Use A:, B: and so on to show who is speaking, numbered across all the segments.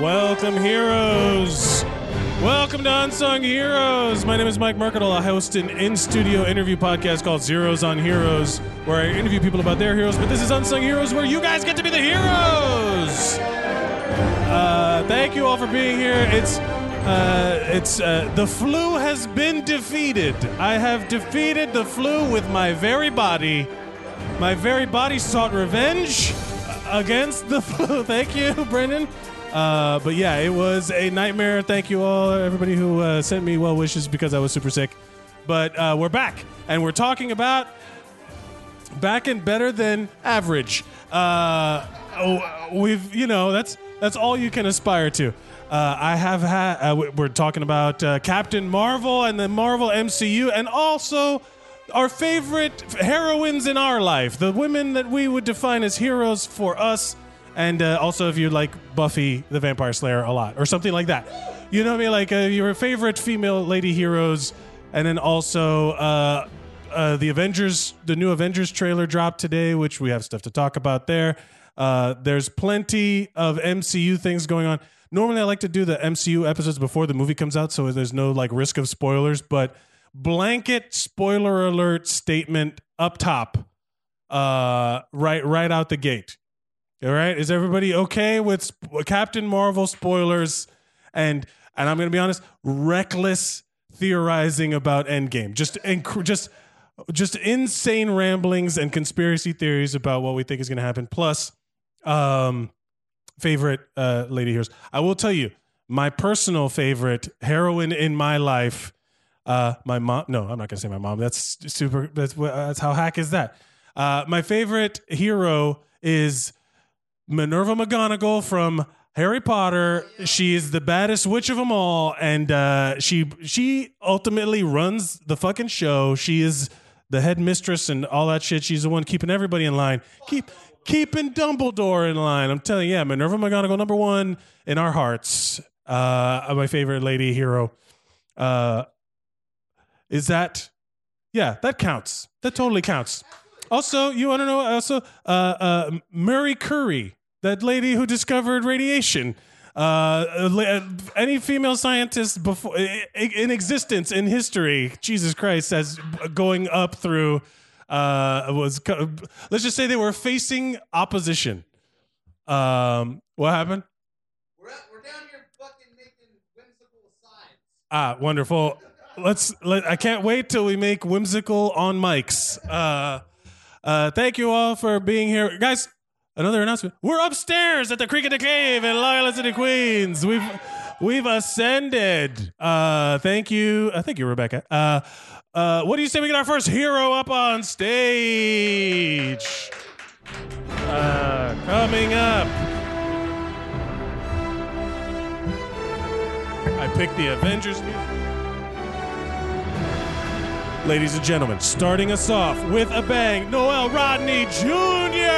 A: Welcome, heroes. Welcome to Unsung Heroes. My name is Mike Mercadal. I host an in studio interview podcast called Zeros on Heroes, where I interview people about their heroes. But this is Unsung Heroes, where you guys get to be the heroes. Uh, thank you all for being here. It's. Uh, it's uh, the flu has been defeated. I have defeated the flu with my very body. My very body sought revenge against the flu. Thank you, Brendan. Uh, but yeah, it was a nightmare. Thank you all, everybody who uh, sent me well wishes because I was super sick. But uh, we're back, and we're talking about back and better than average. Uh, oh, we've, you know, that's that's all you can aspire to. Uh, I have had. Uh, we- we're talking about uh, Captain Marvel and the Marvel MCU, and also our favorite heroines in our life, the women that we would define as heroes for us. And uh, also, if you like Buffy the Vampire Slayer a lot, or something like that, you know what I mean? Like uh, your favorite female lady heroes, and then also uh, uh, the Avengers, the new Avengers trailer dropped today, which we have stuff to talk about there. Uh, there's plenty of MCU things going on. Normally, I like to do the MCU episodes before the movie comes out, so there's no like risk of spoilers. But blanket spoiler alert statement up top, uh, right right out the gate. All right, is everybody okay with sp- Captain Marvel spoilers? And and I'm gonna be honest, reckless theorizing about Endgame, just inc- just just insane ramblings and conspiracy theories about what we think is gonna happen. Plus, um, favorite uh, lady heroes. I will tell you, my personal favorite heroine in my life. Uh, my mom. No, I'm not gonna say my mom. That's super. That's that's how hack is that. Uh, my favorite hero is Minerva McGonagall from Harry Potter. She is the baddest witch of them all, and uh, she she ultimately runs the fucking show. She is the headmistress and all that shit. She's the one keeping everybody in line. Keep keeping Dumbledore in line. I'm telling you, yeah, Minerva McGonagall number one in our hearts. Uh, my favorite lady hero. Uh, is that yeah, that counts. That totally counts. Also, you want to know also uh, uh, Murray Curry, that lady who discovered radiation. Uh, a la- uh, any female scientist before i- i- in existence in history, Jesus Christ, as going up through uh, was co- let's just say they were facing opposition. Um, what happened?
B: We're, up, we're down here fucking making whimsical signs.
A: Ah, wonderful. Let's. Let, I can't wait till we make whimsical on mics. Uh, uh, thank you all for being here, guys. Another announcement: We're upstairs at the Creek of the Cave in Loyola City, Queens. We've we've ascended. Uh, thank you. Uh, thank you, Rebecca. Uh, uh, what do you say we get our first hero up on stage? Uh, coming up. I picked the Avengers music. Ladies and gentlemen, starting us off with a bang, Noel Rodney Jr.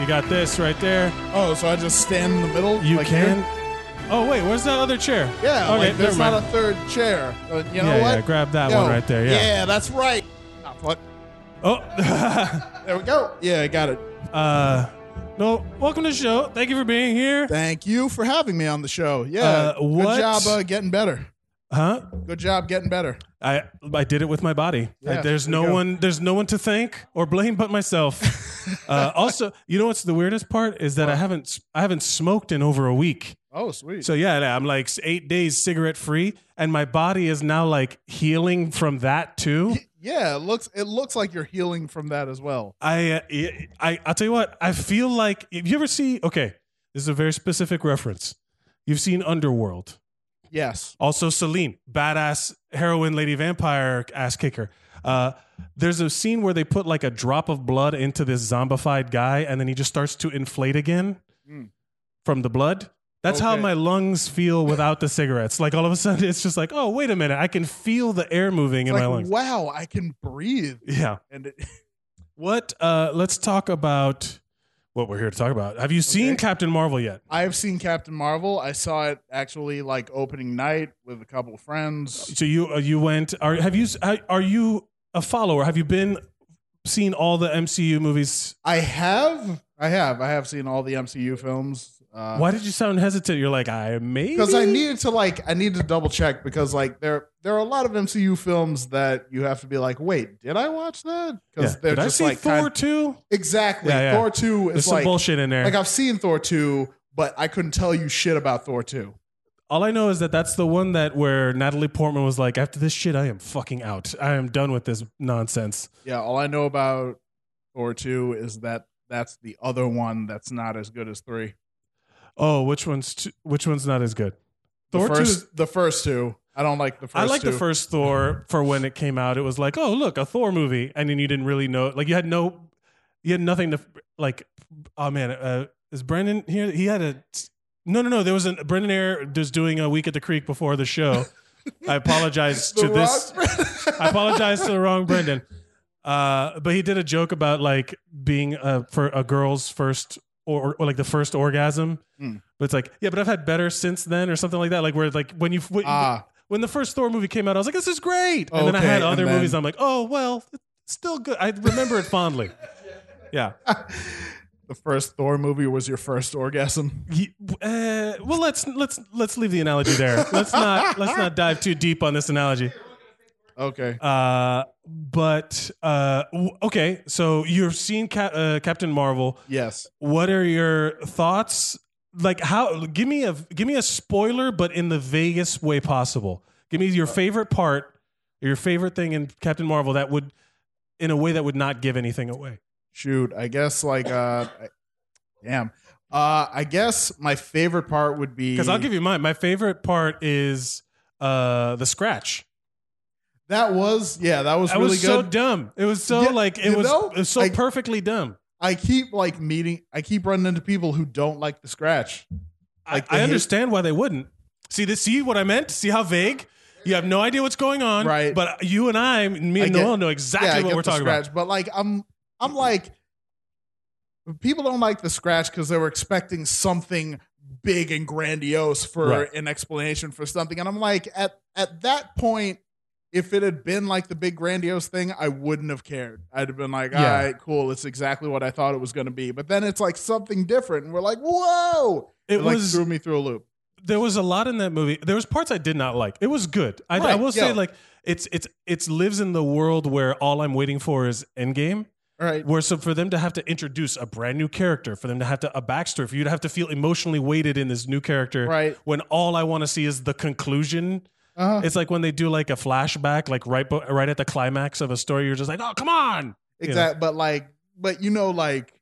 A: You got this right there.
C: Oh, so I just stand in the middle?
A: You
C: like
A: can.
C: here?
A: Oh wait, where's that other chair?
C: Yeah,
A: Okay,
C: like
A: never
C: there's not
A: mind.
C: a third chair. Uh, you know
A: Yeah,
C: what?
A: yeah, grab that
C: Yo,
A: one right there, yeah.
C: that's right. Ah, what?
A: oh.
C: There we go. Yeah, I got it.
A: uh, no. Welcome to the show. Thank you for being here.
C: Thank you for having me on the show. Yeah.
A: Uh, what-
C: Good job uh, getting better.
A: Huh?
C: Good job getting better.
A: I I did it with my body.
C: Yeah,
A: I- there's
C: there you
A: no
C: go.
A: one there's no one to thank or blame but myself. uh, also, you know what's the weirdest part is that I haven't s- I haven't smoked in over a week.
C: Oh, sweet.
A: So yeah, I'm like s- eight days cigarette free, and my body is now like healing from that too.
C: yeah, it looks it looks like you're healing from that as well.
A: I, uh, I- I, I'll tell you what. I feel like if you ever see, okay, this is a very specific reference. You've seen Underworld.
C: Yes.
A: Also, Celine, badass heroin lady vampire ass kicker. Uh, there's a scene where they put like a drop of blood into this zombified guy, and then he just starts to inflate again
C: Mm.
A: from the blood. That's how
C: Okay.
A: my lungs feel without the cigarettes. Like all of a sudden, it's just like, oh, wait a minute, I can feel the air moving in
C: It's
A: my
C: like,
A: lungs.
C: wow, I can breathe.
A: Yeah.
C: And it,
A: What? Uh, let's talk about what we're here to talk about. Have you seen
C: Okay.
A: Captain Marvel yet?
C: I have seen Captain Marvel. I saw it actually like opening night with a couple of friends.
A: So you uh, you went? Are have you? Are you a follower? Have you been seen all the MCU movies.
C: I have, I have, I have seen all the MCU films. Uh,
A: Why did you sound hesitant? You're like, I may
C: Because I needed to like, I needed to double check because like there there are a lot of MCU films that you have to be like, wait, did I watch that? Because
A: Yeah. Did I see Thor
C: kind-
A: too?
C: exactly.
A: Yeah, yeah.
C: Thor two
A: There's
C: is
A: some
C: like
A: bullshit in there.
C: like I've seen Thor two, but I couldn't tell you shit about Thor two.
A: All I know is that that's the one that where Natalie Portman was like, after this shit, I am fucking out. I am done with this nonsense.
C: Yeah, all I know about Thor two is that that's the other one that's not as good as three.
A: Oh, which one's t- which one's not as good?
C: The
A: Thor
C: first,
A: two.
C: the first two. I don't like the first.
A: I like the
C: two.
A: first Thor for when it came out. It was like, oh look, a Thor movie, and then you didn't really know. Like you had no, you had nothing to like. Oh man, uh, is Brendan here? He had a no, no, no. There was a Brendan Air was doing a week at the creek before the show. I apologize to
C: The
A: this
C: Rock-
A: I apologize to the wrong Brendan. Uh, but he did a joke about like being a, for a girl's first or, or like the first orgasm.
C: Hmm.
A: But it's like, yeah, but I've had better since then or something like that. Like where like when you when,
C: ah,
A: when the first Thor movie came out, I was like, this is great. And then I
C: Okay,
A: had
C: and
A: other
C: then-
A: movies. I'm like, oh well, it's still good. I remember it fondly. Yeah.
C: the first Thor movie was your first orgasm.
A: Ye- uh, well, let's let's let's leave the analogy there. Let's not let's not dive too deep on this analogy.
C: Okay.
A: Uh, but uh, w- okay, so you've seen Cap- uh, Captain Marvel.
C: Yes.
A: What are your thoughts? Like, how? Give me a give me a spoiler, but in the vaguest way possible. Give me
C: Uh.
A: your favorite part, or your favorite thing in Captain Marvel that would, in a way that would not give anything away.
C: Shoot. I guess like uh, I- damn. Uh, I guess my favorite part would be
A: Because I'll give you mine. My favorite part is uh the scratch.
C: that was yeah that was
A: That
C: really
A: was
C: good.
A: so dumb. It was so
C: Yeah,
A: like it
C: you
A: was,
C: know,
A: it was so
C: I-
A: perfectly dumb.
C: I keep like meeting. I keep running into people who don't like the scratch. Like,
A: I, I
C: they hate-
A: understand why they wouldn't. See this? See what I meant? See how vague? You have no idea what's going on,
C: Right.
A: But you and I, me
C: I
A: and
C: get-
A: Noel, know
C: yeah, I
A: exactly
C: get
A: what we're
C: the
A: talking
C: scratch, but like I'm I'm like people don't like the scratch because they were expecting something big and grandiose for
A: Right.
C: an explanation for something, and I'm like at at that point. If it had been like the big grandiose thing, I wouldn't have cared. I'd have been like, all right,
A: Yeah.
C: cool. It's exactly what I thought it was going to be. But then it's like something different. And we're like, whoa.
A: about. It
C: like
A: was
C: threw me through a loop.
A: there was a lot in that movie. There was parts I did not like. It was good. I, I
C: Right,
A: will say
C: yeah.
A: like it's it's it's lives in the world where all I'm waiting for is Endgame.
C: All right.
A: Where so for them to have to introduce a brand new character, for them to have to a backstory, for you to have to feel emotionally weighted in this new character.
C: Right.
A: When all I want to see is the conclusion
C: Uh-huh.
A: It's like when they do like a flashback, like right bo- right at the climax of a story. You're just like, oh, come on. you know?
C: Exactly. But like, but you know, like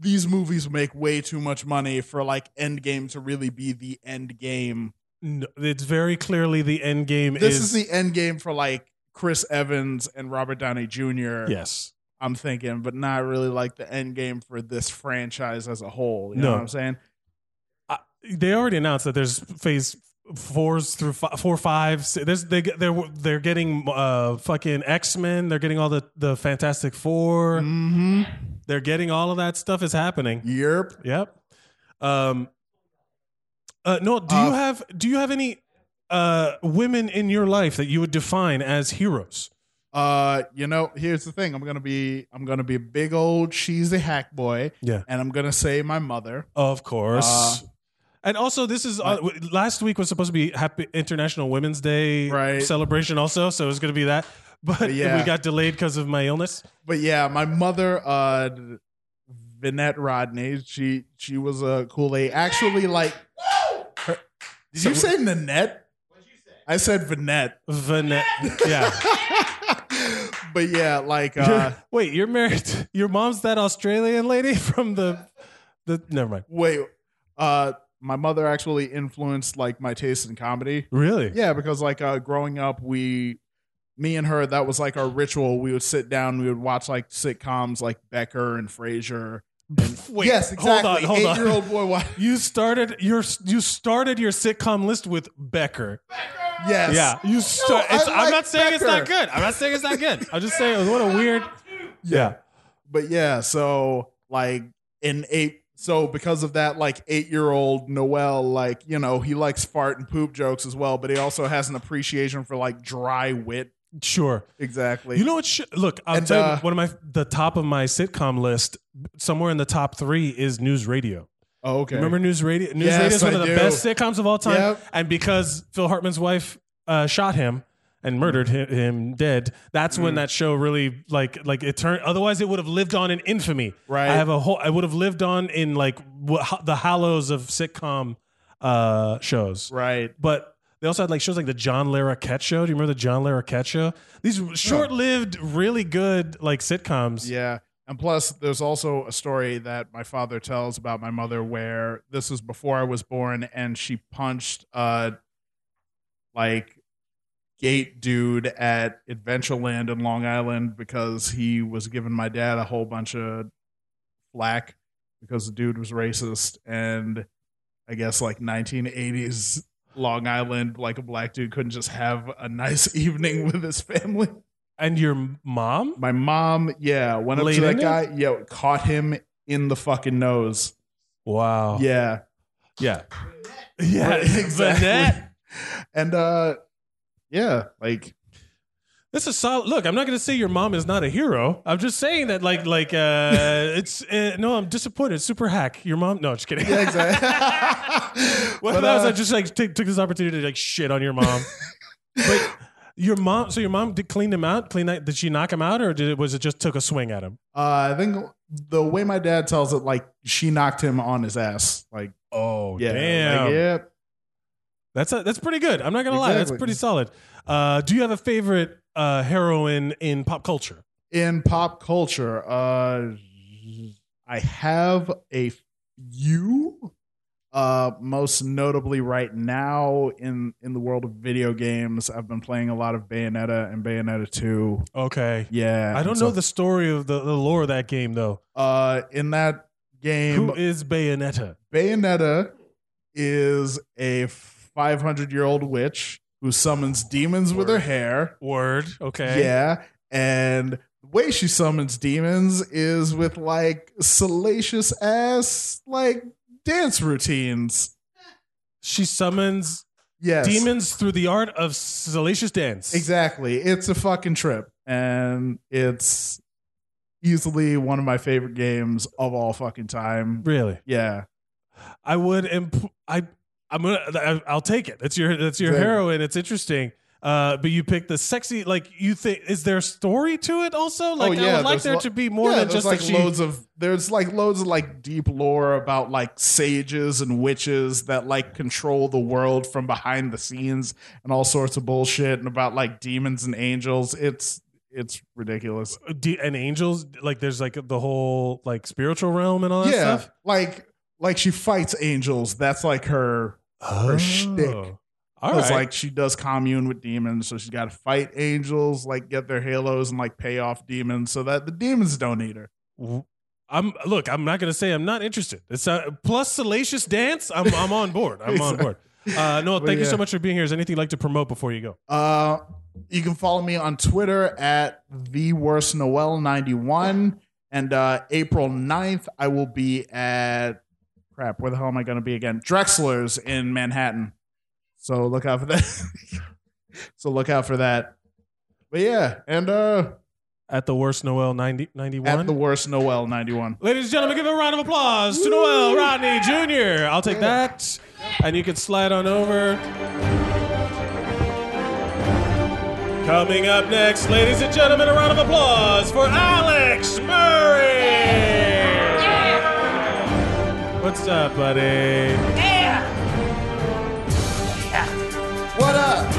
C: these movies make way too much money for like Endgame to really be the end game.
A: No, it's very clearly the end game
C: This
A: is,
C: is, the end game for like Chris Evans and Robert Downey Jr.
A: yes.
C: I'm thinking, but not really like the end game for this franchise as a whole. You
A: No.
C: know what I'm saying?
A: They already announced that there's phase fours through fi- four, five. si- There's they get- they're they're getting uh fucking X Men. They're getting all the the Fantastic 4 they
C: Mm-hmm.
A: They're getting all of that stuff is happening.
C: Yep.
A: Yep. Um. Uh, Noel, do you
C: Uh,
A: have do you have any uh women in your life that you would define as heroes?
C: Uh, you know, here's the thing. I'm gonna be, I'm gonna be a big old cheesy hack boy,
A: Yeah.
C: and I'm gonna say my mother.
A: Of course.
C: Uh,
A: and also, this is uh, w- last week was supposed to be Happy International Women's Day
C: Right.
A: celebration, also. So it was going to be that, but
C: Yeah.
A: we got delayed because of my illness.
C: but yeah, my mother, uh, Vinette Rodney, she she was a Kool Aid. Actually, like, her- did you say Nanette? I said Vinette.
A: Vanette, yeah.
C: but yeah, like, uh,
A: You're- wait, you're married? to- your mom's that Australian lady from the the? Never mind.
C: wait, uh, my mother actually influenced like my taste in comedy.
A: Really?
C: Yeah, because like uh, growing up, we, me and her, that was like our ritual. We would sit down, we would watch like sitcoms like Becker and Frasier.
A: Wait.
C: yes, exactly.
A: Hold on. Hold on.
C: Eight-year-old boy. wa-
A: You started your you started your sitcom list with Becker.
C: Yes.
A: Yeah, you start.
C: I
A: it's, I'm
C: like
A: not saying it's not
C: Becker.
A: good. I'm not saying it's not good. I'm just saying what a weird. Yeah.
C: but yeah, so like in eight, so because of that, like eight year old Noel, like you know, he likes fart and poop jokes as well, but he also has an appreciation for like dry wit.
A: Sure.
C: Exactly.
A: You know what? Sh- look, I'll
C: And,
A: tell you,
C: uh,
A: one of my the top of my sitcom list, somewhere in the top three, is News Radio.
C: oh, okay.
A: Remember News Radio? News
C: Yes,
A: Radio is one
C: I
A: of the
C: do.
A: best sitcoms of all time.
C: Yep.
A: And because Phil Hartman's wife uh, shot him and murdered him, him dead, that's
C: Mm.
A: when that show really like like it turned. Otherwise, it would have lived on in infamy.
C: Right.
A: I have a whole. I would have lived on in like wha- ho- the hollows of sitcom uh, shows.
C: Right.
A: But they also had like shows like the John Larroquette show. Do you remember the John Larroquette show? These short-lived, really good like sitcoms.
C: Yeah. And plus, there's also a story that my father tells about my mother where this was before I was born and she punched uh like gate dude at Adventureland in Long Island because he was giving my dad a whole bunch of flack because the dude was racist and I guess like 1980s Long Island, like a black dude couldn't just have a nice evening with his family.
A: And your mom?
C: My mom, yeah, went up
A: Laid
C: to that
A: into
C: guy, yeah, caught him in the fucking nose.
A: Wow.
C: Yeah.
A: Yeah. Yeah. Vanette.
C: And uh yeah, like
A: That's a solid look. I'm not going to say your mom is not a hero. I'm just saying that, like, like uh, it's uh, no. I'm disappointed. Super hack. Your mom? No, just kidding.
C: yeah, exactly.
A: what
C: But,
A: if I was
C: uh,
A: I just like t- took this opportunity to like shit on your mom? but your mom. So your mom did clean him out. Clean. Did she knock him out, or did it was it just took a swing at him?
C: uh, I think the way my dad tells it, like she knocked him on his ass. Like
A: Oh
C: yeah,
A: damn.
C: like, yeah.
A: That's a, that's pretty good. I'm not gonna lie. That's
C: Exactly.
A: pretty solid. Uh, do you have a favorite uh, heroine in pop culture?
C: In pop culture, uh I have a few. Uh, most notably right now in in the world of video games, I've been playing a lot of Bayonetta and Bayonetta Two.
A: Okay.
C: Yeah,
A: I don't
C: and
A: know
C: so-
A: the story of the, the lore of that game though.
C: Uh, in that game,
A: Who is Bayonetta?
C: Bayonetta is a 500 year old witch who summons demons with her hair.
A: Word. Okay.
C: Yeah, and the way she summons demons is with like salacious ass like dance routines.
A: She summons
C: Yes,
A: demons through the art of salacious dance.
C: Exactly. It's a fucking trip. And it's easily one of my favorite games of all fucking time.
A: Really.
C: Yeah.
A: I would. Imp- I. I'm gonna. I- I'll take it. That's your. That's your
C: Exactly.
A: heroine. It's interesting. Uh, but you picked the sexy. Like you think. Is there a story to it also? Like I
C: Oh, yeah,
A: would like
C: there's
A: there
C: lo-
A: to be more
C: yeah,
A: than
C: there's
A: just
C: like
A: that she-
C: loads of there's like loads of like deep lore about like sages and witches that like control the world from behind the scenes and all sorts of bullshit and about like demons and angels. It's it's ridiculous.
A: D- and angels like there's like the whole like spiritual realm and all that
C: Yeah.
A: stuff
C: Like like she fights angels. That's like her
A: oh.
C: shtick.
A: all
C: Because
A: right
C: like she does commune with demons, so she's got to fight angels, like get their halos and like pay off demons, so that the demons don't eat her.
A: like i'm look i'm not gonna say i'm not interested it's uh plus salacious dance i'm, I'm on board i'm on board uh no
C: But
A: thank you
C: yeah.
A: so much for being here is there anything you'd like to promote before you go
C: Uh, you can follow me on Twitter at the worst Noel ninety one, and uh, April 9th, I will be at crap. Where the hell am I going to be again? Drexler's in Manhattan, so look out for that. so look out for that. But yeah, and uh,
A: at the worst noel 90, 91
C: at the worst Noel ninety one.
A: Ladies and gentlemen, give a round of applause to Noel Rodney Jr. I'll take that. And you can slide on over. Coming up next, ladies and gentlemen, a round of applause for Alex Murray.
D: Yeah!
A: What's up, buddy?
D: Yeah!
E: What up?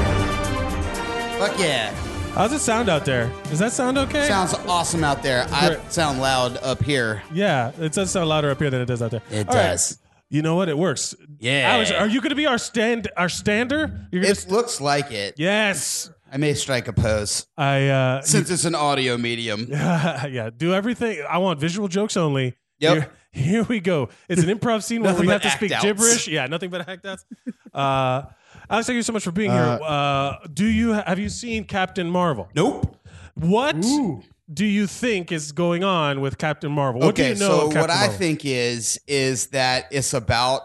E: Fuck yeah.
A: How's it sound out there? Does that sound okay?
E: Sounds awesome out there. I
A: Great.
E: sound loud up here.
A: yeah, it does sound louder up here than it does out there.
E: It
A: All right.
E: does.
A: You know what? It works.
E: Yeah.
A: Alex, are you going to be our stand, our stander? You're gonna
E: It looks like it.
A: yes.
E: I may strike a pose
A: I uh,
E: since it's an audio medium.
A: yeah, do everything. I want visual jokes only.
E: Yep.
A: Here, here we go. It's an improv scene where
E: Nothing
A: we have
E: but
A: to speak
E: act outs.
A: gibberish. Yeah, nothing but act outs. Uh, Alex, thank you so much for being
C: Uh,
A: here. Uh, do you have you seen Captain Marvel?
E: Nope.
A: What do you think is going on with Captain Marvel? What do
E: okay,
A: you know?
E: so
A: of Captain
E: what I
A: Marvel?
E: think is is that it's about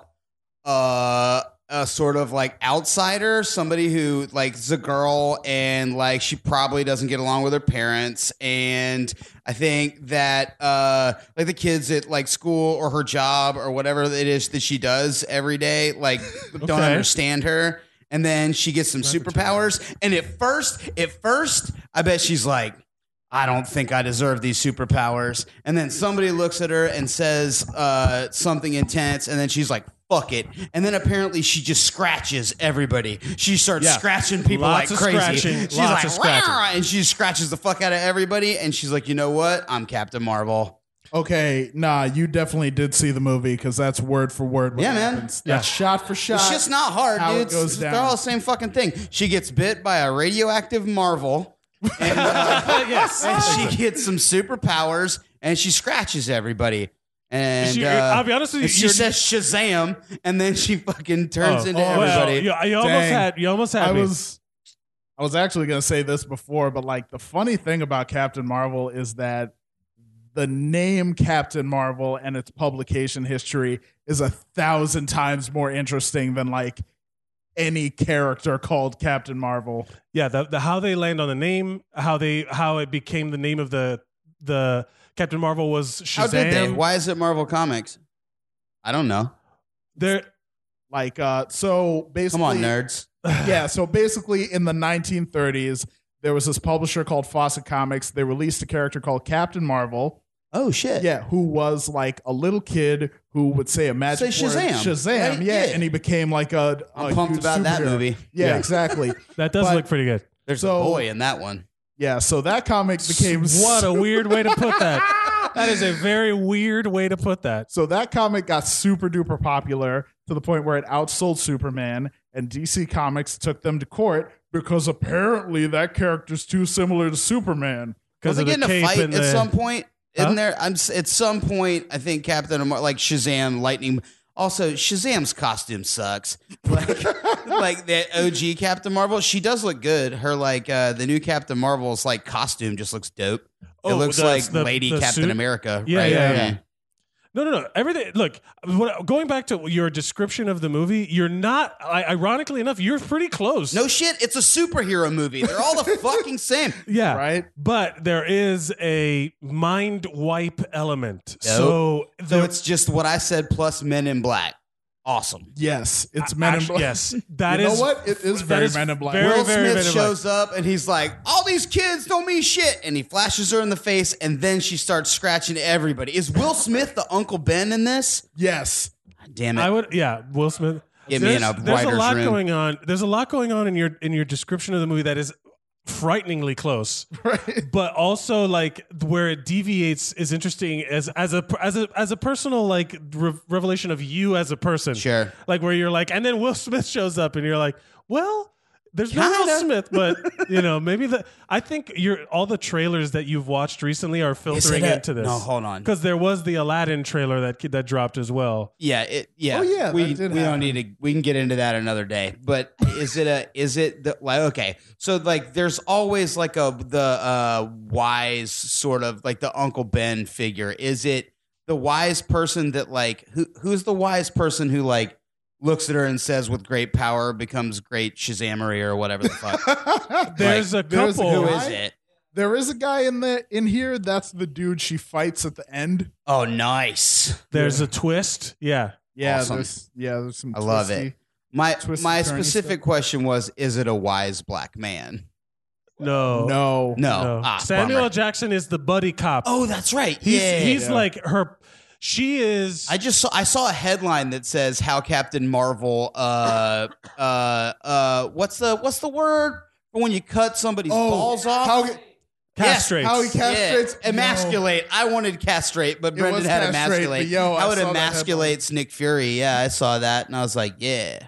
E: uh a sort of like outsider, somebody who like is a girl and like she probably doesn't get along with her parents. And I think that uh like the kids at like school or her job or whatever it is that she does every day, like don't
A: Okay.
E: understand her. And then she gets some superpowers. And at first, at first, I bet she's like, I don't think I deserve these superpowers. And then somebody looks at her and says uh, something intense, and then she's like, fuck it. And then apparently she just scratches everybody. She starts
C: Yeah.
E: scratching people
A: Lots
E: like
A: of
E: crazy.
A: scratching.
E: She's
A: Lots
E: like,
A: of scratching.
E: "Rah!" and she scratches the fuck out of everybody. And she's like, you know what? I'm Captain Marvel.
C: Okay, nah, you definitely did see the movie because that's word for word. What
E: Yeah, man.
C: happens.
A: Yeah.
C: That's shot for shot.
E: It's just not hard,
C: how
E: dude.
C: it
E: It's-
C: goes
E: they're
C: down.
E: all the same fucking thing. She gets bit by a radioactive Marvel. uh,
A: yes.
E: and she gets some superpowers and she scratches everybody. And
A: She-
E: uh,
A: I'll be honest with you,
E: and she
A: you're-
E: says Shazam, and then she fucking turns
A: Oh,
E: into
C: oh,
E: everybody.
A: Well, you, you almost
C: Dang.
A: had. You almost had.
C: I
A: me.
C: was I was actually gonna say this before, but like the funny thing about Captain Marvel is that the name Captain Marvel and its publication history is a thousand times more interesting than like any character called Captain Marvel.
A: Yeah, the, the how they land on the name, how they how it became the name of the the Captain Marvel was Shazam.
E: How did they? Why is it Marvel Comics? I don't know.
A: There,
C: Like uh so basically
E: Come on, nerds.
C: yeah, so basically in the 1930s, there was this publisher called Fawcett Comics. They released a character called Captain Marvel.
E: Oh shit.
C: Yeah, who was like a little kid who would say a magic
E: Say
C: word,
E: Shazam,
C: Shazam,
E: right?
C: yeah,
E: Yeah.
C: and he became like a. a
E: I'm pumped
C: huge
E: about that
C: superhero.
E: movie.
C: Yeah,
A: Yeah.
C: exactly.
A: that does
C: But-
A: look pretty good.
E: There's
C: So-
E: a boy in that one.
C: Yeah, so that comic became
A: What a weird way to put that. That is a very weird way to put that.
C: So that comic got super duper popular to the point where it outsold Superman, and DC Comics took them to court because apparently that character's too similar to Superman.
A: Because
E: Was they
A: of the
E: getting a
A: cape
E: fight
A: and
E: at
A: the,
E: some point?
A: Huh?
E: Isn't there? I'm s- at some point. I think Captain Mar- like Shazam, Lightning. Also, Shazam's costume sucks. Like, like that OG Captain Marvel. She does look good. Her like uh, the new Captain Marvel's like costume just looks dope. it
A: Oh,
E: looks
A: the-
E: like
A: the-
E: Lady
A: the
E: Captain
A: suit?
E: America.
A: Yeah,
E: right?
A: yeah, yeah. No, no, no. Everything. Look, what, going back to your description of the movie, you're not. I- Ironically enough, you're pretty close.
E: No shit. It's a superhero movie. They're all the fucking same.
A: Yeah.
C: Right?
A: But there is a mind wipe element.
E: Nope.
A: So, the,
E: So it's just what I said plus Men in Black. Awesome.
C: Yes, it's Men in
A: Actu-
C: Black.
A: Yes, that
C: you
A: is.
C: know what? It is
A: that
C: very
A: is
C: Men in Black.
A: Very,
E: Will
A: very Men
E: Smith
A: in Black.
E: shows up and he's like, "All these kids don't mean shit," and he flashes her in the face, and then she starts scratching everybody. Is Will Smith the Uncle Ben in this?
C: yes,
E: Damn it!
A: I would, yeah, Will Smith.
E: Get me in a
A: there's a
E: writer's
A: lot
E: room.
A: going on. There's a lot going on in your in your description of the movie that is frighteningly close,
C: right.
A: but also like where it deviates is interesting as as a as a as a personal like re- revelation of you as a person.
E: sure.
A: Like where you're like, and then Will Smith shows up, and you're like, well. There's no Will
E: Kinda.
A: Smith, but you know maybe the. I think you're all the trailers that you've watched recently are
E: Is
A: filtering
E: it a-
A: into this.
E: No, hold on.
A: Because there was the Aladdin trailer that that dropped as well.
E: Yeah, it, yeah.
C: Oh, yeah,
E: we
C: that did
E: we
C: happen.
E: don't need to. We can get into that another day. But is it a? Is it the like? Okay, so like, there's always like a the uh wise sort of like the Uncle Ben figure. Is it the wise person that like who who's the wise person who like looks at her and says, "With great power becomes great Shazamery" or whatever the fuck.
A: There's a
C: there's a
A: couple.
E: who
C: guy-
E: is it?
C: there is a guy in the in here. That's the dude she fights at the end.
E: Oh, nice.
A: There's a twist. Yeah.
C: Yeah,
E: Awesome.
C: there's yeah, there's some.
E: I love
C: twisty-
E: it. My
C: Twisted
E: my
C: turny
E: specific
C: stuff.
E: question was, is it a wise black man?
A: No.
C: No,
E: No. Ah,
A: Samuel
E: bummer.
A: L. Jackson is the buddy cop.
E: Oh, that's right.
A: he's
E: yeah,
A: he's
C: Yeah.
A: like her. She is.
E: I just saw I saw a headline that says how Captain Marvel uh uh uh what's the what's the word for when you cut somebody's
C: Oh,
E: balls off?
C: How,
A: castrates.
C: how he
E: Yeah,
C: castrates?
E: emasculate. I wanted castrate, but
C: It
E: Brendan
C: was
E: had
C: castrate,
E: emasculate.
C: but yo, I
E: I would
C: saw that
E: emasculates Nick Fury. Yeah, I saw that, and I was like, yeah,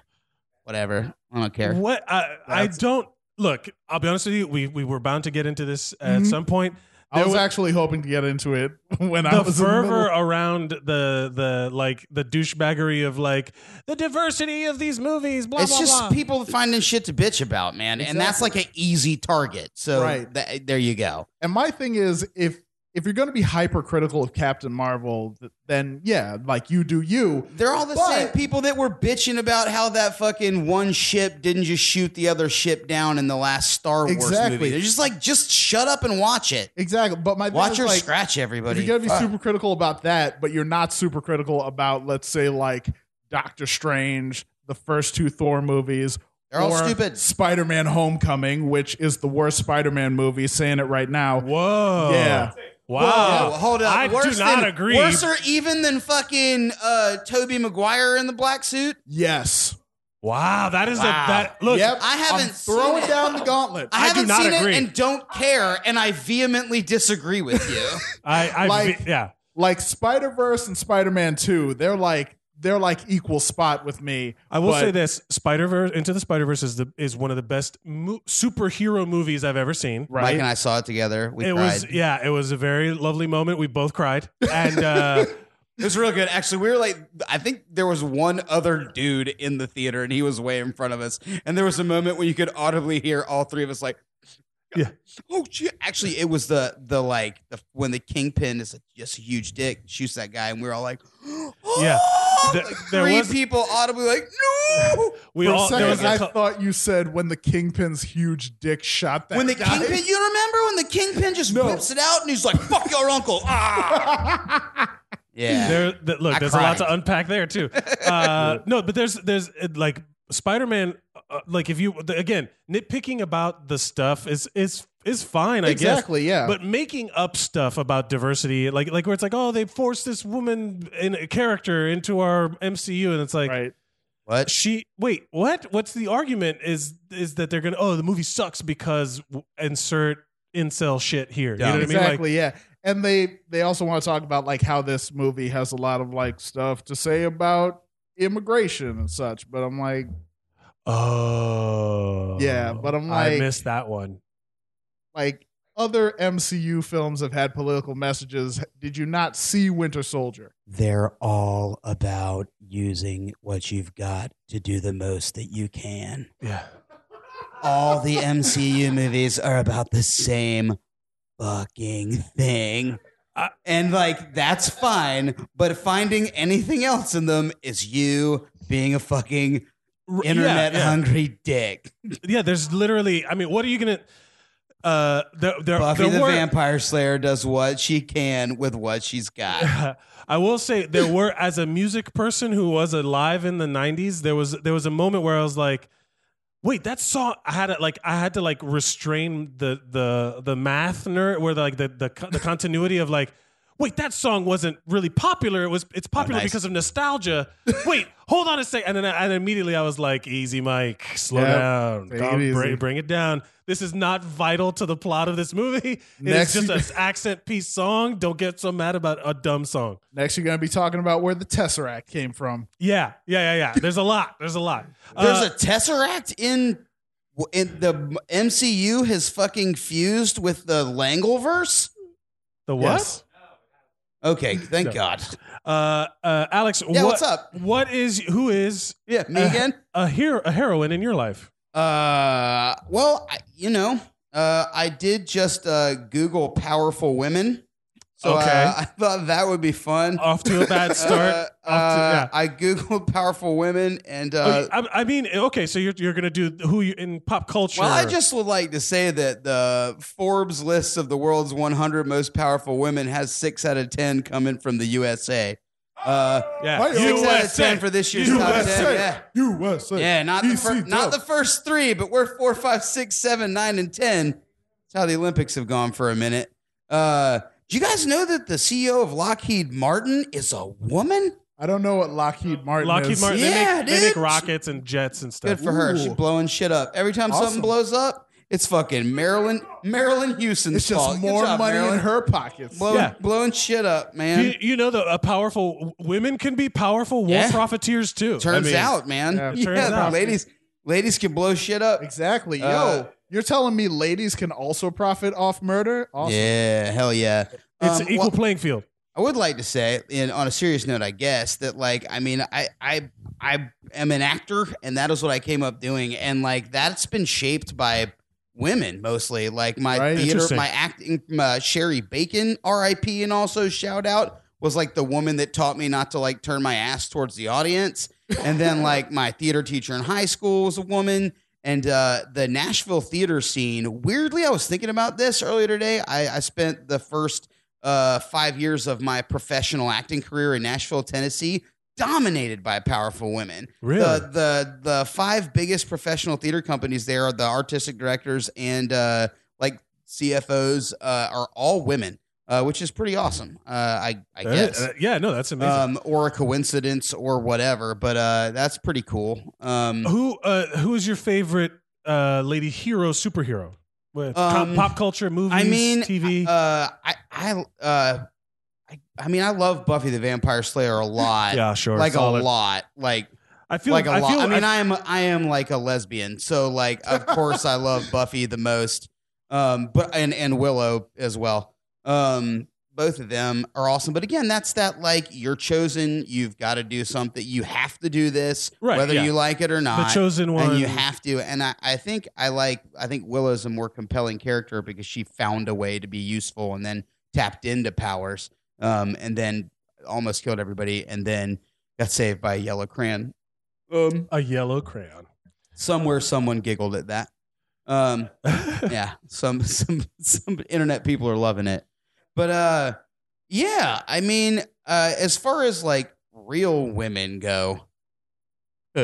E: whatever. I don't care.
A: what I, I
C: That's-
A: don't look. I'll be honest with you. We we were bound to get into this at
E: Mm-hmm.
C: Mhm.
A: some point.
C: I
A: There
C: was
A: wa-
C: actually hoping to get into it when I
A: the
C: was in the
A: fervor
C: middle.
A: around the the like the douchebaggery of like the diversity of these movies. Blah
E: it's
A: blah
E: just
A: blah.
E: people finding shit to bitch about, man, and that's like an easy target. So
C: Right.
E: tha- there you go.
C: And my thing is, if if you're going to be hypercritical of Captain Marvel, th- then yeah, like you do you.
E: They're all the
C: But-
E: same people that were bitching about how that fucking one ship didn't just shoot the other ship down in the last Star Wars
C: Exactly.
E: movie. They're just like, just shut up and watch it.
C: Exactly. But my thing
E: Watch
C: is,
E: her
C: like,
E: scratch
C: if
E: everybody.
C: you're going to be
A: Uh.
E: Fuck.
C: super critical about that, but you're not super critical about, let's say, like Doctor Strange, the first two Thor movies,
E: They're all stupid.
C: Spider Man Homecoming, which is the worst Spider Man movie, saying it right now.
A: Whoa.
C: Yeah.
A: Wow.
E: Whoa, hold up.
A: I
E: Worse
A: do not
E: than-
A: agree.
E: Worse or even than fucking uh, Toby Maguire in the black suit.
C: Yes.
A: wow. That is
E: Wow.
A: a that look.
C: yep.
E: I
C: I'm
E: haven't seen
C: throwing
E: it.
C: down the gauntlet.
E: I,
A: I do
E: haven't
A: not
E: seen
A: agree.
E: it and don't care, and I vehemently disagree with you.
A: I, I
C: Like-
A: ve- yeah.
C: like Spider Verse and Spider Man Two, they're like they're like equal spot with me.
A: I will
C: but
A: say this: Spider Verse Into the Spider Verse is the is one of the best mo- superhero movies I've ever seen.
E: Mike
C: right?
E: and I saw it together. We
A: it
E: cried.
A: was yeah, it was a very lovely moment. We both cried, and uh,
E: It was real good. Actually, we were like, I think there was one other dude in the theater, and he was way in front of us. And there was a moment when you could audibly hear all three of us like,
A: Yeah.
E: Oh, shit. Actually, it was the the like the when the kingpin is like, just a huge dick shoots that guy, and we are all like,
A: Yeah.
E: "Oh!"
A: Th-
E: Like,
A: there
E: three
A: was-
E: people audibly like, no.
A: we
C: For
A: all
C: a
A: there
C: second,
A: was a
C: I
A: cou-
C: thought you said when the kingpin's huge dick shot that
E: when the
C: guy.
E: kingpin, you remember when the kingpin just
C: No.
E: whips it out, and he's like, "Fuck your uncle." Ah. yeah.
A: there th- look
E: I
A: there's a lot
E: cried.
A: to unpack there too uh, no but there's there's uh, like spider-man uh, like if you the- again nitpicking about the stuff is is is fine i
C: exactly, yeah.
A: guess but making up stuff about diversity like like where it's like oh they forced this woman in a character into our mcu and it's like
C: right.
E: what?
A: she wait what what's the argument is is that they're gonna oh the movie sucks because w- insert incel shit here you know what i mean like
C: exactly, yeah. And they they also want to talk about like how this movie has a lot of like stuff to say about immigration and such. But I'm like,
A: oh
C: Yeah, but I'm
A: i
C: like-
A: missed that one
C: like other MCU films have had political messages. Did you not see Winter Soldier?
E: they're all about using what you've got to do the most that you can.
A: Yeah.
E: All the MCU movies are about the same fucking thing.
A: I-
E: and like that's fine, but finding anything else in them is you being a fucking
A: R-
E: internet
A: yeah, yeah.
E: hungry dick.
A: Yeah, there's literally. I mean, what are you gonna? Uh, there, there,
E: Buffy
A: there
E: the
A: were,
E: Vampire Slayer does what she can with what she's got.
A: I will say there were as a music person who was alive in the '90s. There was there was a moment where I was like, "Wait, that song!" I had to, like I had to like restrain the the the math nerd where like the the, co- the continuity of like. Wait, that song wasn't really popular. It was. It's popular
E: nice.
A: because of nostalgia. Wait, hold on a second. And then, I- and immediately I was like, "Easy, Mike, slow
C: Yeah,
A: down,
C: take
A: Calm-
C: it
A: bra-
C: easy."
A: bring it down. This is not vital to the plot of this movie. It is
C: Next-
A: just an accent piece song. Don't get so mad about a dumb song.
C: Next, you're going to be talking about where the Tesseract came from.
A: Yeah, yeah, yeah, yeah. There's a lot. There's a lot.
E: There's
A: Uh,
E: a tesseract in in the MCU has fucking fused with the Langleverse.
A: the what?
C: Yes.
E: Okay, thank
A: No.
E: God.
A: Uh, uh, Alex,
E: Yeah,
A: what,
E: what's up?
A: What is who is
E: Yeah, me
A: Uh,
E: again.
A: a hero a heroine in your life?
E: Uh, well, I, you know, uh, I did just uh, Google powerful women. So
A: Okay.
E: uh, I thought that would be fun.
A: Off to a bad start.
E: Uh,
A: Off to-
E: uh,
A: yeah. Oh,
E: I googled powerful women, and uh,
A: Okay, I, I mean, okay, so you're you're gonna do who you in pop culture?
E: Well, I just would like to say that the Forbes list of the world's 100 most powerful women has six out of 10 coming from the USA. Uh,
A: yeah.
C: Why-
E: six out of
A: USA.
E: 10 for this year's top 10. Yeah.
C: USA, USA.
E: Yeah, not the, fir-
C: ECW.
E: not the first three, but we're four, five, six, seven, nine, and ten. That's how the Olympics have gone for a minute. Uh, do you guys know that the CEO of Lockheed Martin is a woman?
C: I don't know what Lockheed Martin
A: Lockheed
C: is.
A: Martin.
E: Yeah,
A: they, make, they make
E: dude.
A: rockets and jets and stuff.
E: Good for her.
C: Ooh.
E: She's blowing shit up. Every time something
C: Awesome.
E: blows up, it's fucking Marilyn Marilyn Houston's
C: It's just
E: fault. Good
C: more
E: job,
C: money
E: Marilyn.
C: in her pockets.
E: blowing,
A: Yeah.
E: blowing shit up, man.
A: You, you know that a powerful w- women can be powerful war
E: Yeah.
A: profiteers too. I
E: turns
A: mean,
E: out, man.
C: Yeah,
E: Yeah,
A: turns out.
E: ladies, ladies can blow shit up.
C: exactly. Yo,
E: Uh,
C: you're telling me ladies can also profit off murder? Awesome.
E: Yeah, hell yeah.
A: it's
E: Um,
A: an equal
E: well,
A: playing field.
E: I would like to say, and on a serious note, I guess that like I mean, I I I am an actor, and that is what I came up doing, and like that's been shaped by women mostly. Like my
C: Right.
E: theater,
A: Interesting.
E: my acting, my Sherry Bacon, R.I.P. and also shout out was like the woman that taught me not to like turn my ass towards the audience. And then like my theater teacher in high school was a woman. And uh, the Nashville theater scene. Weirdly, I was thinking about this earlier today. I, I spent the first uh, five years of my professional acting career in Nashville, Tennessee, dominated by powerful women.
A: Really?
E: The, the the five biggest professional theater companies there are the artistic directors and uh, like CFOs uh, are all women, uh, which is pretty awesome. Uh, I I
A: That
E: guess
A: is- uh, yeah, no, that's amazing.
E: um, or a coincidence or whatever, but uh, that's pretty cool. Um,
A: who uh, who is your favorite uh, lady hero superhero? What, pop,
E: Um,
A: pop culture, movies,
E: I mean,
A: TV.
E: uh, I I uh, I, I mean, I love Buffy the Vampire Slayer a lot.
A: yeah, sure.
E: Like
A: Solid.
E: a lot, like
A: I feel
E: like a
A: I
E: lot.
A: Feel,
E: I mean, I am I am like a lesbian, so like of course I love Buffy the most, um, but and and Willow as well. Um, both of them are awesome, but again, that's that like you're chosen. You've got to do something. You have to do this,
A: Right,
E: whether
A: yeah.
E: you like it or
A: the
E: not.
A: chosen one.
E: And you have to. And I, I think I like I think Willow's a more compelling character because she found a way to be useful and then tapped into powers. Um, and then almost killed everybody and then got saved by a yellow crayon. Um
A: a yellow crayon.
E: somewhere someone giggled at that. Um yeah, some some some internet people are loving it. But uh yeah, I mean, uh as far as like real women go,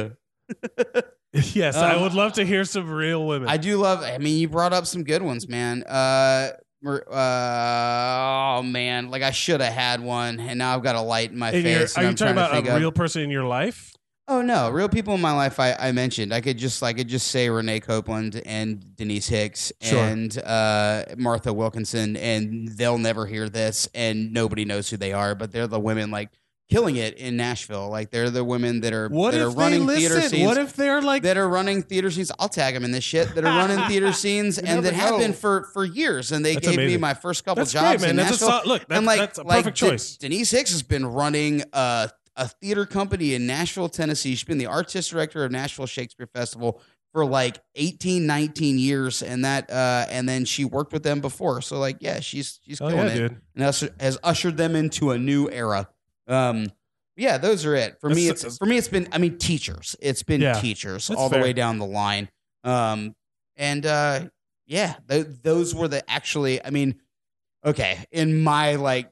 A: yes, I
E: Um,
A: would love to hear some real women.
E: I do love. I mean, you brought up some good ones, man. Uh, Mer- uh oh man, like I should have had one, and now I've got a light in my
A: In your-
E: face. and
A: are you
E: I'm
A: talking
E: trying to
A: about
E: think
A: a
E: of-
A: real person in your life?
E: Oh no, real people in my life. I, I mentioned I could just I could just say Renee Copeland and Denise Hicks
A: Sure.
E: and uh, Martha Wilkinson, and they'll never hear this, and nobody knows who they are, but they're the women like killing it in Nashville. Like they're the women that are
A: What
E: that are
A: if they
E: running theater
A: listen?
E: scenes
A: What if they're like
E: that are running theater scenes. I'll tag them in this shit that are running theater scenes and
C: never
E: that have been
C: know.
E: for for years. And they
A: That's
E: gave me
A: amazing.
E: my first couple
A: that's great,
E: jobs
A: man.
E: in
A: That's a
E: Nashville.
A: sol- look. That,
E: and like,
A: that's a
E: like
A: perfect
E: De-
A: choice.
E: Denise Hicks has been running uh, a theater company in Nashville, Tennessee. She's been the artist director of Nashville Shakespeare Festival for like 18, 19 years, and that uh, and then she worked with them before. So like, yeah, she's she's
A: Oh
E: killing
A: yeah,
E: it
A: dude.
E: and us has ushered them into a new era. Um, yeah, those are it for me.
A: That's-
E: It's for me. It's been I mean teachers. It's been
A: Yeah,
E: teachers
A: that's
E: all
A: fair.
E: the way down the line. Um, and uh, yeah, th- those were the actually. I mean, okay, in my like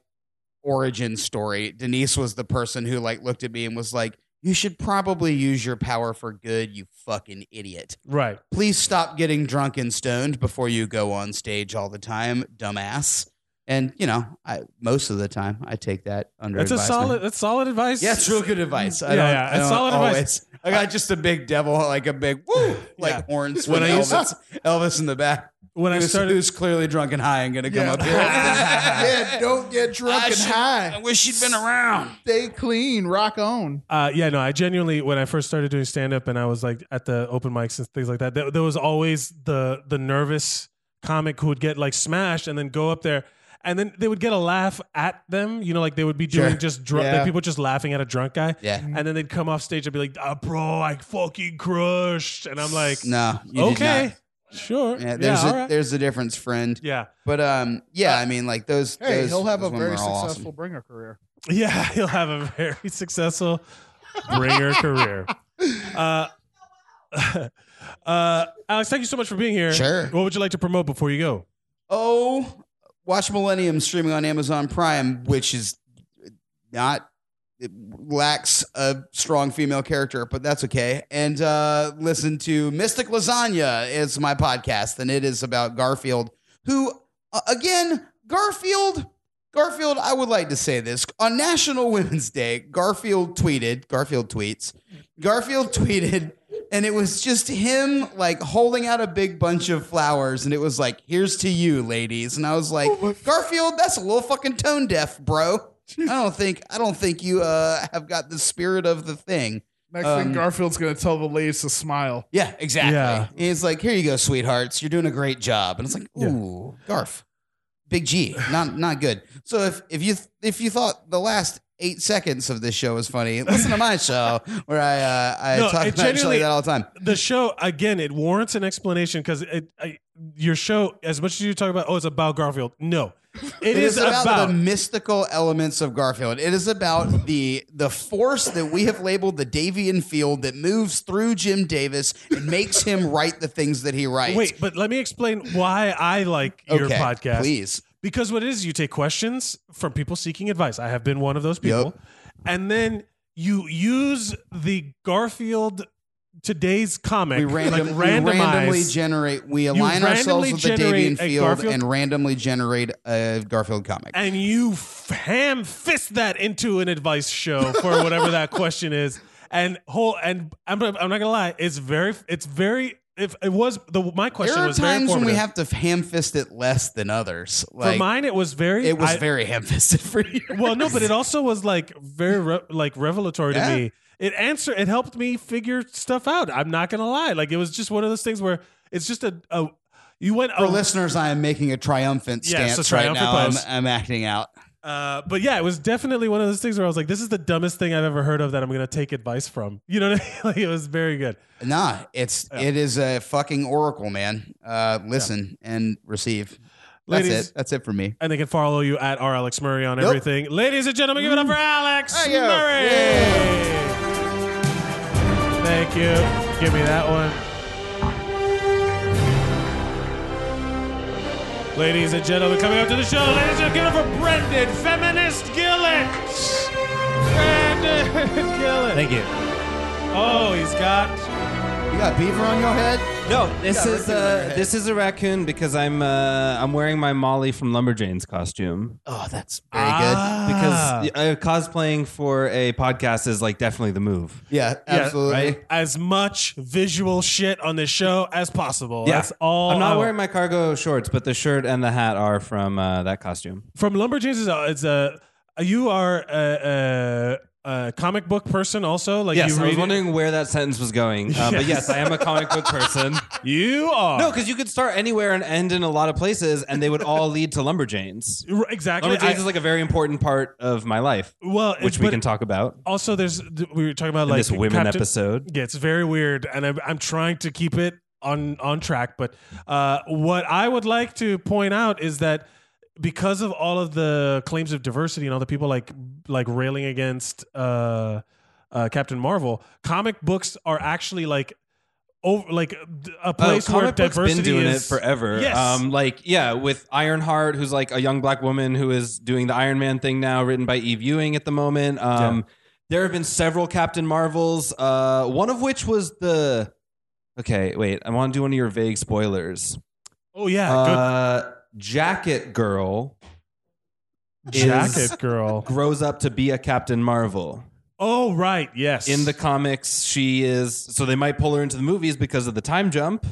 E: origin story, Denise was the person who like looked at me and was like, "You should probably use your power for good, you fucking idiot."
A: Right.
E: please stop getting drunk and stoned before you go on stage all the time, dumbass. And you know, I most of the time I take that under.
A: That's a
E: advisement.
A: solid. That's solid advice.
E: Yeah, it's real good advice.
A: Yeah,
E: I don't,
A: yeah,
E: I
A: it's
E: don't
A: solid advice.
E: always- I got just a big devil, like a big woo, like
A: Yeah.
E: horns
A: When
E: when
A: I used-
E: Elvis, Elvis in the back.
A: When I
E: who's,
A: started,
E: who's clearly drunk and high and gonna come
C: Yeah.
E: up here.
C: yeah, don't get drunk
E: I
C: and
E: should- I
C: high.
E: wish she'd been around.
C: Stay clean. Rock on.
A: uh, yeah, no, I genuinely when I first started doing stand up and I was like at the open mics and things like that. There, there was always the the nervous comic who would get like smashed and then go up there. And then they would get a laugh at them, you know, like they would be doing
E: Sure.
A: just drunk,
C: Yeah.
A: like people just laughing at a drunk guy.
E: Yeah,
A: And then they'd come off stage and be like, ah, "Bro, I fucking crushed," and I'm like, "Oh,
E: no, you did
A: "Okay, sure,
E: not.
A: yeah,
E: Yeah, there's
A: all
E: a
A: right."
E: there's a difference, friend.
A: yeah, Uh,
E: But um, yeah, I mean, like those.
C: Hey,
E: those-
C: he'll have a
E: those women
C: very
E: are all awesome.
C: successful bringer career.
A: yeah, he'll have a very successful bringer career. Uh, uh, Alex, thank you so much for being here.
E: Sure.
A: What would you like to promote before you go?
E: Oh, watch Millennium streaming on Amazon Prime, which is not it lacks a strong female character, but that's okay. And uh, listen to Mystic Lasagna is my podcast, and it is about Garfield, who uh, again Garfield. Garfield, I would like to say this on National Women's Day. Garfield tweeted, Garfield tweets, Garfield tweeted, and it was just him like holding out a big bunch of flowers, and it was like, "Here's to you, ladies." And I was
A: Oh
E: like, "Garfield, that's a little fucking tone deaf, bro. I don't think I don't think you uh, have got the spirit of the thing."
C: Next
E: Um,
C: thing, Garfield's gonna tell the ladies to smile.
E: Yeah, exactly.
A: Yeah.
E: And He's like, "Here you go, sweethearts. You're doing a great job." And it's like,
A: Yeah.
E: "Ooh, Garf, big G, not not good." So if if you if you thought the last eight seconds of this show is funny. Listen to my show where I uh, I
A: No,
E: talk
A: it
E: about shit
A: genuinely-
E: like that all the time.
A: the show again it warrants an explanation because it, I, your show as much as you talk about oh it's about garfield no it is, about,
E: the mystical elements of Garfield. It is about the the force that we have labeled the Davian field that moves through Jim Davis and makes him write the things that he writes.
A: wait but let me explain why i like your
E: Okay,
A: podcast
E: please.
A: because what it is you take questions from people seeking advice i have been one of those people and then you use the garfield today's comic
E: We, random,
A: like
E: we randomly
A: randomize
E: generate. We align
A: randomly
E: ourselves with the Davian
A: generate a
E: field
A: Garfield-
E: and randomly generate a Garfield comic.
A: and you f- ham fist that into an advice show for whatever that question is and whole and I'm, I'm not gonna lie it's very it's very if it was the my question
E: there are
A: was very
E: times when we
A: informative.
E: have to ham fist it less than others.
A: for
E: Like
A: mine it was very
E: it was
A: I-
E: very ham fisted for you.
A: well no but it also was like very re- like revelatory
E: Yeah.
A: to me it answer it helped me figure stuff out i'm not gonna lie like it was just one of those things where it's just a, a you went
E: for
A: a-
E: listeners, I am making a triumphant
A: Yes, a
E: stance
A: triumphant
E: right now. I'm,
A: pose.
E: I'm acting out.
A: Uh, but yeah, it was definitely one of those things where I was like, "This is the dumbest thing I've ever heard of that I'm gonna take advice from." You know, what I mean? like it was very good.
E: Nah, it's
A: Yeah.
E: it is a fucking oracle, man. Uh, listen and receive. That's
A: Ladies-
E: it. That's it for me.
A: And they can follow you at R Alex Murray on
E: Yep.
A: everything. Ladies and gentlemen, give it up for
D: Mm.
A: Alex
D: Ah,
E: There you go.
A: Murray. Thank you. Give me that one. Ladies and gentlemen, coming up to the show, ladies and gentlemen, give it up for Brendan Feminist Gillett. Brendan Gillett.
D: Thank you.
A: Oh, he's got.
E: You got beaver on your head?
D: No, this
E: Yeah,
D: is
E: raccoon on your
D: uh,
E: head.
D: this is a raccoon because I'm uh, I'm wearing my Molly from Lumberjanes costume
E: Oh, that's very
A: Ah.
D: because uh, cosplaying for a podcast is like definitely the move.
E: good. Yeah,
A: Yeah,
E: absolutely.
D: right?
A: as much visual shit on this show as possible.
D: Yeah.
A: That's all.
D: I'm not
A: I-
D: wearing my cargo shorts, but the shirt and the hat are from uh, that costume.
A: from Lumberjanes. Is a, it's a you are a, a, a comic book person also. Like
D: Yes, I
A: you
D: was
A: read-
D: wondering where that sentence was going, uh, but yes, I am a comic book person.
A: You are
D: No, because you could start anywhere and end in a lot of places, and they would all lead to Lumberjanes.
A: R- exactly.
D: Lumberjanes
A: I-
D: is like a very important part of my life,
A: well, it's-
D: which we
A: but
D: can talk about
A: Also, there's we were talking about
D: in
A: like
D: this women
A: Captain-
D: episode.
A: Yeah, it's very weird, and I'm, I'm trying to keep it on on track. But uh, what I would like to point out is that because of all of the claims of diversity and all the people like like railing against uh, uh, Captain Marvel, comic books are actually like over like a place
D: Oh, Uh, comic
A: where
D: books
A: diversity
D: been doing
A: is
D: it forever.
A: Yes.
D: Um, like yeah, with Ironheart, who's like a young black woman who is doing the Iron Man thing now, written by Eve Ewing at the moment. Um, There have been several Captain Marvels. Uh, one of which was the. Okay, wait. I want to do one of your vague spoilers.
A: Oh yeah,
D: Uh, Jacket Girl
A: good
D: is-
A: jacket girl.
D: grows up to be a Captain Marvel.
A: Oh right, yes.
D: In the comics, she is so they might pull her into the movies because of the time jump.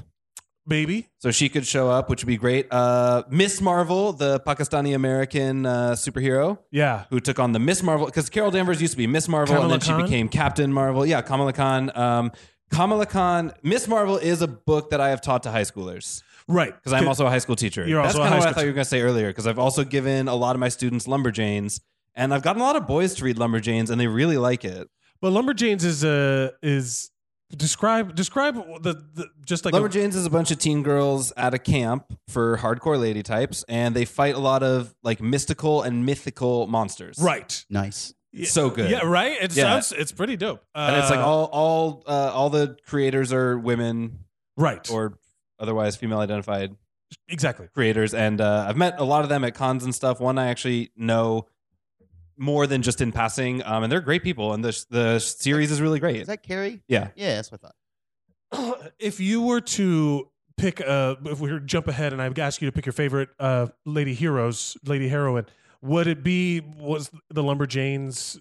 A: baby,
D: So she could show up, which would be great. Uh, Miss Marvel, the Pakistani American uh, superhero
A: yeah.
D: who took on the Miss Marvel, because Carol Danvers used to be Miss Marvel
A: Kamala
D: and then
A: Khan?
D: she became Captain Marvel. Yeah, Kamala Khan. Um, Kamala Khan, Miss Marvel is a book that I have taught to high schoolers
A: Right,
D: because I'm also a high school teacher.
A: You're
D: That's
A: also a
D: kinda
A: high
D: what I
A: school
D: thought you were going to say earlier because I've also given a lot of my students Lumberjanes and I've gotten a lot of boys to read Lumberjanes and they really like it.
A: But Lumberjanes is uh, is describe describe the, the just like a-
D: Lumberjanes is a bunch of teen girls at a camp for hardcore lady types, and they fight a lot of like mystical and mythical monsters.
A: right.
E: Nice.
A: Yeah. uh,
D: So good.
A: Yeah, right. It
D: Yeah.
A: sounds it's pretty dope. Uh,
D: And it's like all all uh, all the creators are women
A: right,
D: or otherwise female identified
A: exactly.
D: creators, and uh, I've met a lot of them at cons and stuff. One I actually know more than just in passing, um, and they're great people, and the the series is really great.
E: Is that Carrie?
D: Yeah.
E: Yeah, that's what I thought.
A: Uh, if you were to pick a, if we were to jump ahead and I ask you to pick your favorite uh, lady heroes, lady heroine, would it be was the Lumberjanes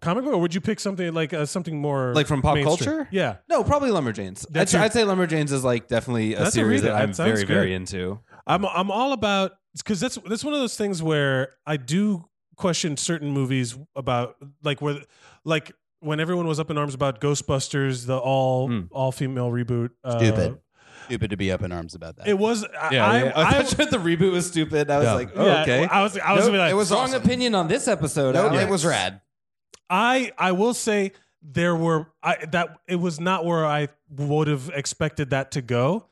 A: comic book, or would you pick something like uh, something more
D: Like from pop
A: mainstream?
D: culture?
A: Yeah,
D: No, probably Lumberjanes. I'd,
A: That's your-
D: I'd say Lumberjanes is like definitely a
A: That's a
D: series
A: read.
D: that
A: That
D: I'm
A: sounds
D: very
A: good.
D: very into.
A: I'm I'm all about because that's that's one of those things where I do question certain movies about like where like when everyone was up in arms about Ghostbusters, the all
D: Hmm.
A: all female reboot. Uh,
E: Stupid. Stupid to be up in arms about that.
A: It was. I,
D: Yeah,
A: I,
D: I,
A: I-
D: I, thought the reboot was stupid. I was
E: Yeah.
D: like, oh,
A: yeah,
D: okay.
A: I was. I was
E: Nope,
A: gonna be like,
E: it was
D: Strong
E: awesome.
D: opinion on this episode.
E: No,
D: Alex.
E: it was rad.
A: I I will say there were I that it was not where I would have expected that to go.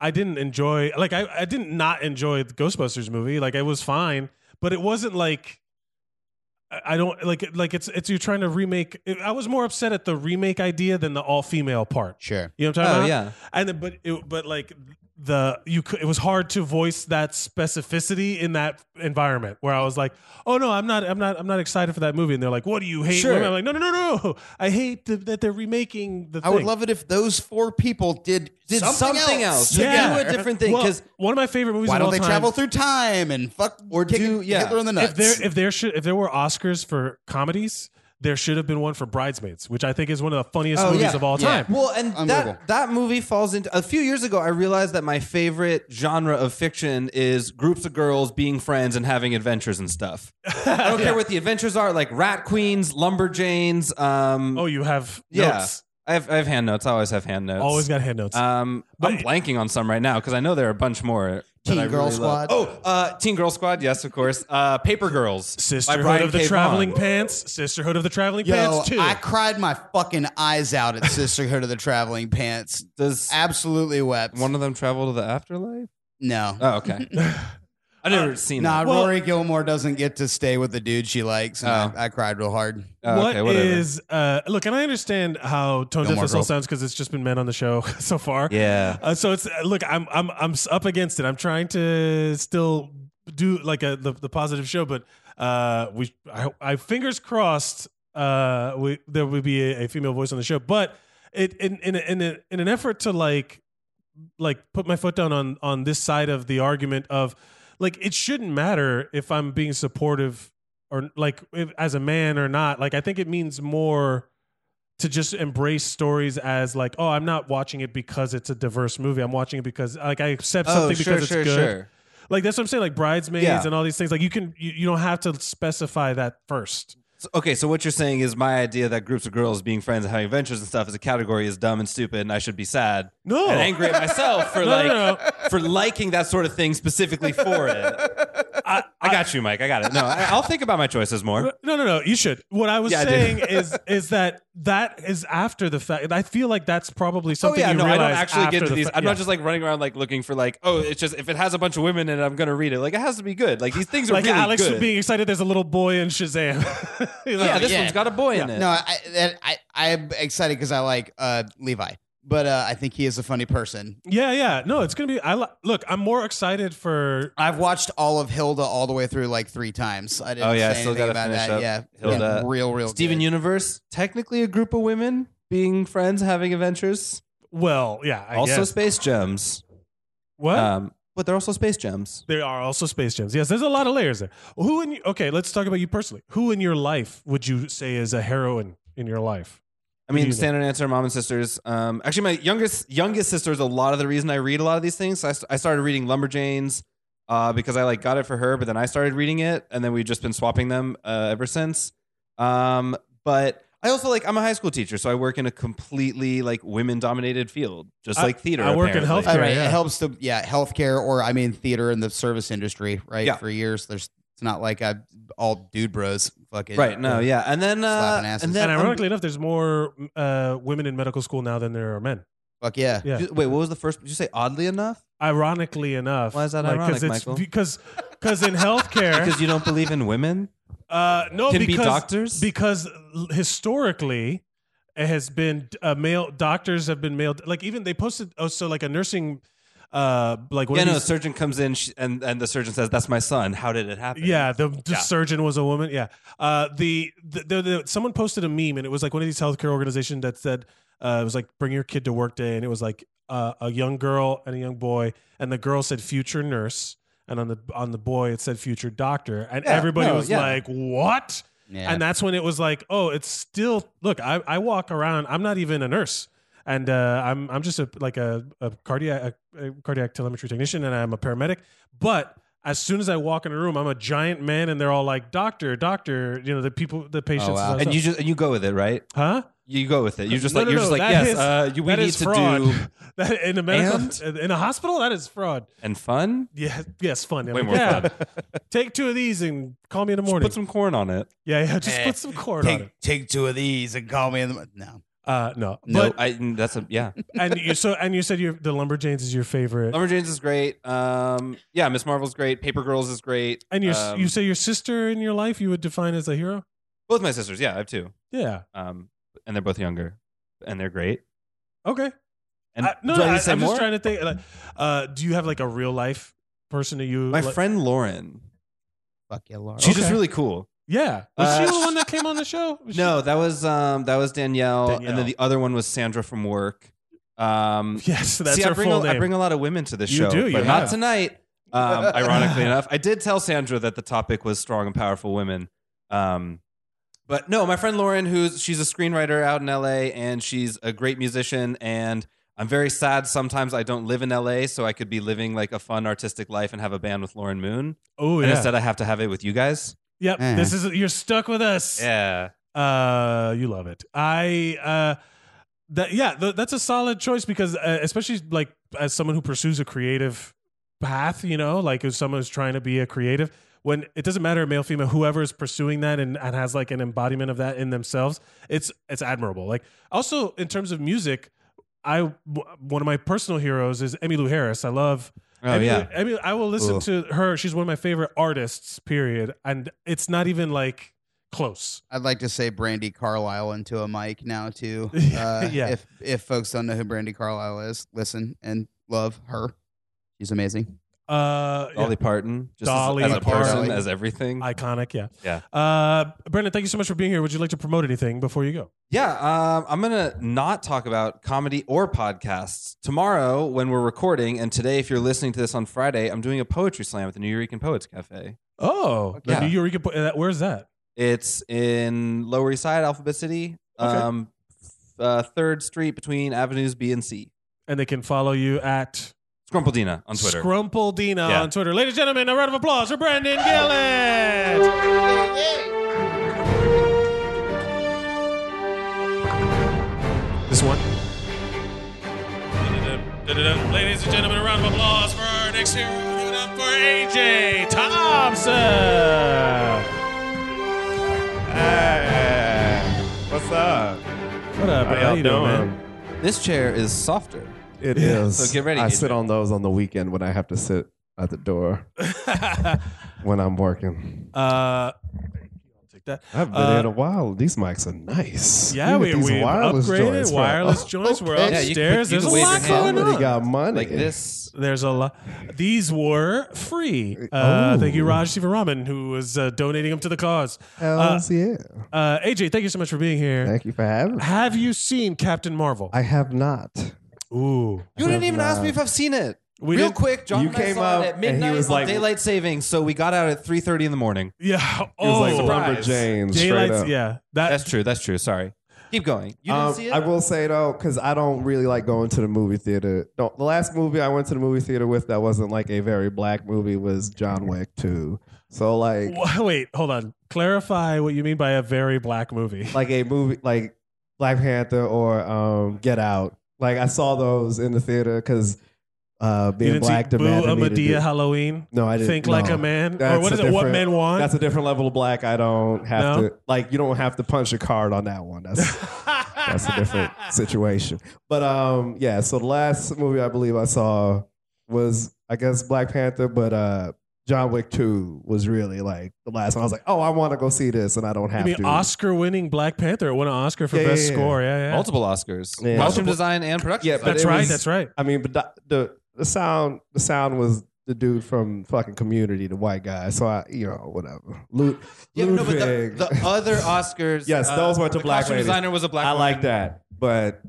A: I didn't enjoy like I, I didn't not enjoy the Ghostbusters movie. Like it was fine, but it wasn't like I I don't like like it's it's you're trying to remake. I was more upset at the remake idea than the all female part.
E: Sure.
A: You know what I'm talking
D: Oh
A: about?
D: yeah.
A: and then- but it, but like the you could, it was hard to voice that specificity in that environment where I was like, oh no, I'm not, I'm not, I'm not excited for that movie, and they're like, what do you hate?
D: Sure.
A: women?" I'm like, no, no, no, no, I hate th- that they're remaking the.
E: I would
A: thing."
E: love it if those four people did,
D: Did something, else.
A: else. Yeah.
D: Do a different thing
A: Well,
D: because
A: one of my favorite movies.
E: Why
A: of
E: don't
A: all
E: they
A: time-
E: travel through time and fuck
D: Or
E: or
D: do-
E: do
D: yeah.
E: Hitler in the nuts?
A: If there, if there should, if there were Oscars for comedies, there should have been one for Bridesmaids, which I think is one of the funniest
D: Oh,
A: movies
D: yeah.
A: of all
E: Yeah.
A: time.
D: Well, and
E: Unbelievable.
D: that that movie falls into a few years ago. I realized that my favorite genre of fiction is groups of girls being friends and having adventures and stuff. I don't care what the adventures are, like rat queens, lumberjanes. Um,
A: Oh, you have
D: Yeah.
A: notes.
D: I have I have hand notes. I always have hand notes.
A: Always got hand notes.
D: Um, I'm
A: But-
D: blanking on some right now because I know there are a bunch more. that
E: Teen
D: I
E: Girl
D: really love.
E: Squad.
D: Oh, uh, Teen Girl Squad. Yes, of course. Uh, Paper Girls. by
A: Sisterhood
D: Brian
A: of the
D: K. Vaughan.
A: Traveling Pants. Sisterhood of the Traveling
E: Yo,
A: Pants too.
E: I cried my fucking eyes out at Sisterhood of the Traveling Pants.
D: Does
E: Absolutely wept.
D: one of them travel to the afterlife?
E: no. Uh,
D: Oh, okay. I've never seen
E: Nah,
D: that.
A: Well-
E: Rory Gilmore doesn't get to stay with the dude she likes, and
D: Oh.
E: I, I cried real hard.
D: Oh,
A: What
D: okay,
A: is
D: whatever.
A: uh look and i understand how tone
E: No
A: deaf
E: more
A: this all
E: girls.
A: sounds because it's just been men on the show so far
D: Yeah.
A: uh, so it's uh, look i'm i'm i'm s- up against it i'm trying to still do like a the, the positive show but uh we i, I fingers crossed uh we there would be a, a female voice on the show but it in in a, in, a, in an effort to like like put my foot down on on this side of the argument of like it shouldn't matter if I'm being supportive or like if, as a man or not. Like I think it means more to just embrace stories as like oh I'm not watching it because it's a diverse movie. I'm watching it because like I
D: Oh,
A: accept something because it's good. Like that's what I'm saying. Like bridesmaids
D: Yeah.
A: and all these things. Like you can you, you don't have to specify that first.
D: So- okay, so what you're saying is my idea that groups of girls being friends and having adventures and stuff as a category is dumb and stupid, and I should be sad
A: No.
D: and angry at myself for
A: No,
D: like
A: no,
D: for liking that sort of thing specifically for it. I, I got you, Mike. I got it. No, I, I'll think about my choices more.
A: No, no, no. You should. What I was
D: Yeah, I do.
A: saying is is that that is after the fact. I feel like that's probably something.
D: oh yeah,
A: you
D: no, I
A: realize
D: don't actually
A: after
D: get to
A: the
D: these.
A: fa-
D: I'm
A: yeah.
D: not just like running around like looking for like, oh, it's just if it has a bunch of women and I'm gonna read it. Like it has to be good. Like these things are
A: like
D: really
A: Alex
D: good.
A: being excited. There's a little boy in Shazam. He's like,
D: yeah, this
E: Yeah.
D: one's got a boy in it.
E: No, I, that, I I'm excited because I like uh, Levi, but uh, I think he is a funny person.
A: yeah, yeah. No, it's gonna be. I li- look. I'm more excited for.
E: I've watched all of Hilda all the way through like three times. I didn't
D: Oh, yeah, I
E: say
D: still
E: anything
D: gotta
E: about
D: finish
E: that.
D: up uh,
E: yeah,
D: Hilda.
E: Yeah, real, real.
D: Steven
E: good.
D: Universe, technically a group of women being friends, having adventures.
A: Well, yeah. I
D: also
A: guess.
D: space gems.
A: what?
D: Um, but they're also space gems.
A: there are also space gems. Yes, there's a lot of layers there. Who in? Okay, let's talk about you personally. Who in your life would you say is a heroine in your life?
D: I
A: What do
D: mean,
A: you
D: standard answer, mom and sisters. Um, actually, my youngest youngest sister is a lot of the reason I read a lot of these things. So I, st- I started reading Lumberjanes uh, because I like got it for her, but then I started reading it, and then we've just been swapping them uh, ever since. Um, but I also like I'm a high school teacher, so I work in a completely like women dominated field, just
A: I-
D: like theater.
A: I work in
D: apparently.
A: healthcare.
E: All right,
A: Yeah.
E: it helps to yeah healthcare or I mean theater and the service industry right
D: Yeah.
E: for years. There's it's not like I all dude bros fucking
D: Right? No, yeah, and then uh,
E: Slapping asses.
D: and then
A: And
D: um,
A: ironically enough, there's more uh, women in medical school now than there are men.
E: fuck yeah.
A: Yeah.
D: ju- wait, what was the first? Did you say oddly enough?
A: Ironically enough,
D: Why is that
A: 'cause
D: ironic,
A: it's-
D: Michael?
A: Because because in healthcare,
D: Because you don't believe in women
A: uh, no,
D: can
A: because
D: be doctors.
A: because l- historically it has been uh, male doctors have been male like even they posted oh so like a nursing uh like one
D: yeah,
A: of
D: no. A
A: these-
D: surgeon comes in sh- and and the surgeon says, "That's my son. How did it happen?"
A: yeah the, the
D: Yeah.
A: surgeon was a woman yeah uh the, the, the, the someone posted a meme and it was like one of these healthcare organizations that said uh it was like bring your kid to work day and it was like uh, a young girl and a young boy and the girl said future nurse and on the on the boy it said future doctor and
D: Yeah,
A: everybody
D: no,
A: was
D: yeah.
A: like what
E: Yeah.
A: And that's when it was like, oh, it's still look. I, I walk around. I'm not even a nurse, and uh, I'm I'm just a like a, a cardiac a, a cardiac telemetry technician, and I'm a paramedic. But as soon as I walk in a room, I'm a giant man, and they're all like, doctor, doctor. You know the people, the patients,
E: wow.
D: Oh,
A: and
D: and
A: stuff.
D: you just and you go with it, right?
A: huh?
D: you go with it. You're just
A: No,
D: like
A: no,
D: you're
A: no,
D: just like
A: that
D: yes.
A: is-
D: uh, you, we
A: That
D: need
A: is
D: to
A: fraud.
D: do
A: that in a medical, in a hospital. That is fraud.
D: and fun.
A: Yeah, yes, fun. I'm
D: Way
A: like,
D: more
A: yeah,
D: fun.
A: Take two of these and call me in the
D: Just
A: morning.
D: put some corn on it.
A: yeah, yeah. Just
E: Eh,
A: put some corn on it.
E: Take take two of these and call me in the mo- no.
A: Uh, no,
D: No,
A: but
D: I, that's a yeah.
A: and you so and you said you the Lumberjanes is your favorite,
D: Lumberjanes is great. Um, yeah, Miss Marvel's great. Paper Girls is great.
A: and your
D: Um,
A: you say your sister in your life you would define as a hero.
D: both my sisters. Yeah, I have two.
A: Yeah.
D: Um, and they're both younger, and they're great.
A: Okay.
D: And
A: I- no,
D: do I
A: no,
D: need
A: I,
D: to say
A: am
D: more?
A: just trying to think. Like, uh, do you have like a real life person that you?
D: my
A: like-
D: friend Lauren.
E: Fuck you, Laura.
D: She's
A: Okay.
D: just really cool.
A: Yeah. Was
D: Uh,
A: she the one that came on the show? Was she-
D: No, that was um that was Danielle, and
A: Danielle.
D: then the other one was Sandra from work. Um,
A: Yes, that's
D: see,
A: her
D: I bring
A: full
D: a,
A: name.
D: I bring a lot of women to this
A: You
D: show,
A: do, you
D: but
A: have.
D: not tonight. Um, ironically enough, I did tell Sandra that the topic was strong and powerful women. Um, but no, my friend Lauren, who's she's a screenwriter out in LA, and she's a great musician. And I'm very sad sometimes I don't live in LA, so I could be living like a fun artistic life and have a band with Lauren Moon.
A: oh
D: And
A: yeah.
D: instead, I have to have it with you guys.
A: yep.
E: Eh.
A: This is you're stuck with us.
D: Yeah,
A: Uh, you love it. I uh, that yeah, th- that's a solid choice because uh, especially like as someone who pursues a creative path, you know, like as someone who's trying to be a creative, when it doesn't matter male, female, whoever is pursuing that and, and has like an embodiment of that in themselves, it's it's admirable. Like also in terms of music, I w- one of my personal heroes is Emmylou Harris. I love
D: oh
A: Emmylou-
D: yeah.
A: Emmylou- I will listen to her. She's one of my favorite artists. Period, and it's not even like close.
E: I'd like to say Brandy Carlisle into a mic now too. Uh,
A: Yeah.
E: If if folks don't know who Brandy Carlisle is, listen and love her. She's amazing.
A: Uh, yeah.
D: Dolly Parton, just as-
A: Dolly
D: as, a person,
E: Parton.
D: as everything.
A: iconic. Yeah.
D: Yeah.
A: Uh, Brendan, thank you so much for being here. Would you like to promote anything before you go?
D: yeah, um, I'm gonna not talk about comedy or podcasts tomorrow when we're recording, and today, if you're listening to this on Friday, I'm doing a poetry slam at the New Eureka Poets Cafe.
A: Oh, the
D: Yeah.
A: New Eureka. Po- uh, Where's that?
D: It's in Lower East Side, Alphabet City, um, uh, Third Street between Avenues B and C.
A: And they can follow you at
D: Scrumpledina on Twitter.
A: Scrumpledina
D: Yeah.
A: on Twitter. Ladies and gentlemen, a round of applause for Brendan Gillett. This one. Ladies and gentlemen, a round of applause for our next hero. Give it up for AJ Thompson.
C: Hey, what's up?
A: What up, bro? How you doing, man?
D: this chair is softer.
F: It is.
D: So get ready,
F: I
D: AJ.
F: sit on those on the weekend when I have to sit at the door when I'm working.
A: uh, take that.
F: I haven't been
A: Uh,
F: in a while. These mics are nice.
A: Yeah,
F: Look
A: we,
F: at these
A: we upgraded
F: joints, bro.
A: wireless joints. We're
E: Okay.
D: Yeah, you can
A: upstairs.
D: put- you
A: There's a
D: can wave
A: lot
D: your hand.
A: going
F: Somebody
A: on.
F: got money.
D: Like this.
A: There's a lot. These were free. Uh,
F: Oh.
A: Thank you, Raj Sivaraman, who was uh, donating them to the cause.
F: Hells yeah.
A: Uh, AJ, thank you so much for being here.
F: Thank you for having me.
A: Have you seen Captain Marvel?
F: I have not.
A: Ooh,
D: You didn't even ask
F: Nah.
D: me if I've seen it.
A: we
D: Real
A: didn't-
D: quick, John
F: uh, You
D: and I
F: came
D: saw it
F: up
D: at
F: and he
D: midnight
F: was
D: on
F: like-
D: daylight savings, so we got out at 3:30 in the morning.
A: Yeah.
F: It was
A: Oh,
F: like the
D: surprise.
F: Lumberjanes. straight
A: daylights.
F: up.
A: Yeah, that.
D: That's true. That's true. Sorry. Keep going. You didn't
F: Um,
D: see it.
F: I will say though, because I don't really like going to the movie theater. No, the last movie I went to the movie theater with that wasn't like a very black movie was John Wick 2. So like
A: Wha- Wait, hold on. Clarify what you mean by a very black movie.
F: like a movie like Black Panther or um, Get Out. Like I saw those in the theater because uh,
A: You
F: being
A: didn't see
F: black
A: Boo
F: demanded me to
A: Amadea
F: do-
A: Halloween.
F: No, I didn't
A: Think like
F: no.
A: a man, or
F: That's
A: what
F: a
A: is it? What
F: different-
A: men want?
F: That's a different level of black. I don't have
A: No?
F: to like. You don't have to punch a card on that one. That's that's a different situation. But um, yeah. So the last movie I believe I saw was I guess Black Panther, but uh, John Wick Two was really like the last one. I was like, oh, I want to go see this, and I don't
A: I
F: have
A: mean,
F: to.
A: Oscar-winning Black Panther. It won an Oscar for
F: Yeah,
A: best
F: yeah, yeah.
A: score. Yeah, yeah.
D: Multiple Oscars. Costume
F: Yeah. Multiple-
D: design and production.
F: Yeah,
D: design.
F: but
A: That's
F: it
A: right.
F: was-
A: that's right.
F: I mean, but the, the the sound the sound was the dude from fucking Community, the white guy. So I, you know, whatever. Lu-
D: Yeah, no, but the,
F: Ludwig.
D: the other Oscars. uh,
F: Yes, those went to
D: the
F: black
D: costume
F: ladies.
D: designer was a black.
F: I
D: woman.
F: like that, but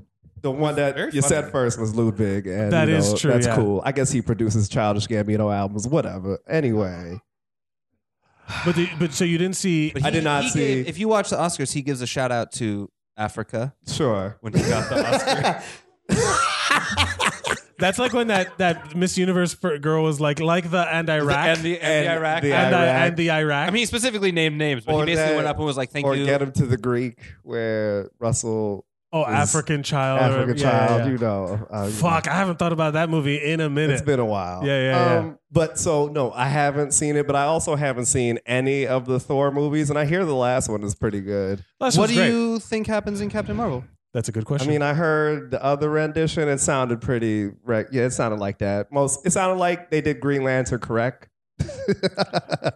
F: the one that
D: very
F: you
D: funny.
F: said first was Ludwig, and
A: That
F: you
A: is
F: know,
A: true,
F: That's
A: yeah.
F: cool. I guess he produces Childish Gambino albums, whatever. Anyway,
A: But the, but so you didn't see.
D: But
F: I did not
D: he
F: see-
D: gave- if you watch the Oscars, he gives a shout out to Africa
F: sure.
D: when he got the Oscar.
A: That's like when that that Miss Universe per- girl was like like the and Iraq
D: and the,
F: and
D: Iraq.
F: the-
A: and, the,
F: Iraq.
A: and the Iraq.
D: I mean, he specifically named names, but
F: Or
D: he basically
F: that-
D: went up and was like, "Thank
F: or
D: you."
F: get him to the Greek where Russell
A: Oh,
F: is
A: African Child. or-
F: African
A: yeah, yeah,
F: Child,
A: yeah.
F: you know. uh, you
A: Fuck, I haven't thought about that movie in a minute.
F: It's been a while.
A: Yeah, yeah, yeah.
F: Um, But so no, I haven't seen it, but I also haven't seen any of the Thor movies, and I hear the last one is pretty good.
A: Last
D: what
A: one's
D: do
A: great.
D: you think happens in Captain Marvel?
A: That's a good
F: I
A: question.
F: mean, I heard the other rendition; it sounded pretty. Right, yeah, it sounded like that. Most it sounded like they did Green Lantern correct.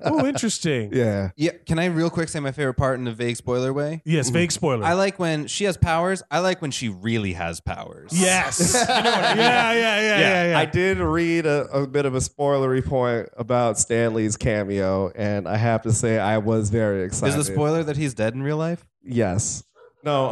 A: oh, interesting.
F: yeah,
D: Yeah. Can I real quick say my favorite part in a vague spoiler way?
A: Yes,
F: Mm-hmm.
A: vague spoiler.
D: I like when she has powers. I like when she really has powers.
A: yes. yeah, yeah, yeah, yeah, yeah,
F: I did read a, a bit of a spoilery point about Stanley's cameo, and I have to say I was very
D: Is
F: excited.
D: the spoiler that he's dead in real life?
F: Yes. No.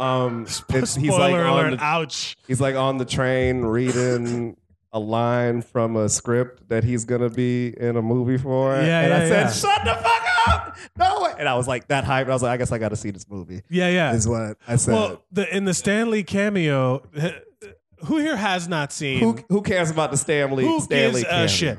F: Um. it's-
A: Spoiler
F: he's like on
A: alert!
F: the
A: Ouch.
F: He's like on the train reading a line from a script that he's gonna be in a movie for.
A: Yeah,
F: and
A: yeah,
F: I said,
A: yeah.
F: "Shut the fuck up!" No way. And I was like that hype. I was like, "I guess I got to see this movie."
A: Yeah, yeah.
F: Is what I said.
A: Well, the in the Stanley cameo, who here has not seen?
F: who who cares about the Stanley?
A: Who
F: Stanley
A: gives
F: cameo?
A: a shit?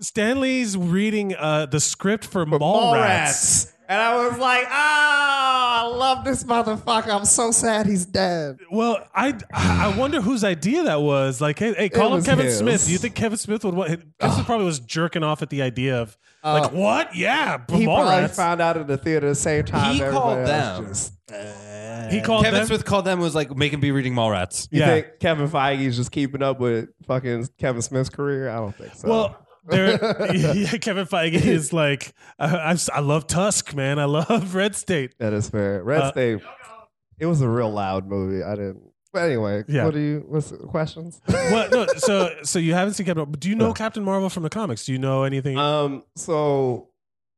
A: Stanley's reading uh, the script for,
F: For
A: Mallrats.
F: Mallrats. And I was like, "Ah, I love this motherfucker. I'm so sad he's dead."
A: Well, I I wonder whose idea that was. Like, hey, hey call him
F: was
A: Kevin
F: his.
A: Smith. Do you think Kevin Smith would want? Kevin Smith probably was jerking off at the idea of
F: Uh,
A: like what? Yeah,
F: he probably
A: Mallrats.
F: found out in the theater the same time.
D: He
F: everybody
D: called
F: else
D: them.
F: just-
A: He called
D: Kevin
A: them.
D: Smith called them and was like, make him be reading Mallrats.
F: uh, You
A: Yeah.
F: think Kevin Feige's just keeping up with fucking Kevin Smith's career? I don't think so.
A: Well, there, yeah, Kevin Feige is like, I, I, just- I love Tusk, man. I love Red State.
F: that is fair. Red
A: uh,
F: State. It was a real loud movie. I didn't. But anyway,
A: Yeah.
F: what do you? What's the questions?
A: What? No, so, so you haven't seen Captain? But do you know Captain Marvel from the comics? Do you know anything?
F: Uh. um. So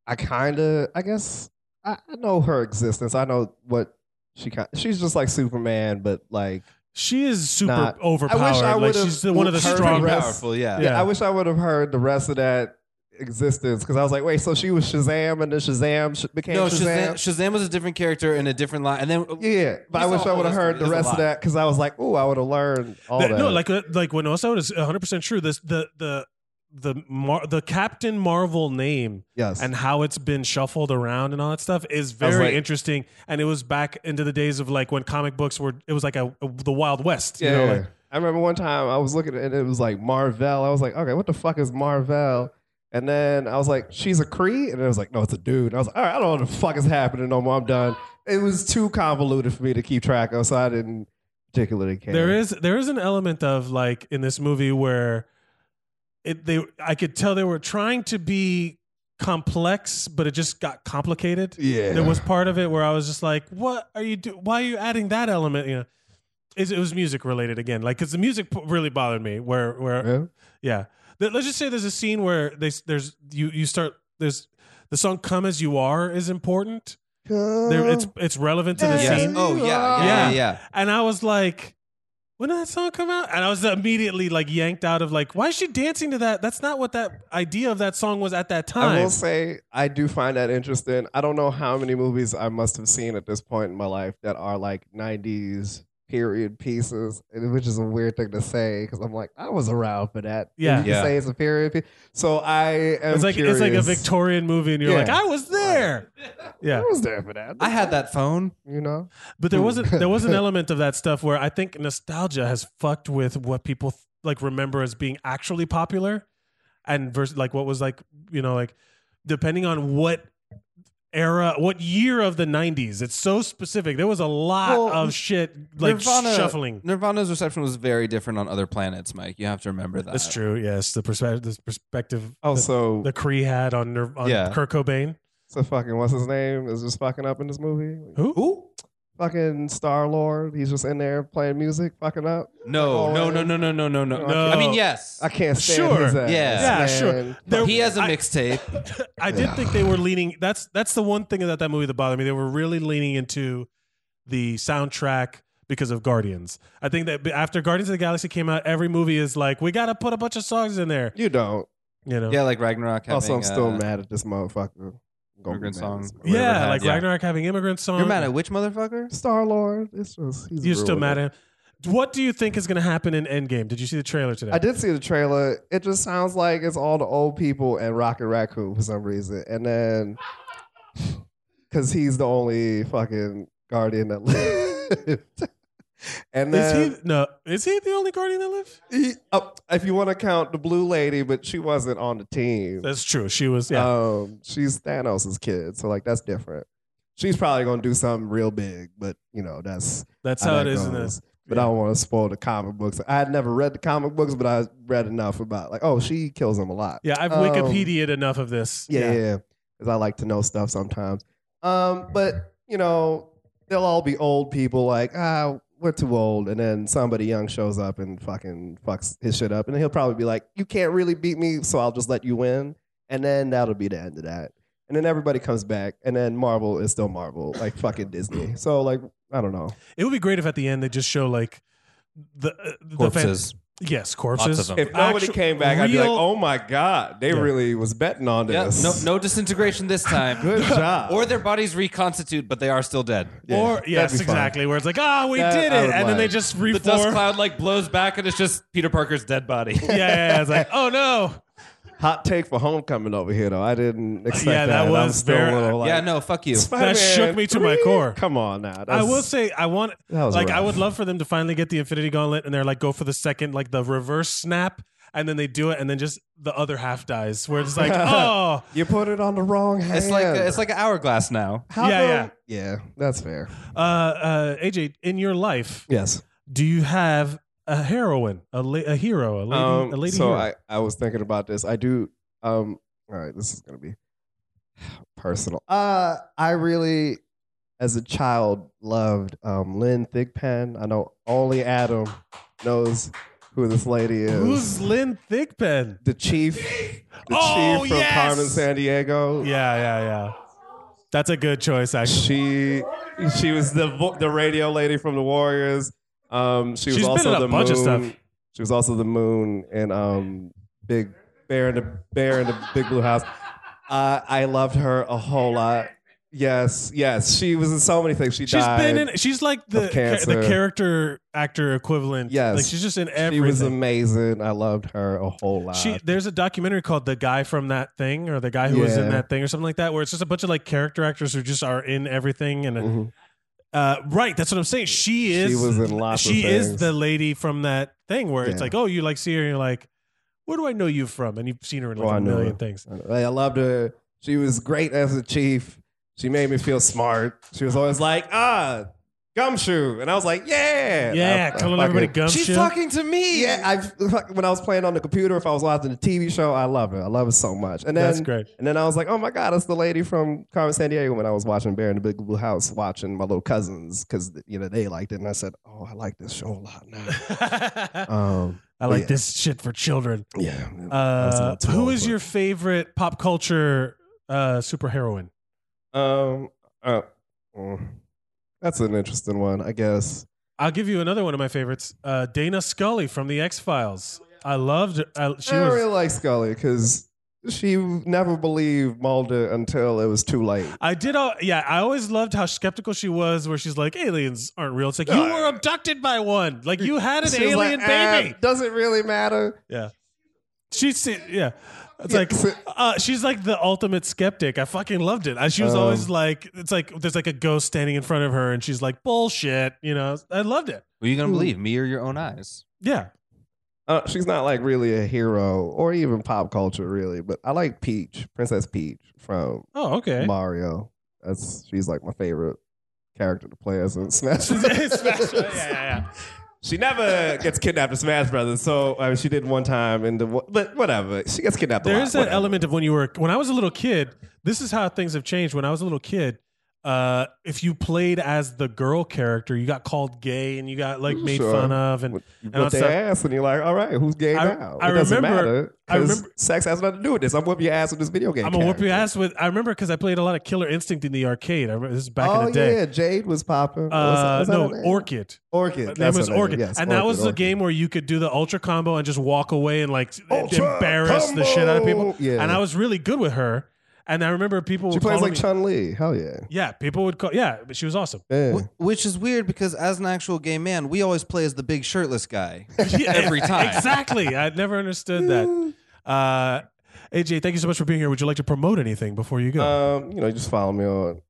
F: I kind of. I guess I, I know her existence. I know what she. Kind, she's just like Superman, but like.
A: she is super
F: not-
A: overpowered.
F: I wish I
A: like
F: would've
A: she's the, one of the
F: heard
A: strongest.
F: Yes.
D: Powerful, yeah.
A: Yeah.
F: I wish I would have heard the rest of that existence because I was like, wait, so she was Shazam, and then Shazam sh- became
D: No, Shazam, Shazam was a different character in a different line. And then
F: Yeah, but I
D: It's
F: wish
D: all-
F: I would have
D: it's-
F: heard the
D: it's a
F: rest
D: lot.
F: of that because I was like, "Ooh, I would have learned all
A: The-
F: that."
A: no, like uh, like what Noah said is 100 percent true. This the the the Mar- the Captain Marvel name
F: yes,
A: and how it's been shuffled around and all that stuff is very
F: like-
A: interesting. And it was back into the days of like when comic books were. It was like a, the Wild West.
F: yeah.
A: You know, like,
F: I remember one time I was looking at it and it was like Marvel. I was like, "Okay, what the fuck is Marvel?" And then I was like, "She's a Cree," and it was like, "No, it's a dude." And I was like, "All right, I don't know what the fuck is happening no more. I'm done." It was too convoluted for me to keep track of, so I didn't particularly care.
A: There is there is an element of like in this movie where it they I could tell they were trying to be complex, but it just got complicated.
F: yeah.
A: There was part of it where I was just like, "What are you do? Why are you adding that element?" You know, it, it was music related again, like because the music p- really bothered me. Where where
F: Yeah?
A: yeah, Th- let's just say there's a scene where they s- there's you you start there's the song "Come as You Are" is important. There, it's it's relevant to the
F: Yeah.
A: scene.
D: Oh, yeah. Yeah.
A: Yeah.
D: Yeah. yeah.
A: And I was like, when did that song come out? And I was immediately like yanked out of like, why is she dancing to that? That's not what that idea of that song was at that
F: I
A: time.
F: will say I do find that interesting. I don't know how many movies I must have seen at this point in my life that are like '90s period pieces, and which is a weird thing to say because I'm like I was around for that. And
A: Yeah.
F: you can
D: Yeah.
F: say it's a period piece. So I am.
A: It's like it's like a
F: curious.
A: Victorian movie, and you're
F: Yeah.
A: like, "Ah, I was there.
F: I
A: Yeah,
F: was there for that.
D: I had that phone.
F: you know.
A: but there wasn't there was an element of that stuff where I think nostalgia has fucked with what people like remember as being actually popular, and versus like what was like you know like depending on what era what year of the 90s it's so specific there was a lot
D: Well,
A: of shit like
D: Nirvana-
A: shuffling
D: Nirvana's reception was very different on other planets, Mike. You have to remember that.
A: That's true. Yes, the perspective, the perspective,
F: Oh,
A: that
F: so
A: the Cree had on, Nir- on
D: Yeah.
A: Kurt Cobain.
F: so fucking what's his name is just fucking up in this movie.
A: Who?
D: Who?
F: Fucking Star Lord, he's just in there playing music, fucking up.
D: No,
F: Oh,
D: no, no, no, no, no, no, no.
A: No.
D: I mean, yes.
F: I can't stand
A: Sure.
F: his ass.
D: Yeah.
A: Yeah, sure.
F: man.
A: There-
D: he has a
A: I-
D: mixtape.
A: I did think they were leaning. That's that's the one thing about that movie that bothered me. They were really leaning into the soundtrack because of Guardians. I think that after Guardians of the Galaxy came out, every movie is like, we got to put a bunch of songs in there.
F: You don't.
A: You know.
D: Yeah, like Ragnarok. Having,
F: also, I'm still
D: uh,
F: mad at this motherfucker.
D: Immigrant Song.
A: Yeah,
D: Whatever had,
A: like
D: yeah.
A: Ragnarok having immigrant songs.
D: You're mad at which motherfucker?
F: Star Lord. It's just he's
A: You're still
F: ruined
A: mad
F: it.
A: at. him. What do you think is going to happen in Endgame? Did you see the trailer today?
F: I did see the trailer. It just sounds like it's all the old people and Rocket Raccoon for some reason, and then because he's the only fucking guardian that lived. And then,
A: Is he no? Is he the only Guardian that lived?
F: he, oh, if you want to count the blue lady, but she wasn't on the team.
A: That's true. She was. Yeah.
F: Um, she's Thanos' kid, so like that's different. She's probably gonna do something real big, but you know that's
A: that's
F: how
A: how it
F: that
A: is in
F: goes.
A: this.
F: But I don't want to spoil the comic books. I had never read the comic books, but I read enough about like, oh, she kills him a lot.
A: Yeah, I've
F: Um,
A: Wikipedia'd enough of this.
F: Yeah, yeah, because I like to know stuff sometimes. Um, but you know, they'll all be old people. Like, ah, we're too old. And then somebody young shows up and fucking fucks his shit up. And he'll probably be like, "You can't really beat me, so I'll just let you win." And then that'll be the end of that. And then everybody comes back, and then Marvel is still Marvel, like fucking Disney. So like, I don't know.
A: It would be great if at the end they just show like the uh, the fan-
D: Corpses.
A: yes,
D: Lots of
A: corpses.
D: them.
F: If nobody
A: Actu-
F: came back, I'd be like,
A: real-
F: "Oh my god, they
A: Yeah.
F: really was betting on
D: Yeah,
F: this."
D: no, no disintegration this time.
F: Good job.
D: Or their bodies reconstitute, but they are still dead.
F: Yeah,
A: or
F: that'd
A: yes,
F: be fun.
A: exactly. Where it's like, ah, we
F: That
A: did it,
F: I
A: and
F: would
A: then they
F: like.
A: just
D: The dust
A: reform.
D: cloud like blows back, and it's just Peter Parker's dead body.
A: Yeah, yeah, yeah, it's like, oh no.
F: Hot take for homecoming over here though. I didn't expect
A: Yeah, that
F: that. I'm
A: was
F: still
A: very-
F: a little like,
D: yeah, no, fuck you.
F: Spider-Man
A: shook me to my
F: three?
A: core.
F: Come on now.
A: I
F: That's-
A: will say, I want
F: that was
A: like I
F: rough.
A: would love for them to finally get the Infinity Gauntlet and they're like go for the second like the reverse snap and then they do it and then just the other half dies where it's like oh
F: You put it on the wrong hand.
D: It's like it's like an hourglass now.
F: How
A: Yeah,
F: come- yeah. That's fair.
A: uh, uh AJ in your life
F: Yes.
A: do you have a heroine a, la- a hero a lady
F: Um,
A: a lady
F: so
A: hero?
F: I, I was thinking about this. I do. Um, all right, this is gonna be personal. Uh, I really, as a child, loved um, Lynn Thigpen. I know only Adam knows who this lady is.
A: who's Lynn Thigpen
F: the chief? The
A: Oh,
F: chief from
A: yes!
F: Carmen San Diego.
A: yeah yeah yeah that's a good choice actually
F: She she was the vo- the radio lady from the Warriors. Um, she was
A: She's been
F: also
A: in a
F: the
A: bunch of
F: moon.
A: stuff.
F: She was also the moon and um, big bear in the bear in the big blue house. Uh, I loved her a whole lot. Yes, yes, she was in so many things. She
A: she's
F: died.
A: been in she's like the
F: of
A: ca- the
F: cancer.
A: character actor equivalent
F: Yes.
A: like she's just in
F: she was
A: everything
F: amazing. I loved her a whole lot.
A: She there's a documentary called The Guy from That Thing or The Guy Who Was in
F: Yeah.
A: That Thing or something like that where it's just a bunch of like character actors who just are in everything and
F: Mhm.
A: uh right that's what I'm saying she is
F: she was in lots of
A: she
F: things.
A: is the lady from that thing where it's
F: Yeah.
A: like oh you like see her and you're like where do I know you from and you've seen her in like
F: Oh, I
A: a
F: know
A: million
F: her.
A: things
F: I know. Like, I loved her. She was great as a chief. She made me feel smart. She was always like, ah, gumshoe. And I was like, yeah.
A: yeah
F: I- I
A: calling
F: fucking-
A: everybody gumshoe
D: She's talking to me.
F: Yeah, I fuck- when I was playing on the computer, if I was watching a TV show, I love her. I love her so much. And then,
A: that's great
F: and then I was like, oh my god, that's the lady from Carmen San Diego. When I was watching Bear in the Big Blue House, watching my little cousins because you know they liked it, and I said, oh, I like this show a lot now.
A: I
F: Um,
A: like
F: yeah.
A: this shit for children
F: yeah. was
A: uh
F: about 12,
A: who is
F: but-
A: your favorite pop culture uh superheroine
F: Um, uh, mm, that's an interesting one, I guess.
A: I'll give you another one of my favorites. Uh, Dana Scully from the X Files. I loved. her. I, she
F: I don't
A: was.
F: really like Scully because she never believed Mulder until it was too late.
A: I did. All, yeah, I always loved how skeptical she was. Where she's like, aliens aren't real. It's like you
F: No.
A: were abducted by one. Like you had an
F: She was
A: alien
F: like, "Ah,
A: baby.
F: does it really matter?
A: She's yeah. It's
F: Yeah,
A: like
F: so-
A: uh, she's like the ultimate skeptic. I fucking loved it. I, she was
F: Um,
A: always like, it's like there's like a ghost standing in front of her, and she's like bullshit. You know, I loved it.
D: Who are you gonna believe, me or your own eyes?
A: Yeah,
F: Uh, she's not like really a hero or even pop culture, really. But I like Peach, Princess Peach from
A: Oh, okay.
F: Mario. That's she's like my favorite character to play as in Smash.
A: Smash Bros. Yeah, yeah,
F: She never gets kidnapped in Smash Brothers, so I mean, she did one time, and the, but whatever, she gets kidnapped. a
A: There
F: lot,
A: is that
F: whatever.
A: element of when you were when I was a little kid. This is how things have changed. When I was a little kid, uh, if you played as the girl character, you got called gay and you got like made
F: Mm-hmm. Sure.
A: fun of. And
F: You
A: I'll
F: whip their
A: stop-
F: ass, and you're like, "All right, who's gay
A: I-
F: now?"
A: I
F: It doesn't
A: remember-
F: matter,
A: I
F: 'cause
A: remember-
F: sex has nothing to do with this. I'm whooping your ass with this video game.
A: I'm gonna whoop
F: character.
A: your ass with. I remember because I played a lot of Killer Instinct in the arcade. I remember this is back
F: oh
A: in the day.
F: yeah, Jade was popping.
A: Uh,
F: Was that-
A: no,
F: was that her name?
A: Orchid.
F: Orchid.
A: Her name
F: That's
A: was
F: her name.
A: Orchid,
F: Yes,
A: and that
F: Orchid,
A: was the
F: Orchid.
A: game where you could do the ultra combo and just walk away and like e-,
F: Ultra
A: embarrass the shit out of people.
F: combo! Yeah.
A: And I was really good with her. And I remember people.
F: She
A: would
F: plays
A: call
F: like
A: Oh, me-
F: Chun Li. Hell yeah.
A: Yeah, people would call. Yeah, but she was awesome.
F: Yeah.
D: Wh- Which is weird because as an actual gay man, we always play as the big shirtless guy.
F: Uh-huh.
A: Yeah,
D: every time.
A: Exactly. I never understood that. Uh, AJ, thank you so much for being here. Would you like to promote anything before you go?
F: Um, you know, just follow me on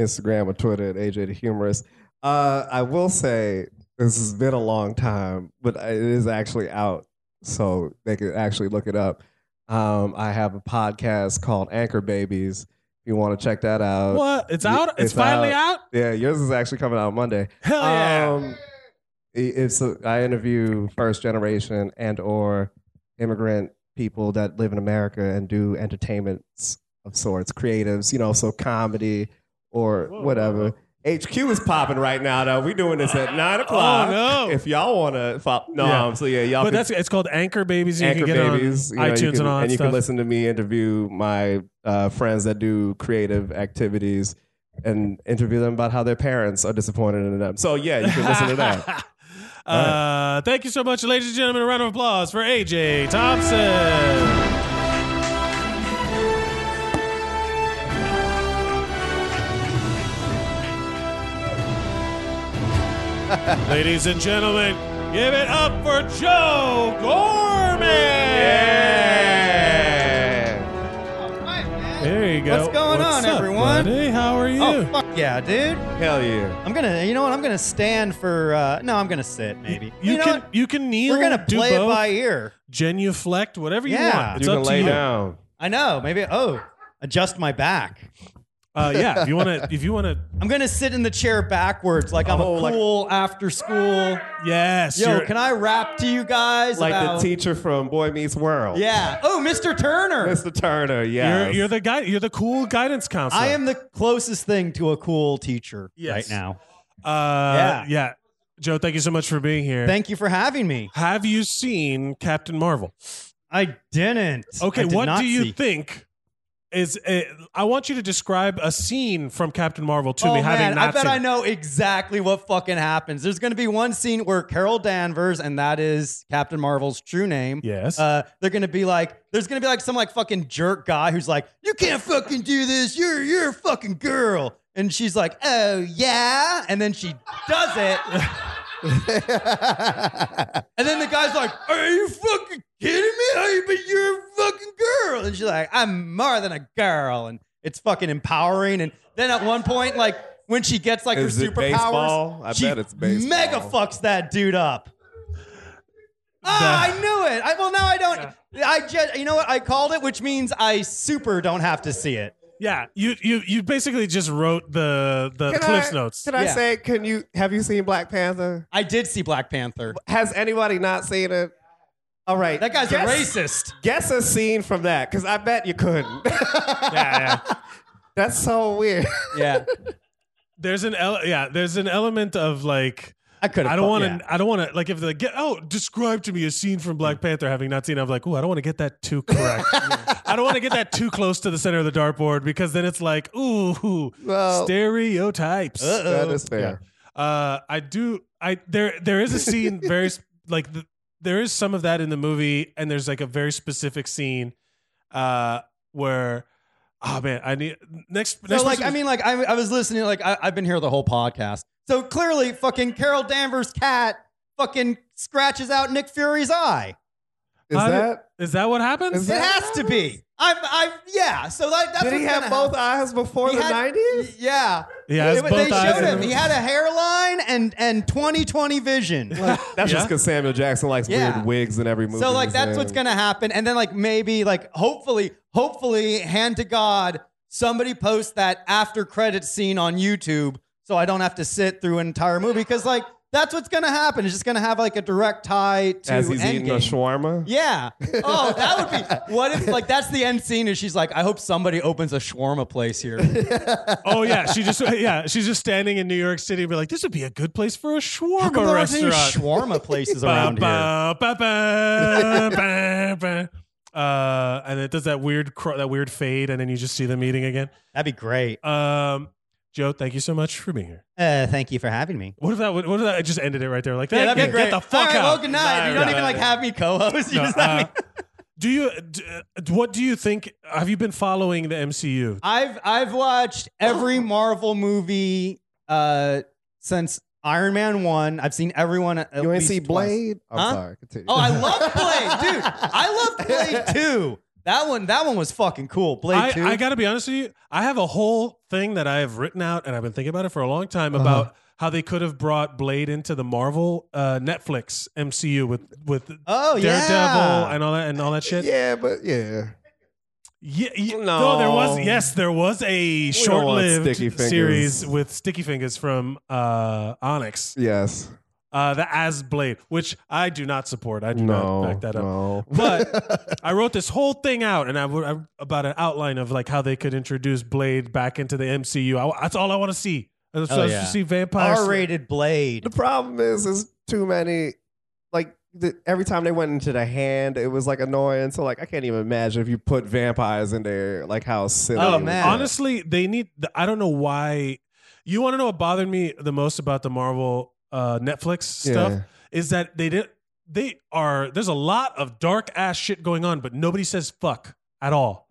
F: Instagram or Twitter at AJ the Humorist. Uh, I Uh, will say This has been a long time, but it is actually out, so they can actually look it up. Um, I have a podcast called Anchor Babies. If you want to check that out,
A: What? It's
F: yeah,
A: out? It's,
F: it's
A: finally out?
F: yeah, yours is actually coming out Monday.
A: Hell yeah.
F: Um, i- it's a, I interview first generation and or immigrant people that live in America and do entertainments of sorts, creatives, you know, so comedy or
A: Whoa,
F: whatever.
A: whoa,
F: HQ is popping right now, though. We're doing this at nine
A: oh,
F: o'clock.
A: no.
F: If y'all want to, follow, no,
A: Yeah.
F: um, so yeah, y'all.
A: but
F: can
A: that's it's called Anchor Babies. and
F: Anchor
A: you can get
F: Babies,
A: on
F: you know, you
A: iTunes
F: can-
A: and all that
F: and you
A: stuff.
F: can listen to me interview my uh, friends that do creative activities and interview them about how their parents are disappointed in them. So yeah, you can listen to that.
A: uh, Thank you so much, ladies and gentlemen. A round of applause for AJ Thompson. ladies and gentlemen, give it up for Joe Gorman. There you go.
G: What's going on,
A: up,
G: everyone?
A: buddy? How are you?
G: Oh fuck yeah, dude!
F: Hell yeah.
G: I'm gonna, you know what? I'm gonna stand for. Uh, no, I'm gonna sit maybe.
A: You,
G: know
A: can
G: what?
A: you can kneel.
G: We're gonna
A: do
G: play
A: both,
G: it by ear.
A: genuflect, whatever you
G: Yeah.
A: want. It's
F: you
A: up
F: can
A: to
F: lay
A: you.
F: down.
G: I know. Maybe. Oh, adjust my back.
A: Uh, yeah, if you want to, if you want to,
G: I'm gonna sit in the chair backwards, like I'm a
F: Oh, like-
G: cool after school.
A: yes.
G: Yo,
A: you're-
G: can I rap to you guys?
F: Like
G: about-
F: the teacher from Boy Meets World.
G: Yeah. Oh, Mr. Turner.
F: Mr. Turner, yeah.
A: you're, you're the guy. You're the cool guidance counselor.
G: I am the closest thing to a cool teacher
A: Yes.
G: right now.
A: Uh, yeah.
G: Yeah.
A: Joe, thank you so much for being here.
G: Thank you for having me.
A: Have you seen Captain Marvel?
G: I didn't.
A: Okay,
G: I did
A: what
G: not
A: do you
G: see.
A: think? Is uh, I want you to describe a scene from Captain Marvel to
G: oh,
A: me,
G: man,
A: having not
G: I bet
A: seen
G: I
A: it.
G: know exactly what fucking happens. There's going to be one scene where Carol Danvers, and that is Captain Marvel's true name.
A: Yes.
G: Uh, they're gonna be like, there's gonna be like some like fucking jerk guy who's like, you can't fucking do this. You're you're a fucking girl, and she's like, oh yeah, and then she does it, and then the guy's like, are you fucking kidding me? Are you, but you're a fucking girl, and she's like, I'm more than a girl, and it's fucking empowering. And then at one point, like when she gets like
F: Is
G: her
F: it
G: superpowers,
F: baseball? I
G: she
F: bet it's baseball.
G: Mega fucks that dude up. Ah, I knew it. I, well, now I don't. I just, you know what? I called it, which means I super don't have to see it.
A: yeah, you you you basically just wrote the the
F: Can
A: Cliff's
F: I-
A: notes.
F: Can I
G: Yeah.
F: say, can you have you seen Black Panther?
G: I did see Black Panther.
F: Has anybody not seen it? All right.
G: That guy's
F: guess,
G: a racist.
F: Guess a scene from that, because I bet you couldn't.
A: yeah, yeah.
F: That's so weird.
G: Yeah,
A: There's an ele- yeah. There's an element of like
G: I could.
A: I don't want to. I don't want to. Like if they get oh, describe to me a scene from Black
F: Mm.
A: Panther having not seen. it. I'm like, oh, I don't want to get that too correct. I don't want to get that too close to the center of the dartboard because then it's like, ooh,
F: Well,
A: stereotypes.
F: that is fair.
A: Uh, I do. I there there is a scene very sp- like the, there is some of that in the movie, and there's like a very specific scene uh where oh man, I need next. next
G: So, like,
A: person-
G: I mean, like, I, I was listening. Like, I, I've been here the whole podcast. So clearly, fucking Carol Danvers' cat fucking scratches out Nick Fury's eye.
F: Is
A: How did-
F: that?
A: is that what happens?
F: Is
G: It
F: that-
G: has to be. I'm. I'm. Yeah. So that, that's
F: Did he
G: what's
F: have
G: gonna
F: both
G: happen.
F: eyes before
G: He
F: the
G: had-
F: 90s?
G: Yeah.
A: yeah, it's
G: They-
A: both
G: they
A: eyes
G: showed
A: and-
G: him. He had a hairline and and 2020 vision.
F: That's
A: Yeah.
F: just because Samuel Jackson likes
G: Yeah.
F: weird wigs in every movie.
G: so like
F: he's
G: that's
F: in.
G: what's gonna happen. And then like maybe like hopefully hopefully hand to God somebody posts that after credit scene on YouTube so I don't have to sit through an entire movie because like that's what's gonna happen. It's just gonna have like a direct tie to
F: As he's eating a
G: Endgame.
F: shawarma?
G: yeah. Oh, that would be. What if like that's the end scene? And she's like, I hope somebody opens a shawarma place here.
A: Oh yeah, she just yeah, she's just standing in New York City and be like, this would be a good place for a
G: How come
A: shawarma
G: there aren't any
A: restaurant.
G: shawarma places
A: Ba,
G: around here?
A: ba, ba, ba, ba, ba. Uh, and it does that weird cro- that weird fade, and then you just see them eating again.
G: That'd be great.
A: Um, Joe, thank you so much for being here.
G: Uh, thank you for having me.
A: What if that? What if that? I just ended it right there. Like,
G: Yeah,
A: thank
G: that'd be
A: you,
G: great.
A: Get the fuck
G: All right,
A: out.
G: Well, good night. You don't
A: No,
G: even like have me co-host. You
A: no,
G: just have
A: uh,
G: me.
A: do you? d- uh, what do you think? Have you been following the MCU?
G: I've I've watched every Marvel movie uh, since Iron Man one. I've seen everyone. at
F: You ain't
G: least
F: see
G: twice.
F: Blade? I'm
G: Huh?
F: sorry. Continue.
G: Oh, I love Blade, dude. I love Blade too. That one, that one was fucking cool.
A: I,
G: Blade two.
A: I gotta be honest with you. I have a whole thing that I have written out, and I've been thinking about it for a long time
F: Uh-huh.
A: about how they could have brought Blade into the Marvel uh, Netflix MCU with with
G: Oh
A: Daredevil
G: yeah.
A: and all that and all that shit.
F: Yeah, but yeah.
A: Yeah, y-
F: No.
A: no. there was yes, there was a
F: don't want
A: short-lived
F: Sticky Fingers.
A: series with Sticky Fingers from uh, Onyx,
F: Yes.
A: uh, the As Blade, which I do not support. I do
F: no.
A: not back that up.
F: No.
A: But- I wrote this whole thing out, and I w- I- about an outline of like how they could introduce Blade back into the MCU. I, that's all I want to see. I just,
G: Hell
A: I just
G: yeah.
A: wanna see vampires.
G: R-rated Blade.
F: Oh, the problem is, is too many. Like the, every time they went into the hand, it was like annoying. So like, I can't even imagine if you put vampires in there, like how silly.
G: Oh,
F: it would
G: man.
F: be.
A: Um, Honestly, they need. The, I don't know why. You want to know what bothered me the most about the Marvel uh, Netflix stuff
F: Yeah.
A: is that they did. They are. There's a lot of dark ass shit going on, but nobody says fuck at all.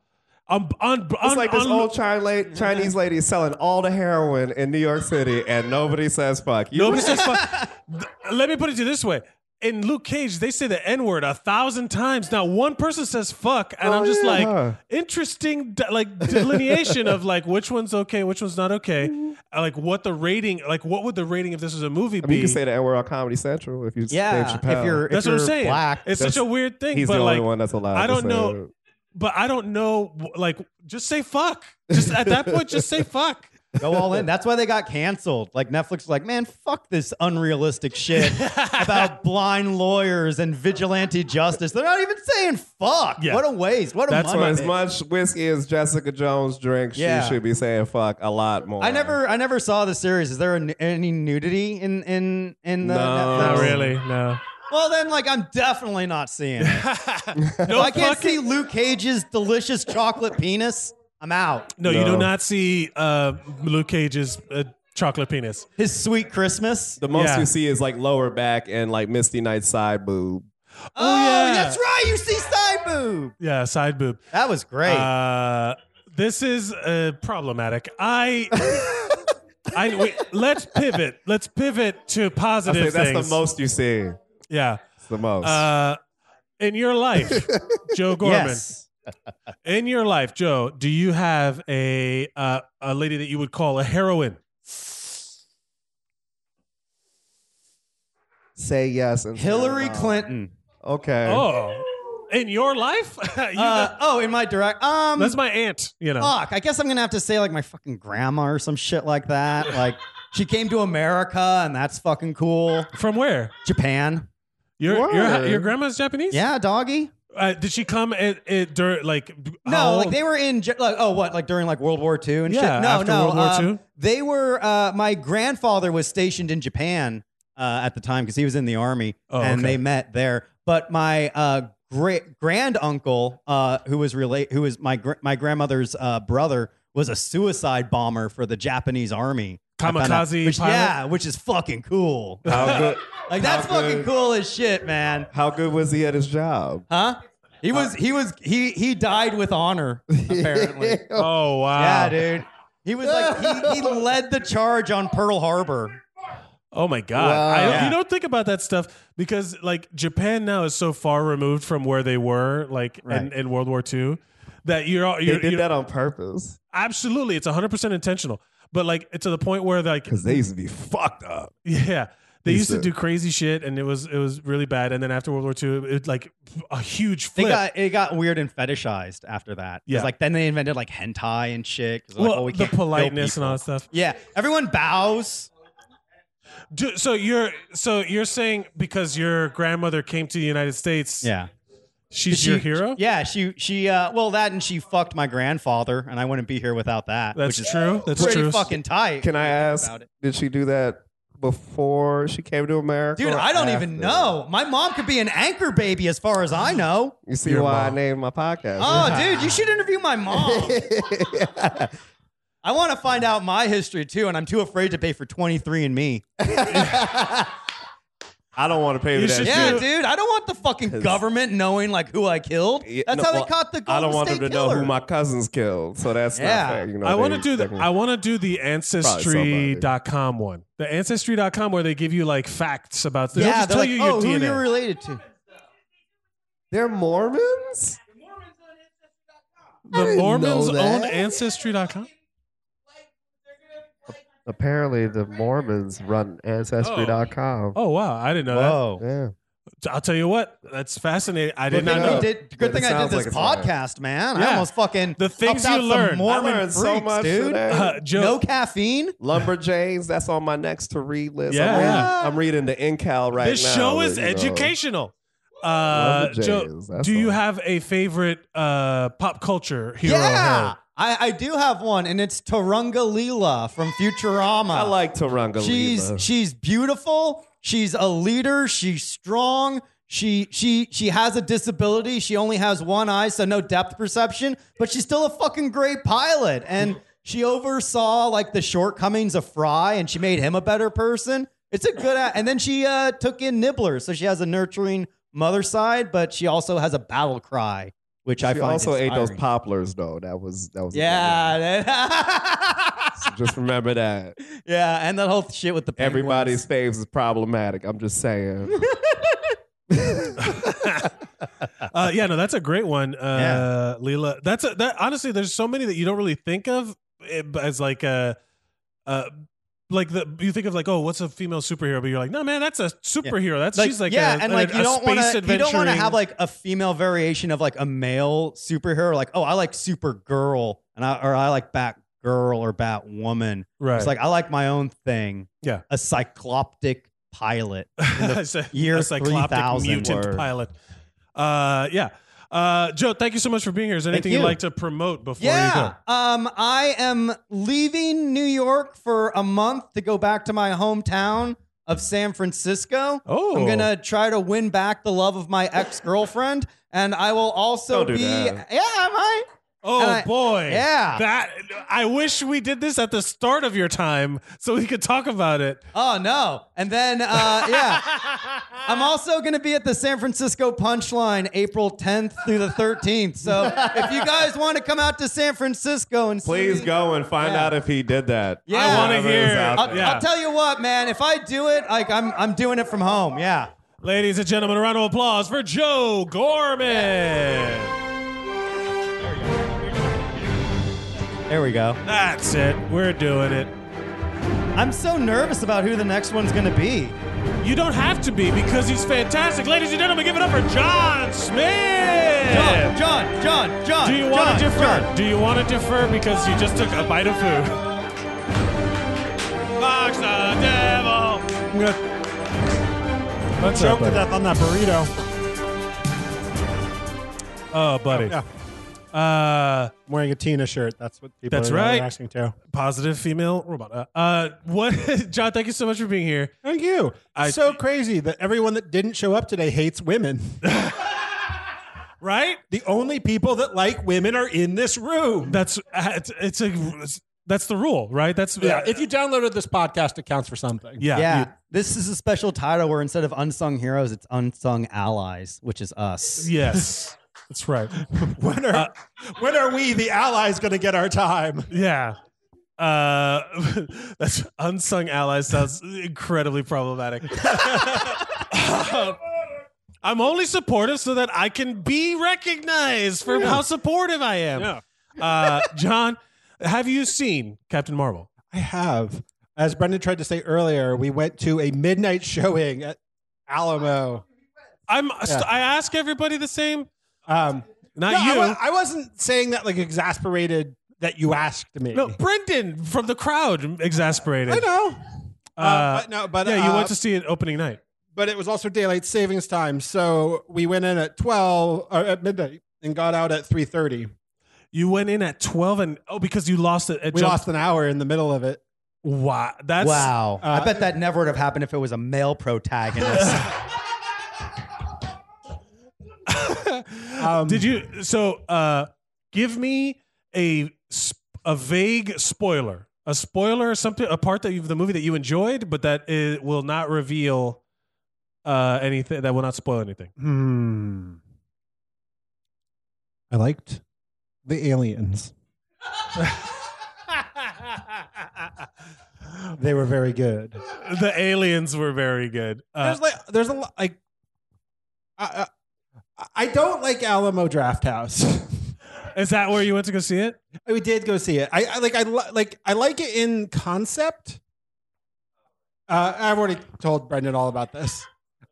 A: I'm on.
F: It's like this old China
G: Mm-hmm.
F: la- Chinese lady selling all the heroin in New York City, and nobody says fuck. You
A: Nobody says fuck. Th- Let me put it to you this way. In Luke Cage, they say the N word a thousand times. Now, one person says fuck, and
F: Oh,
A: I'm just
F: yeah,
A: like,
F: huh.
A: interesting, de- like delineation of like which one's okay, which one's not okay, Uh, like what the rating, like what would the rating if this was a movie
F: I
A: be?
F: mean, you can say that we're on Comedy Central if you
G: Yeah,
F: Dave
G: if
F: Chappelle.
G: you're if
A: that's
G: you're
A: what I'm saying.
G: black,
A: it's
F: that's-
A: such a weird thing,
F: He's
A: but
F: the only
A: like,
F: one that's allowed.
A: I
F: to
A: don't
F: say
A: know. but I don't know, wh- like, just say fuck. Just at that point, just say fuck.
G: go all in. That's why they got canceled. Like Netflix was like, man, fuck this unrealistic shit about blind lawyers and vigilante justice. They're not even saying fuck.
A: Yeah.
G: What a waste. What a
A: That's
F: it. For
G: money.
F: as much whiskey as Jessica Jones drinks,
G: Yeah.
F: she should be saying fuck a lot more.
G: I never, I never saw the series. Is there an, any nudity in in in the?
F: No.
G: Netflix?
A: Not really, no.
G: Well, then, like, I'm definitely not seeing it.
A: No,
G: if I can't
A: fucking-
G: see Luke Cage's delicious chocolate penis, I'm out.
A: No, you do
F: No.
A: not see uh, Luke Cage's uh, chocolate penis.
G: His sweet Christmas.
F: The most
A: Yeah.
F: you see is like lower back and like Misty Knight's side boob.
G: oh,
A: yeah.
G: that's right. You see side boob.
A: Yeah, side boob.
G: That was great.
A: Uh, this is uh, problematic. I, I we, let's pivot. Let's pivot to
F: I
A: positive
F: think that's
A: things.
F: the most you see.
A: yeah.
F: It's the most.
A: Uh, in your life, Joe Gorman.
G: yes.
A: In your life, Joe, do you have a uh, a lady that you would call a heroine?
F: Say yes and say
G: Hillary
F: no.
G: Clinton.
F: Okay.
A: Oh, in your life? You
G: Uh,
A: know-
G: oh, in my direct. Um,
A: that's my aunt. You know.
G: fuck. I guess I'm gonna have to say like my fucking grandma or some shit like that. Like she came to America and that's fucking cool.
A: From where?
G: Japan.
A: Your, your
F: Where?
A: your grandma's Japanese?
G: Yeah, doggy.
A: Uh, did she come at it during like? oh
G: No, like they were in Ja- like oh what like during like World War II and
A: Yeah,
G: shit. No,
A: after
G: no,
A: World War
G: uh,
A: II.
G: They were. Uh, my grandfather was stationed in Japan uh, at the time because he was in the army,
A: Oh,
G: and
A: okay.
G: they met there. But my uh, great grand uncle, uh, who was relate, who was my gr- my grandmother's uh, brother, was a suicide bomber for the Japanese army. I found out-
A: Kamikaze
G: which,
A: pilot?
G: yeah, which is fucking cool.
F: How good?
G: Like that's
F: How
G: fucking
F: good-
G: cool as shit, man.
F: How good was he at his job?
G: Huh? He was he was he he died with honor apparently.
A: Oh wow!
G: Yeah, dude. He was like he, he led the charge on Pearl Harbor.
A: Oh my god!
F: Wow.
A: I don't,
G: Yeah.
A: You don't think about that stuff because like Japan now is so far removed from where they were like in,
G: Right.
A: in World War II that you're all-
F: They
A: you're,
F: did
A: you're
F: that on purpose
A: absolutely it's 100 percent intentional. But like to the point where like
F: because they used to be fucked up.
A: yeah. They
F: He
A: used to
F: said-
A: do crazy shit, and it was it was really bad. And then after World War II, it, like a huge
G: They
A: flip.
G: got it got weird and fetishized after that.
A: Yeah.
G: Yeah. Like then they invented like hentai and shit. 'cause they're like,
A: well,
G: oh, we
A: the
G: can't kill
A: politeness and
G: people.
A: all that stuff.
G: Yeah. Everyone bows.
A: Do, so you're so you're saying because your grandmother came to the United States,
G: Yeah.
A: she's
G: She-
A: your hero.
G: Yeah, she she uh well that and she fucked my grandfather and I wouldn't be here without that.
A: that's
G: which is
A: true. That's
G: pretty
A: true.
G: fucking tight.
F: Can I ask?
G: about it.
F: Did she do that before she came to America?
G: Dude,
F: or
G: I don't
F: after? Mm.
G: even know. My mom could be an anchor baby as far as I know.
F: You see
A: Your
F: why
A: mom.
F: I named my podcast?
G: Oh, dude, you should interview my mom. I want to find out my history too, and I'm too afraid to pay for 23 and me.
F: I don't want to pay
A: You
F: for
A: should
F: that.
A: do-
F: shit.
G: Yeah, dude, I don't want the fucking
F: 'Cause-
G: government knowing like who I killed.
F: Yeah,
G: That's
F: no,
G: how they
F: well,
G: caught the Golden
F: I don't want them
G: State
F: to know
G: killer.
F: who my cousins killed, so that's
G: Yeah.
F: not fair. You know,
A: I want to
F: they-
A: do
F: they
A: the
F: can-
A: I want to do the ancestry.com one. The ancestry.com where they give you like facts about this.
G: yeah,
A: just
G: they're
A: tell
G: like,
A: you
G: oh,
A: your
G: who
A: DNA.
G: you're related to.
F: They're Mormons.
B: Mormons on Ancestry.com.
A: the
F: didn't know
A: Mormons
F: that.
A: own ancestry.com.
B: Like, they're gonna, like,
F: Apparently, the Mormons run Ancestry.com.
A: Oh wow, I didn't know
H: Whoa.
F: Yeah.
A: that. I'll tell you what, that's fascinating. I did
F: Look
A: not
F: it
G: Good
A: know.
G: thing,
F: up.
G: we did,
F: But
G: good
F: it
G: thing I
F: sounds
G: did this
F: like it's
G: podcast, man.
A: Yeah.
G: I almost fucking
A: The things
G: helped out
A: you
G: some
A: learn. I
G: Mormon
F: learned so
G: freaks,
F: much
G: dude.
F: today.
A: Uh, Joe,
G: No caffeine.
F: Lumberjanes, that's on my next to read list.
A: Yeah.
F: I'm, reading, I'm reading the NCAL right
A: this
F: now.
A: show is
F: but, you know,
A: educational. Uh, Joe,
F: Lumberjanes, that's
A: do you
F: all.
A: have a favorite uh, pop culture hero?
G: Yeah, I, I do have one, and it's Tarunga Leela from Futurama.
F: I like Taranga
G: she's she's beautiful. She's a leader. She's strong. She she she has a disability. She only has one eye, so no depth perception. But she's still a fucking great pilot, and she oversaw like the shortcomings of Fry, and she made him a better person. It's a good. a- And then she uh, took in Nibbler, so she has a nurturing mother side, but she also has a battle cry, which I
F: she
G: find
F: also ate those
G: inspiring.
F: poplars though. That was that was a good
G: Yeah. that-
F: one. Just remember that
G: yeah, and that whole shit with the penguins.
F: everybody staves is problematic. I'm just saying.
A: Uh, yeah, no, that's a great one, uh, Leela. That's a, that. Honestly, there's so many that you don't really think of eh, b- as like a, uh, like the you think of like, oh, what's a female superhero? But you're like, no, man, that's a superhero. That's she's like,
G: yeah,
A: a,
G: and
A: a-
G: like you
A: a
G: don't want
A: space
G: to you don't want to
A: adventuring-
G: have like a female variation of like a male superhero. Like, oh, I like Supergirl, and I or I like Batgirl or Batwoman.
A: right.
G: It's like I like my own thing.
A: Yeah.
G: a cycloptic pilot.
A: It's a-
G: year
A: a cycloptic
G: 3000
A: mutant
G: word.
A: pilot. Uh, yeah. Uh, Joe, thank you so much for being here. Is there
G: Thank
A: anything you'd
G: you.
A: like to promote before you
G: Yeah.
A: go?
G: Um, I am leaving New York for a month to go back to my hometown of San Francisco.
A: Oh,
G: I'm gonna try to win back the love of my ex girlfriend, and I will also
F: Don't do
G: be.
F: that.
G: Yeah, I might.
A: Oh
G: and I-
A: boy.
G: Yeah.
A: That I wish we did this at the start of your time so we could talk about it.
G: Oh no! And then, uh, yeah, I'm also gonna be at the San Francisco Punchline April 10th through the 13th. So if you guys want to come out to San Francisco and see-
F: Please go and find
G: Yeah.
F: out if he did that.
G: Yeah. I wanna
F: Whatever is
A: hear.
F: out
G: I'll,
F: there.
A: Yeah.
G: I'll tell you what, man. If I do it, like I'm, I'm doing it from home. Yeah.
A: Ladies and gentlemen, a round of applause for Joe Gorman.
G: There we go.
A: That's it. We're doing it.
G: I'm so nervous about who the next one's gonna be.
A: You don't have to be because he's fantastic. Ladies and gentlemen, give it up for John Smith.
G: John, John, John, John.
A: Do you want
G: John,
A: to defer?
G: John.
A: Do you want to defer because you just took a bite of food? Fox the devil.
H: Let's choke to death on that burrito.
A: Oh, buddy.
H: Yeah.
A: Uh,
H: I'm wearing a Tina shirt. That's what people
A: That's
H: are
A: right.
H: asking too.
A: positive female robot. Uh, uh, what, John? Thank you so much for being here.
H: Thank you.
A: I-
H: so crazy that everyone that didn't show up today hates women.
A: Right?
H: the only people that like women are in this room.
A: That's uh, it's, it's a that's the rule, right? That's
H: Yeah. If you downloaded this podcast, it counts for something.
A: yeah.
G: Yeah.
A: you-
G: this is a special title where instead of unsung heroes, it's unsung allies, which is us.
A: yes, that's right.
H: When are when are we, the allies, going to get our time?
A: Yeah. Uh, that's unsung allies sounds incredibly problematic. I'm only supportive so that I can be recognized for how supportive I am. Uh, John, have you seen Captain Marvel?
H: I have. As Brendan tried to say earlier, we went to a midnight showing at Alamo.
A: I'm. I ask everybody the same.
H: Um,
A: Not
H: no, I
A: you.
H: wa- I, wasn't saying that like exasperated that you asked me.
A: no, Brendan from the crowd, exasperated.
H: I know. Uh,
A: Uh,
H: but no, but
A: yeah, you
H: uh,
A: went to see it opening night.
H: but it was also daylight savings time, so we went in at twelve or at midnight and got out at three thirty.
A: You went in at twelve, and oh, because you lost it. it
H: We
A: jumped-
H: lost an hour in the middle of it.
A: Wow, that's
G: Wow.
H: Uh,
G: I bet that never would have happened if it was a male protagonist.
H: Um,
A: Did you? So, uh, give me a sp- a vague spoiler, a spoiler, or something, a part that you the movie that you enjoyed, but that it will not reveal uh, anything. That will not spoil anything.
H: Hmm. I liked the aliens. They were very good.
A: the aliens were very good. Uh,
H: there's like there's a lot like I, I, I don't like Alamo Draft House.
A: Is that where you went to go see it?
H: We did go see it. I, I like I li- like I like it in concept. Uh, I've already told Brendan all about this.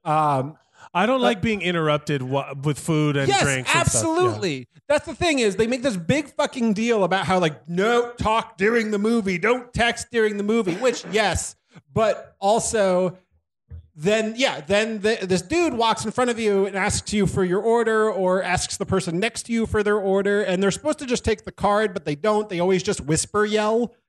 H: Um,
A: I don't like being interrupted wa- with food and
H: yes,
A: drinks. and stuff. Yeah.
H: absolutely. That's the thing is they make this big fucking deal about how like no talk during the movie, don't text during the movie, which yes, but also then yeah, then the, this dude walks in front of you and asks you for your order or asks the person next to you for their order and they're supposed to just take the card but they don't. They always just whisper yell.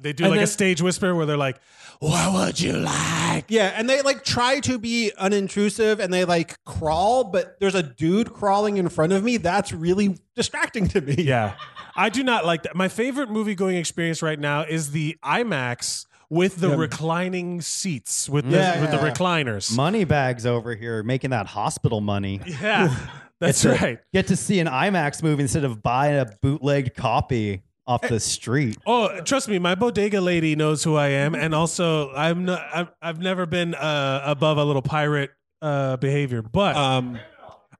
A: They do
H: And
A: like a
H: then-
A: stage whisper where they're like,
H: What would you like? Yeah, and they like try to be unintrusive and they like crawl, but there's a dude crawling in front of me. That's really distracting to me.
A: Yeah. I do not like that. My favorite movie going experience right now is the IMAX with the
H: Yeah.
A: reclining seats, with the,
G: Yeah,
A: with the
H: yeah.
A: recliners.
I: Money bags over here making that hospital money.
A: yeah. That's
I: It's a-
A: right.
I: Get to see an IMAX movie instead of buying a bootlegged copy
A: Eh,
I: off the street.
A: Oh, trust me, my bodega lady knows who I am, and also I'm not. I'm, I've never been uh, above a little pirate uh, behavior, but
H: Um,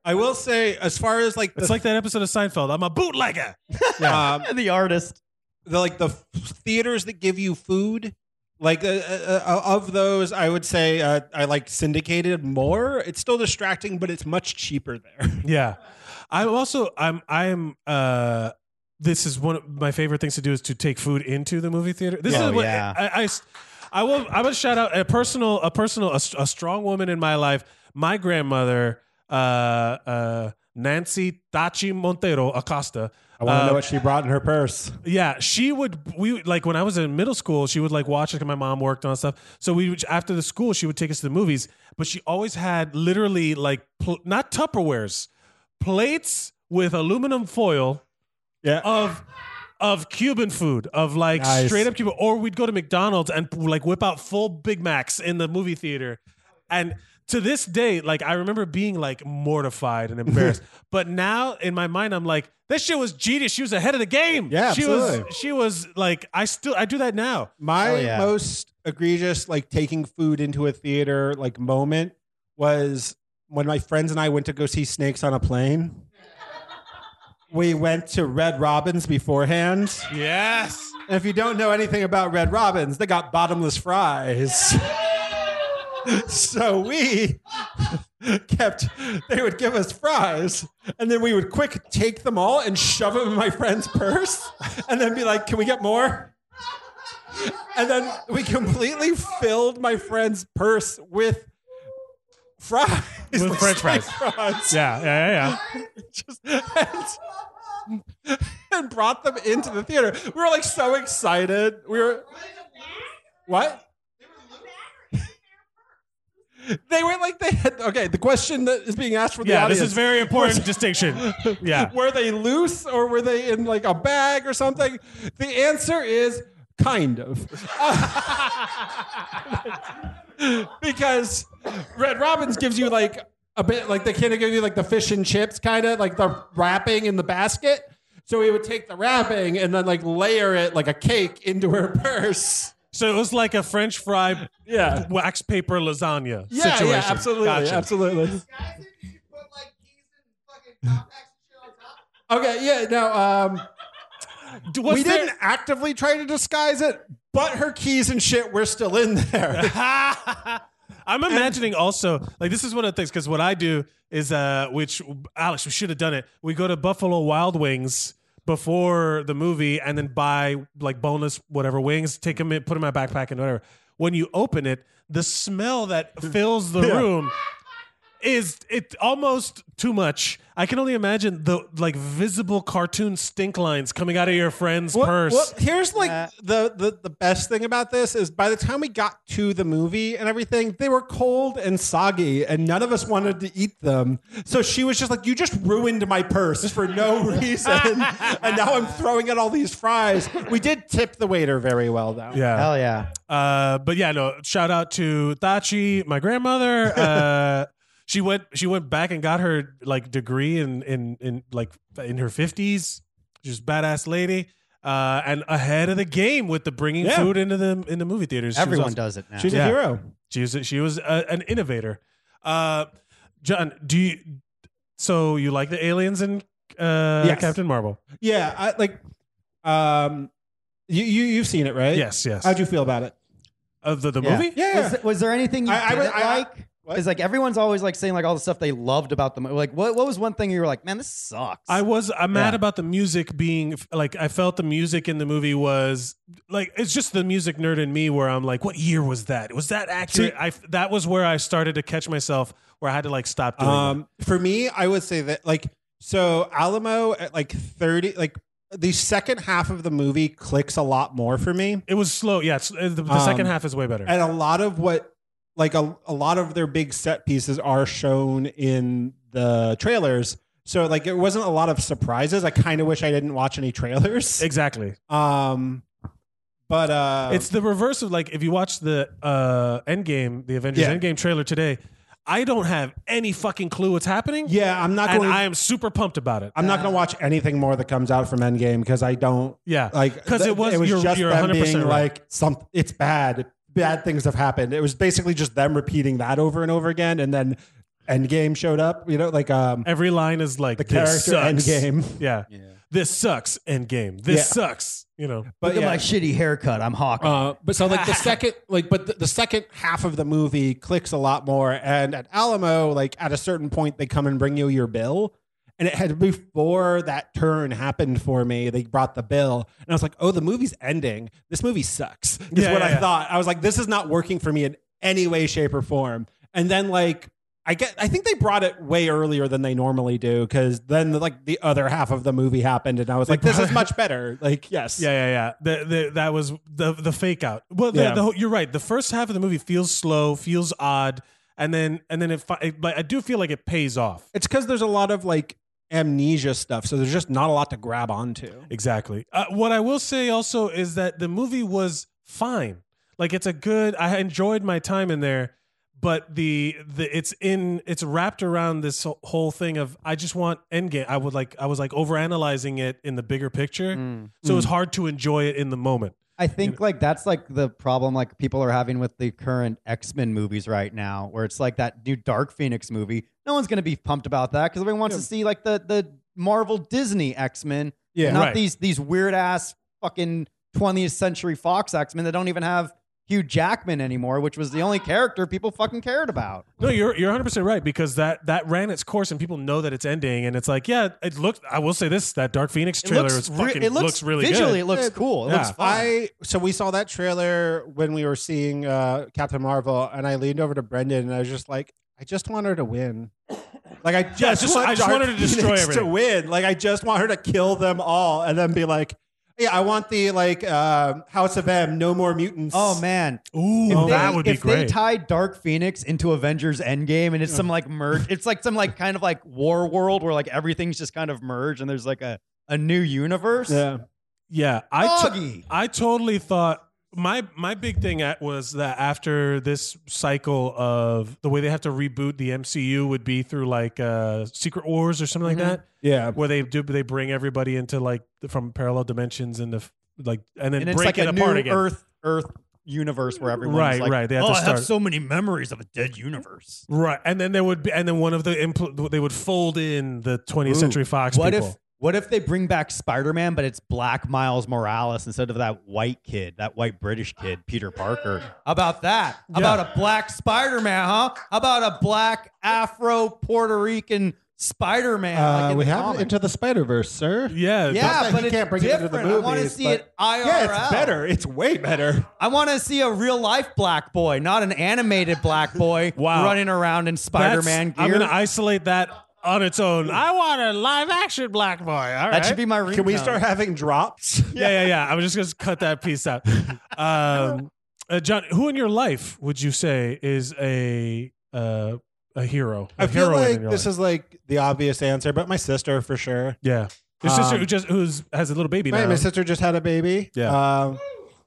H: I will say, as far as like the,
A: it's like that episode of Seinfeld. I'm a bootlegger.
H: um,
I: The artist.
H: the like the f- theaters that give you food, like uh, uh, uh, of those, I would say uh, I like syndicated more. It's still distracting, but it's much cheaper there.
A: Yeah, I also I'm I'm. Uh, this is one of my favorite things to do is to take food into the movie theater. This
I: Oh,
A: is what
I: yeah.
A: I, I I will I would shout out a personal a personal a, s- a strong woman in my life. My grandmother, uh, uh, Nancy Tachi Montero Acosta.
H: I
A: wanna know Uh,
H: what she brought in her purse.
A: Yeah, she would. We like when I was in middle school, she would like watch like my mom worked on stuff. So we would- after the school, she would take us to the movies. But she always had literally like pl- not Tupperwares, plates with aluminum foil
H: Yeah.
A: of of Cuban food, of like
H: Nice.
A: straight up Cuban. Or we'd go to McDonald's and like whip out full Big Macs in the movie theater. And to this day, like I remember being like mortified and embarrassed. but now in my mind, I'm like, this shit was genius. She was ahead of the game.
H: Yeah,
A: she
H: absolutely.
A: was. She was like, I still I do that now.
H: My
I: Hell yeah.
H: most egregious, like taking food into a theater, like moment was when my friends and I went to go see Snakes on a Plane. We went to Red Robin's beforehand.
A: Yes.
H: And if you don't know anything about Red Robin's, they got bottomless fries. so we kept, they would give us fries, and then we would quick take them all and shove them in my friend's purse, and then be like, can we get more? And then we completely filled my friend's purse with fries.
A: With french fries.
H: fries.
A: Yeah. Yeah. Yeah.
H: Just, and, and brought them into the theater. We were like so excited. We were what? They were like they had okay. The question that is being asked for the
A: Yeah. yeah
H: audience
A: this is very important distinction. Yeah.
H: were they loose or were they in like a bag or something? The answer is kind of. because Red Robins gives you like a bit like they kind of give you like the fish and chips kind of like the wrapping in the basket. So we would take the wrapping and then like layer it like a cake into her purse.
A: So it was like a French fry
H: Yeah.
A: wax paper lasagna
H: Yeah,
A: situation.
H: yeah, absolutely,
A: Gotcha.
H: absolutely.
B: Guys, you should put like keys and fucking compacts and shit on top.
H: Okay, yeah, no, um,
A: Do- was
H: we
A: there-
H: didn't actively try to disguise it, but her keys and shit were still in there.
A: I'm imagining also like this is one of the things because what I do is uh which Alex we should have done it. We go to Buffalo Wild Wings before the movie and then buy like boneless whatever wings, take them in, put 'em in my backpack and whatever. When you open it, the smell that fills the room is it almost too much. I can only imagine the like visible cartoon stink lines coming out of your friend's
H: Well-
A: purse.
H: well, here's like
I: Yeah.
H: the, the the best thing about this is by the time we got to the movie and everything, they were cold and soggy, and none of us wanted to eat them. So she was just like, "You just ruined my purse for no reason, and now I'm throwing out all these fries." We did tip the waiter very well, though.
A: yeah.
I: Hell yeah.
A: Uh, but yeah, no. Shout out to Tachi, my grandmother. Uh, she went. She went back and got her like degree in in in like in her fifties. Just badass lady, uh, and ahead of the game with the bringing
H: Yeah.
A: food into the in the movie theaters. She was
I: Everyone
A: awesome.
I: does it now.
H: she's
A: Yeah.
H: a hero.
A: She was she was a, an innovator. Uh, John, do you? So you like the aliens in uh,
H: Yes.
A: Captain Marvel.
H: Yeah, I like. Um, you you you've seen it, right?
A: Yes, yes.
H: How'd you feel about it?
A: Of the, the
I: Yeah.
A: movie?
H: Yeah.
G: Was, was there anything you
H: I- I
G: didn't
H: would- I-
G: like?
H: What?
G: It's like everyone's always like saying like all the stuff they loved about the movie. Like what, what was one thing you were like, man, this sucks.
A: I was I'm mad
G: Yeah.
A: about the music being like I felt the music in the movie was like it's just the music nerd in me where I'm like what year was that was that accurate I that was where I started to catch myself where I had to like stop doing
H: Um, for me, I would say that like so Alamo at like thirty like the second half of the movie clicks a lot more for me,
A: it. it was slow yeah it's, uh, the, the
H: Um,
A: second half is way better
H: and a lot of what like a a lot of their big set pieces are shown in the trailers. So like it wasn't a lot of surprises. I kind of wish I didn't watch any trailers.
A: exactly
H: Um, but uh,
A: it's the reverse of like if you watch the uh Endgame the Avengers
H: Yeah.
A: Endgame trailer today I don't have any fucking clue what's happening
H: yeah. I'm not
A: and
H: going.
A: I am super pumped about it
H: I'm not going to watch anything more that comes out from Endgame because I don't
A: yeah
H: like
A: 'Cause it was- you're-
H: just
A: you're
H: them
A: 100%
H: being
A: right.
H: like some it's bad bad things have happened it was basically just them repeating that over and over again and then endgame showed up you know like um
A: every line is like
H: the
A: this
H: character
A: sucks.
H: endgame
A: yeah. This sucks. Endgame. This
H: Yeah.
A: sucks. You know.
H: but
G: Look
H: yeah
G: at my shitty haircut. I'm Hawkeye.
H: uh, but so like the second like but the, the second half of the movie clicks a lot more and at alamo like at a certain point they come and bring you your bill and it had before that turn happened for me they brought the bill and i was like oh the movie's ending this movie sucks is
A: Yeah,
H: what
A: yeah,
H: i
A: yeah.
H: thought i was like this is not working for me in any way shape or form and then like I get. I think they brought it way earlier than they normally do, because then like the other half of the movie happened, and I was
A: They
H: like, "This
A: brought
H: is
A: it-
H: much better." Like, yes,
A: Yeah, yeah, yeah. The, the, that was the the fake out. Well, the,
H: Yeah.
A: the whole, you're right. The first half of the movie feels slow, feels odd, and then and then it. fi- it- But I do feel like it pays off.
H: It's because there's a lot of like amnesia stuff, so there's just not a lot to grab onto.
A: Exactly. Uh, what I will say also is that the movie was fine. Like it's a good. I enjoyed my time in there, but the the it's in it's wrapped around this whole- whole thing of I just want Endgame. I would like I was like overanalyzing it in the bigger picture,
G: Mm.
A: so it was hard to enjoy it in the moment.
G: I think like that's like the problem like people are having with the current X Men movies right now, where it's like that new Dark Phoenix movie. No one's gonna be pumped about that because everyone wants to see like the the Marvel Disney X Men,
H: Yeah.
G: not
A: Right.
G: these these weird ass fucking 20th century Fox X Men that don't even have Hugh Jackman anymore, which was the only character people fucking cared about.
A: No, you're you're 100 percent right because that that ran its course and people know that it's ending and it's like yeah it looked I will say this that Dark Phoenix trailer is
G: re-
A: fucking
G: it looks,
A: really
G: visually
A: good.
G: it looks cool. It looks
A: Yeah.
G: fun.
H: I so we saw that trailer when we were seeing uh, Captain Marvel, and I leaned over to Brendan and I was just like, I just want her to win. Like I just,
A: just-
H: want
A: I just
H: Dark
A: want her to destroy
H: Phoenix to
A: everything.
H: win. Like I just want her to kill them all, and then be like, Yeah, I want the like um House of M, no more mutants.
G: Oh man,
A: Ooh,
G: If
A: that
G: they-
A: would be
G: if they
A: great.
G: tied Dark Phoenix into Avengers Endgame and it's some like merge, it's like some like kind of like war world where like everything's just kind of merged and there's like a, a new universe.
H: Yeah.
A: yeah, I to-
G: Foggy.
A: I totally thought my my big thing at was that after this cycle of the way they have to reboot the MCU would be through like uh, Secret Wars or something
G: Mhm.
A: like that
H: Yeah.
A: where they do they bring everybody into like from parallel dimensions and the f- like and then
G: and it's
A: break
G: like
A: it
G: a
A: apart
G: new
A: again.
G: Earth Earth universe where everyone's
A: Right,
G: like,
A: right. They have
G: oh,
A: to
G: I
A: start-
G: have so many memories of a dead universe.
A: Right, and then there would be, and then one of the impl- they would fold in the 20th
G: Ooh,
A: Century Fox
G: what
A: people.
G: if what if they bring back Spider Man, but it's Black Miles Morales instead of that white kid, that white British kid, Peter Parker? How about that? How
A: Yeah.
G: About a black Spider Man, huh? How About a black Afro Puerto Rican Spider Man.
H: Uh,
G: like in
H: we
G: the
H: have
G: comic.
H: Into the Spider Verse, sir.
A: yeah,
H: Not
G: yeah,
H: that
G: but
H: you
G: it's
H: can't bring it into the
G: different. I want to
H: movies,
G: see
H: but-
G: it IRL.
H: Yeah, it's better. It's way better.
G: I want to see a real life black boy, not an animated black boy
A: Wow.
G: running around in Spider Man
A: That's- I'm
G: gear.
A: going to isolate that on its own. I want a live action black boy. All right.
G: that should be my ringtone.
H: Can we start having drops?
A: yeah, yeah, yeah. I'm just going to cut that piece out. Um, uh, John, who in your life would you say is a uh, a hero? I
H: I feel like this is like the obvious answer, but my sister for sure.
A: yeah. Your sister
H: Um,
A: who just who's has a little baby
H: My,
A: now.
H: my sister just had a baby.
A: Yeah.
H: Um,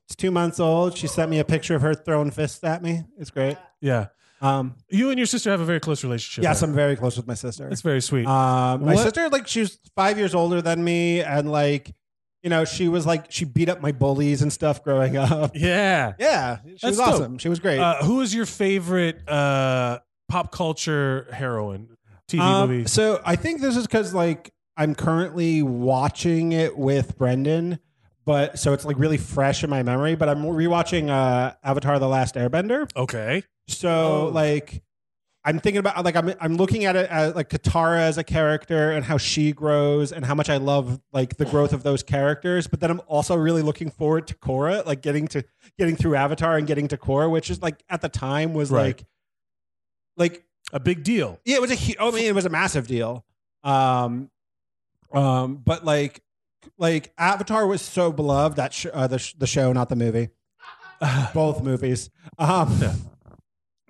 H: it's two months old. She sent me a picture of her throwing fists at me. It's great.
A: yeah,
H: Um,
A: you and your sister have a very close relationship.
H: yes,
A: right?
H: I'm very close with my sister.
A: that's very sweet.
H: Um, my
A: What-
H: sister, like, she was five years older than me, and like, you know, she was like, she beat up my bullies and stuff growing up.
A: yeah.
H: Yeah, she
A: That's
H: was
A: dope.
H: awesome. She was great.
A: Uh, who is your favorite uh, pop culture heroine? TV
H: Um,
A: movie.
H: So I think this is because like I'm currently watching it with Brendan, but so it's like really fresh in my memory. But I'm rewatching uh, Avatar: The Last Airbender.
A: Okay. Oh.
H: So like I'm thinking about like I'm I'm looking at it as like Katara as a character and how she grows and how much I love like the growth of those characters, but then I'm also really looking forward to Korra, like getting to getting through Avatar and getting to Korra, which is like at the time was
A: Right.
H: like like
A: A big deal.
H: yeah, it was a hu- oh, I mean, it was a massive deal. Um, um, but like, like Avatar was so beloved that sh- uh, the sh- the show, not the movie, both movies. Um,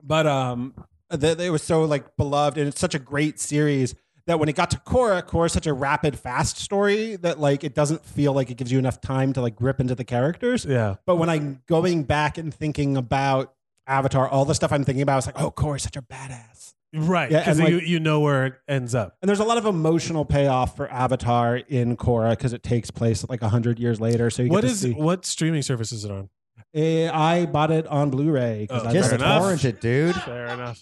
H: but um, th- it was so like beloved, and it's such a great series that when it got to Korra, Korra is such a rapid, fast story that like it doesn't feel like it gives you enough time to like grip into the characters.
A: Yeah.
H: But when I'm going back and thinking about Avatar, all the stuff I'm thinking about, it's like, oh, Korra's such a badass.
A: Right.
H: Yeah,
A: Because
H: and,
A: you,
H: like-
A: you know where it ends up.
H: And there's a lot of emotional payoff for Avatar in Korra because it takes place like hundred years later. So you
A: What
H: get to
A: is
H: see-
A: what streaming service is it on?
H: Eh, I bought it on Blu-ray. 'cause
A: Oh,
H: I
A: fair
I: Just
H: love it.
A: enough.
I: torrent it, dude.
A: Fair enough.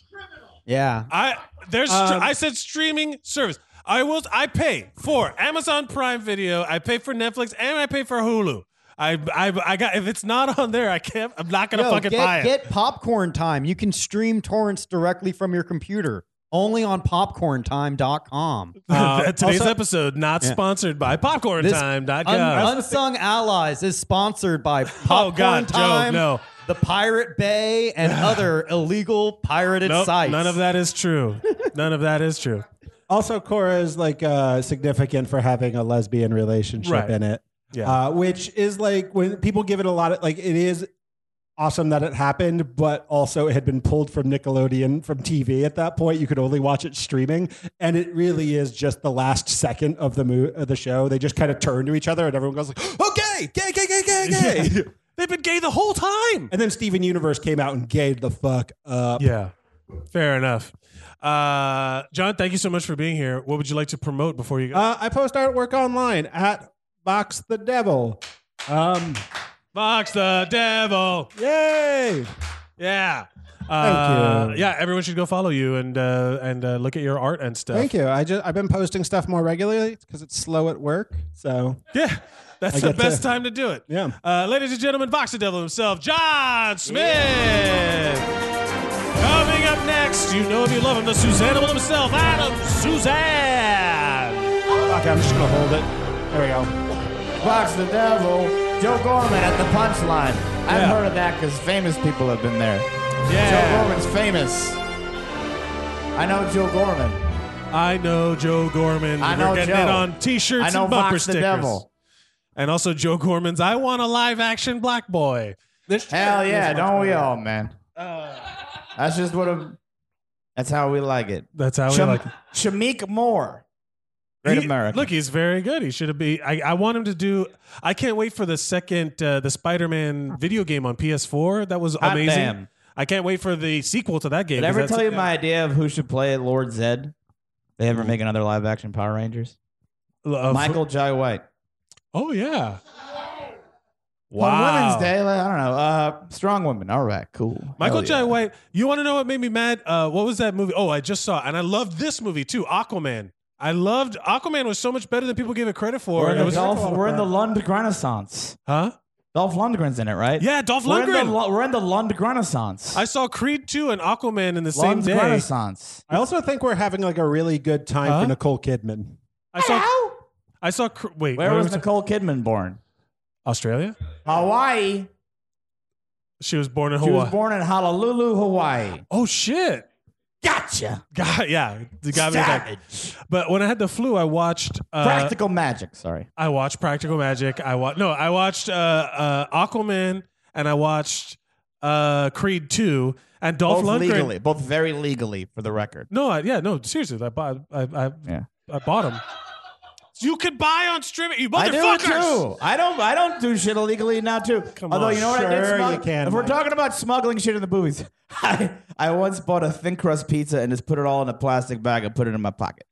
I: Yeah.
A: I there's
H: Um,
A: I said streaming service. I will I pay for Amazon Prime Video, I pay for Netflix, and I pay for Hulu. I I, I got if it's not on there, I can't I'm not gonna
I: Yo,
A: fucking
I: get,
A: buy it.
I: get popcorn time. You can stream torrents directly from your computer. Only on popcorntime.com.
H: Uh,
A: Today's
H: also-
A: episode not sponsored by popcorntime.com.
I: Un- Unsung Allies is sponsored by Popcorn
A: oh god,
I: Time,
A: Joe, no.
I: the Pirate Bay, and other illegal pirated
A: Nope,
I: sites.
A: none of that is true. None of that is true.
H: Also, Korra is like uh, significant for having a lesbian relationship
A: Right.
H: in it,
A: Yeah.
H: uh, which is like when people give it a lot of like it is awesome that it happened, but also it had been pulled from Nickelodeon from TV at that point. You could only watch it streaming, and it really is just the last second of the mo- of the show. They just kind of turn to each other, and everyone goes like,
F: "Oh,
H: "Okay, gay, gay, gay, gay, gay,"
A: They've been gay the whole time.
H: and then Steven Universe came out and gayed the fuck up.
A: Yeah. Fair enough. Uh, John, thank you so much for being here. What would you like to promote before you go?
H: Uh, I post artwork online at Box the Devil. Um,
A: Box the devil.
H: yay!
A: Yeah.
H: Thank
A: Uh,
H: you.
A: Yeah, everyone should go follow you and uh, and uh, look at your art and stuff.
H: Thank you. I just I've been posting stuff more regularly because it's slow at work. So
A: Yeah, that's
H: I
A: the
H: get
A: best
H: to-
A: time to do it.
H: yeah.
A: Uh, ladies and gentlemen, Boxer Devil himself, John Smith. Coming up next, you know if you love him, the Suzannimal himself, Adam Suzanne.
H: Fuck, Ah, I'm just gonna hold it. There we go.
J: Box the Devil, Joe Gorman at the Punchline. I've heard of that because famous people have been there. Joe
A: Yeah,
J: Gorman's famous. I know Joe Gorman.
A: I know Joe Gorman.
J: I
A: We're
J: know
A: getting
J: Joe.
A: it on T-shirts
J: I know
A: and bumper
J: Box the
A: stickers.
J: Devil.
A: And also Joe Gorman's "I Want a Live Action Black Boy."
J: Hell yeah, don't we all, man? That's just what a. That's how we like it.
A: That's how we
J: Sham-
A: like. it.
J: Shamik Moore, great
A: He-
J: American.
A: Look, he's very good. He should have be. I, I want him to do. I can't wait for the second uh, the Spider-Man video game on PS4. That was
J: Hot
A: amazing.
J: damn.
A: I can't wait for the sequel to that game.
J: Did I
A: 'cause
J: ever
A: that's-
J: tell you my idea of who should play Lord Zed? They ever make another live action Power Rangers?
A: uh,
J: Michael Jai White.
A: Oh yeah. Wow.
J: On Women's Day, like, I don't know. Uh, strong women. All right, cool.
A: Michael
J: Hell
A: J.
J: yeah.
A: White. You want to know what made me mad? Uh, what was that movie? Oh, I just saw, it. and I loved this movie too, Aquaman. I loved Aquaman was so much better than people gave it credit for.
J: We're in
A: and it
J: the,
A: was,
J: Dolph, we're in the Lund Renaissance.
A: huh?
J: Dolph Lundgren's in it, right?
A: Yeah, Dolph
J: We're in the,
A: Lundgren.
J: Lu- we're in the Lund Renaissance.
A: I saw Creed 2 and Aquaman in the
J: Lund
A: same day.
J: Renaissance.
H: I also think we're having like a really good time
A: Huh?
H: for Nicole Kidman.
A: I saw. I saw. Cr- Wait,
J: Where was
A: was it?
J: Nicole Kidman born?
A: Australia?
J: Hawaii.
A: She was born in
J: She
A: Hawaii.
J: was born in Honolulu, Hawaii.
A: oh shit!
J: Gotcha.
A: God, yeah, the guy
J: Savage.
A: But when I had the flu, I watched. Uh,
J: Practical magic. Sorry.
A: I watched Practical Magic. I watched. No, I watched uh, uh, Aquaman, and I watched uh, Creed Two and Dolph
J: both
A: Lundgren.
J: legally, both very legally, for the record.
A: No, I, yeah, no, seriously, I bought. I I,
J: Yeah.
A: I bought them. You could buy on streaming, you
J: I do it
A: motherfuckers.
J: too. I don't. I don't do shit illegally now too.
A: Come
J: Although
A: on.
J: you know what I did
H: Sure you
J: smuggle.
H: can,
J: if we're
H: Mike.
J: talking about smuggling shit in the movies, I, I once bought a thin crust pizza and just put it all in a plastic bag and put it in my pocket.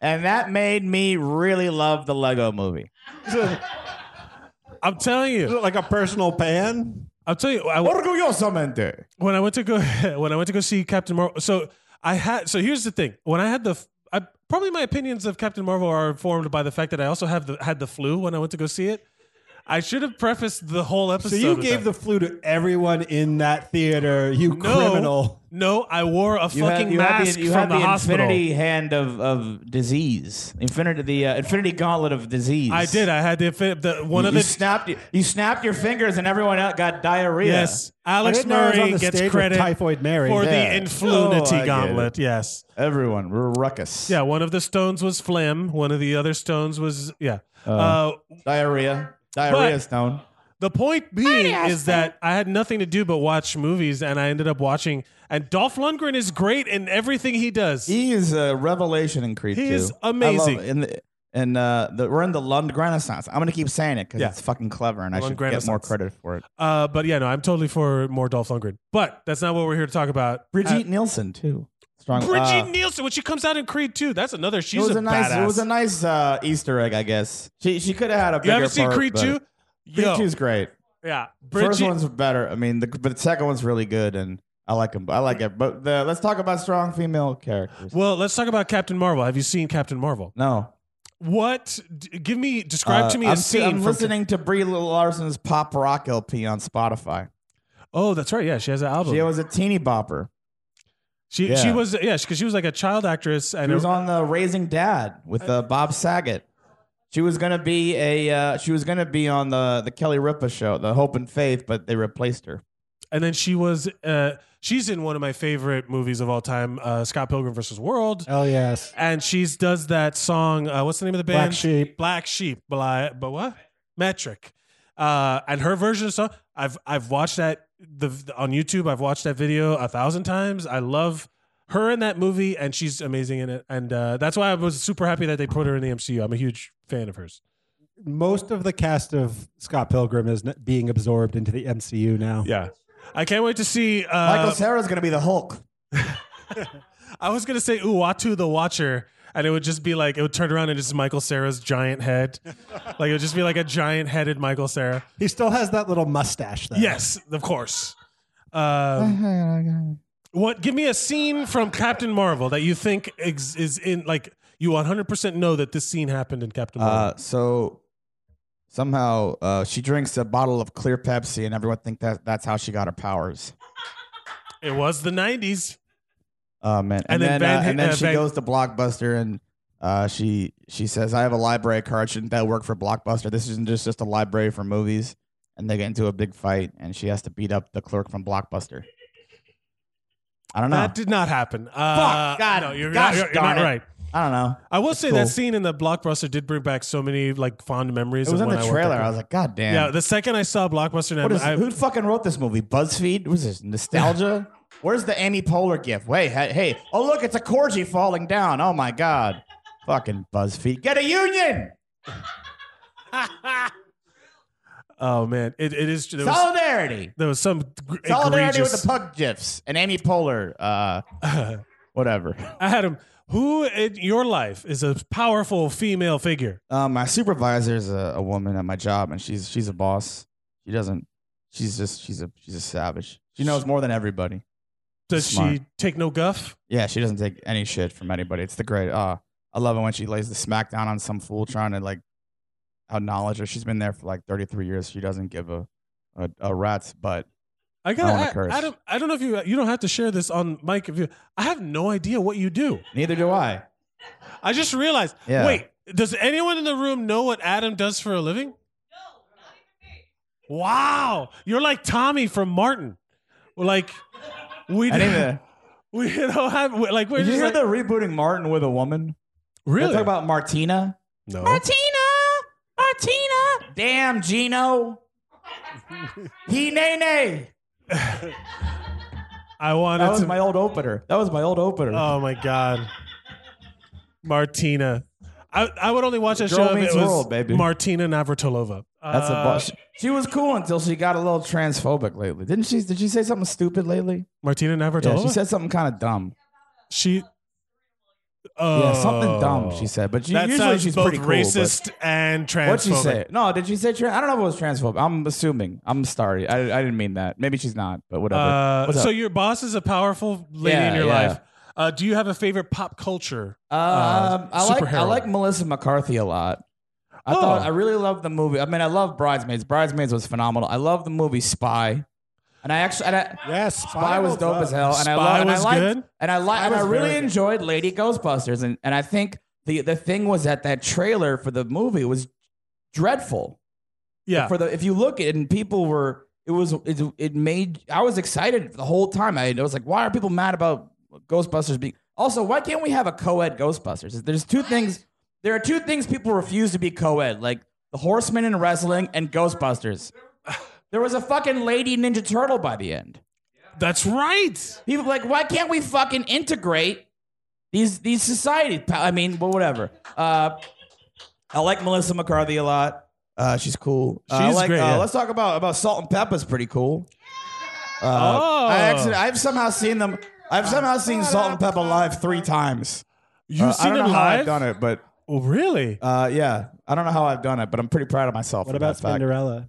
J: And that made me really love the Lego Movie.
A: I'm telling
H: Is
A: you.
H: it like a personal pan?
A: I'm telling you. I,
J: Orgullosamente.
A: when I went to go when I went to go see Captain Marvel. So I had so here's the thing. When I had the I probably my opinions of Captain Marvel are informed by the fact that I also have the, had the flu when I went to go see it. I should have prefaced the whole episode.
H: So you
A: with
H: gave the
A: that.
H: flu to everyone in that theater, you
A: No.
H: criminal.
A: no. I wore a
J: You
A: fucking
J: had, you had
A: mask
J: the, you
A: from
J: had
A: the, hospital.
J: infinity hand of, of disease. Infinity the uh, infinity gauntlet of disease.
A: I did. I had the, infi- the one
J: you,
A: of
J: you
A: the
J: snapped you snapped your fingers and everyone else got diarrhea.
A: yes.
H: I
A: Alex
H: didn't know I was on
A: Murray
H: the
A: gets
H: stage with
A: credit
H: Typhoid Mary.
A: for
J: Yeah.
A: the Influnity
J: Oh, I get
A: Gauntlet. Yes.
J: everyone were ruckus.
A: Yeah. One of the stones was phlegm. One of the other stones was yeah.
J: Uh,
A: Uh,
J: diarrhea, diarrhea
A: But-
J: stone.
A: The point being is that I had nothing to do but watch movies, and I ended up watching. And Dolph Lundgren is great in everything he does.
J: He is a revelation in Creed.
A: He
J: two.
A: is
J: I love
A: amazing.
J: it. And the, and uh, the, we're in the Lund Renaissance. I'm gonna keep saying it because
A: Yeah.
J: it's fucking clever, and I
A: Lund
J: should get more
A: Renaissance.
J: credit for it.
A: Uh, but yeah, no, I'm totally for more Dolph Lundgren. But that's not what we're here to talk about.
J: Brigitte Nielsen too.
A: Uh,
J: Strong.
A: Brigitte
J: uh,
A: Nielsen, when she comes out in Creed 2, that's another. She's
J: it was
A: a,
J: a, nice.
A: badass.
J: It was a nice uh, Easter egg, I guess. She she could have had a.
A: you
J: Bigger
A: haven't seen
J: part,
A: Creed
J: but-
A: 2?
J: Creed
A: Yo,
J: two's great.
A: yeah.
J: First
A: Brigitte,
J: one's better. I mean, the, but the second one's really good, and I like him. I like it. But the, let's talk about strong female characters.
A: well, let's talk about Captain Marvel. Have you seen Captain Marvel?
J: No,
A: What? d- give me, describe
J: Uh,
A: to me
J: I'm,
A: a scene.
J: I'm
A: from-
J: listening to Brie Larson's pop rock LP on Spotify.
A: oh, that's right. Yeah, she has an album.
J: She was a teeny bopper.
A: She,
J: yeah.
A: she was, yeah, because she was like a child actress. And
J: She was on the Raising Dad with uh, Bob Saget. She was gonna be a uh, she was gonna be on the the Kelly Ripa show, The Hope and Faith, but they replaced her.
A: and then she was uh, she's in one of my favorite movies of all time, uh, Scott Pilgrim versus World,
J: Oh,
H: Hell yes.
A: and she's does that song. Uh, what's the name of the band?
H: Black sheep.
A: Black Sheep. Bli- but what? Metric. Uh, and her version of the song. I've I've watched that the on YouTube. I've watched that video a thousand times. I love her in that movie, and she's amazing in it. And uh, that's why I was super happy that they put her in the MCU. I'm a huge fan of hers.
H: Most of the cast of Scott Pilgrim is n- being absorbed into the MCU now.
A: Yeah. I can't wait to see. Uh,
J: Michael Sarah's gonna be the Hulk.
A: I was gonna say Uatu the Watcher, and it would just be like it would turn around and it's Michael Sarah's giant head, like it would just be like a giant headed Michael Sarah.
H: He still has that little mustache though.
A: Yes, of course. Um, what? Give me a scene from Captain Marvel that you think ex- is in like you 100 percent know that this scene happened in Captain Marvel.
J: Uh, so somehow uh, she drinks a bottle of clear Pepsi, and everyone think that that's how she got her powers.
A: it was the 90s.
J: Oh man!
A: And
J: And,
A: then
J: then, uh,
A: Van-
J: and then
A: uh,
J: she
A: Van-
J: goes to Blockbuster and uh, she she says, "I have a library card. Shouldn't that work for Blockbuster? This isn't just just a library for movies." And they get into a big fight, and she has to beat up the clerk from Blockbuster. I don't know.
A: That did not happen. Uh,
J: God,
A: no, you're, not,
J: gosh
A: you're, you're not
J: darn Ah. it.
A: right.
J: I don't know.
A: I will say that
J: cool.
A: scene in the blockbuster did bring back so many like fond memories.
J: It was
A: of
J: in
A: when
J: the
A: I worked
J: trailer.
A: at-
J: I was like, "God damn!
A: Yeah, the second I saw Blockbuster, and
J: what is,
A: I,
J: who fucking wrote this movie? BuzzFeed? What is this nostalgia? Where's the Amy Poehler gif? Wait, hey, hey, oh look, it's a Corgi falling down. Oh my god, fucking BuzzFeed, get a union,
A: oh man, it, it is. There was,
J: solidarity."
A: there was some gr-
J: Solidarity
A: egregious.
J: with the pug gifs and Amy Poehler, uh, whatever.
A: Adam, who in your life is a powerful female figure?
J: Um, my supervisor is a, a woman at my job, and she's she's a boss. She doesn't. She's just she's a she's a savage. She knows more than everybody.
A: Does
J: Smart.
A: she take no guff?
J: Yeah, she doesn't take any shit from anybody. It's the great. Uh, I love it when she lays the smack down on some fool trying to like out knowledge her. She's been there for like thirty three years. She doesn't give a a, a rat's butt.
A: I got
J: wanna
A: I-
J: curse.
A: Adam. I don't know if you you don't have to share this on mic. If you, I have no idea what you do.
J: Neither do I.
A: I just realized.
J: Yeah.
A: Wait, does anyone in the room know what Adam does for a living? Wow, you're like Tommy from Martin. We're Like we
J: I didn't even,
A: we don't have we- like we're
J: did you
A: just
J: hear
A: like,
J: the rebooting Martin with a woman?
A: really
J: Talk about Martina.
A: no.
J: Martina! Martina! Damn, Gino. he nay nay.
A: I wanted
J: That was
A: to.
J: my old opener. That was my old opener.
A: oh my god, Martina. I, I would only watch that
J: Girl
A: show if
J: meets
A: it was
J: world, baby.
A: Martina Navratilova.
J: That's a
A: Uh,
J: boss. She was cool until she got a little transphobic lately. Didn't she? Did she say something stupid lately?
A: Martina
J: Yeah,
A: Navratilova.
J: she said something kind of dumb.
A: she.
J: Yeah,
A: Oh,
J: something dumb. She said, but she,
A: that
J: usually
A: sounds
J: she's
A: both
J: pretty cool.
A: racist and
J: but-
A: transphobic.
J: What'd she say? No, did she say? Tra- I don't know if it was transphobic. I'm assuming. I'm sorry. I, I didn't mean that. Maybe she's not, but whatever.
A: Uh,
J: What's
A: so
J: up?
A: your boss is a powerful lady
J: Yeah,
A: in your
J: yeah.
A: life. Uh, do you have a favorite pop culture?
J: Um,
A: Uh,
J: I like I
A: superhero.
J: like Melissa McCarthy a lot. I
A: Oh.
J: thought I really loved the movie. I mean, I love Bridesmaids. Bridesmaids was phenomenal. I love the movie Spy, and I actually and I,
H: Yes,
J: Spy was dope as hell. And
A: Spy
J: I love and I
A: was
J: liked,
A: good?
J: And I like
H: Spy
J: and I
H: was
J: really
H: very good.
J: enjoyed Lady Ghostbusters. And and I think the the thing was that that trailer for the movie was dreadful.
A: Yeah.
J: For the if you look at it, and people were it was it, it made I was excited the whole time. I was like, why are people mad about Ghostbusters being? Also, why can't we have a co-ed Ghostbusters? There's two things. There are two things people refuse to be co-ed, like the Horsemen in wrestling and Ghostbusters. There was a fucking lady Ninja Turtle by the end.
A: That's right.
J: People are like, why can't we fucking integrate these these societies? Pa- I mean, well, whatever. Uh, I like Melissa McCarthy a lot. Uh, she's cool. Uh, I
A: She's
J: like,
A: great,
J: uh,
A: yeah.
J: Let's talk about about Salt and Pepper's pretty cool. Uh,
A: Oh.
J: I actually, I've somehow seen them. I've somehow seen Salt and Pepper live three times.
A: You've
J: Uh, I
A: seen him
J: don't know how
A: live?
J: I've done it, but
A: Oh, really?
J: uh, yeah, I don't know how I've done it, but I'm pretty proud of myself.
H: What
J: for
H: about
J: that fact.
H: Cinderella?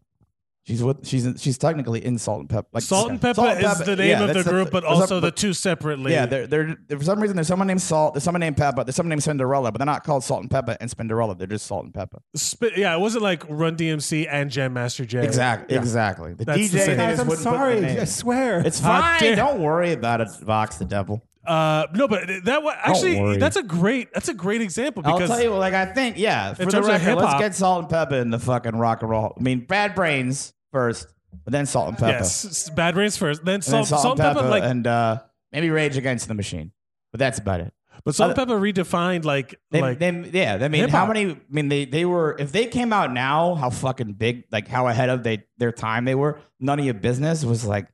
J: She's with. She's in, she's technically in Salt and Pepper. Like,
A: Salt and Pepper is the name
J: yeah,
A: of the
J: that's
A: group, but
J: there's a-
A: also the two separately.
J: yeah, they're, they're, for some reason, there's someone named Salt, there's someone named Peppa, there's someone named Cinderella, but they're not called Salt and Peppa and Spinderella. They're just Salt and Peppa.
A: Sp- yeah, it wasn't like Run DMC and Jam Master Jay.
J: Exactly. Exactly. The
A: That's the
J: DJ
A: same.
J: they
A: Guys,
J: just
H: I'm
J: wouldn't put the
H: sorry.
J: name.
H: I swear.
J: It's
A: How
J: fine.
A: dare-
J: Don't worry about it, Vox the devil.
A: Uh, no, but that wa- actually
J: worry.
A: that's a great that's a great example
J: I'll
A: because
J: tell you, like, I think, yeah, for
A: In
J: the
A: terms of
J: record, let's
A: hip-hop-
J: get Salt and Peppa in the fucking rock and roll. I mean, Bad Brains first, but then Salt and Peppa.
A: yes, s- Bad Brains first, then
J: And then
A: Salt, Salt and Pepper, like
J: and uh, maybe Rage Against the Machine. But that's about it.
A: but Salt and Pepper redefined like
J: They,
A: like
J: they, yeah, I mean,
A: hip-hop.
J: how many? I mean, they they were if they came out now, how fucking big, like how ahead of they their time they were. None of your business was like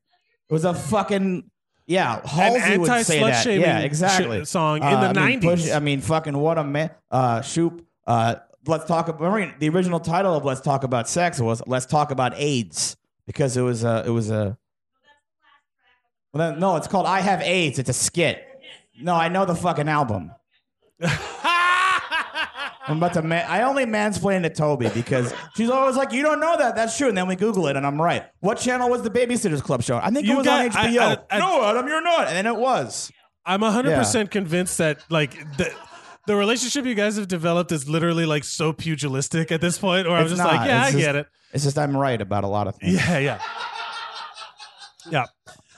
J: it was a fucking yeah. Halsey would say
A: anti-slut
J: that.
A: shaming
J: yeah, exactly. Uh,
A: sh- song in the
J: I mean,
A: 90s.
J: Push- I mean, fucking what a man. Uh, Shoop. Uh, let's talk about. Remember the original title of "Let's Talk About Sex" was "Let's Talk About AIDS" because it was a it was a. Well, then, no, it's called "I Have AIDS." It's a skit. No, I know the fucking album. I'm about to. Ma- I only mansplain to Toby because she's always like, "You don't know that. That's true." And then we Google it, and I'm right. What channel was the Babysitters Club show? I think
A: You
J: it was
A: got-
J: on
A: I-
J: HBO.
A: I- I-
J: no, Adam, you're not. And then it was.
A: I'm 100 percent convinced that like the the relationship you guys have developed is literally like so pugilistic at this point. Or I'm
J: It's
A: just
J: not.
A: like, yeah,
J: It's
A: I
J: just-
A: get it.
J: It's just I'm right about a lot of things.
A: Yeah, yeah, yeah.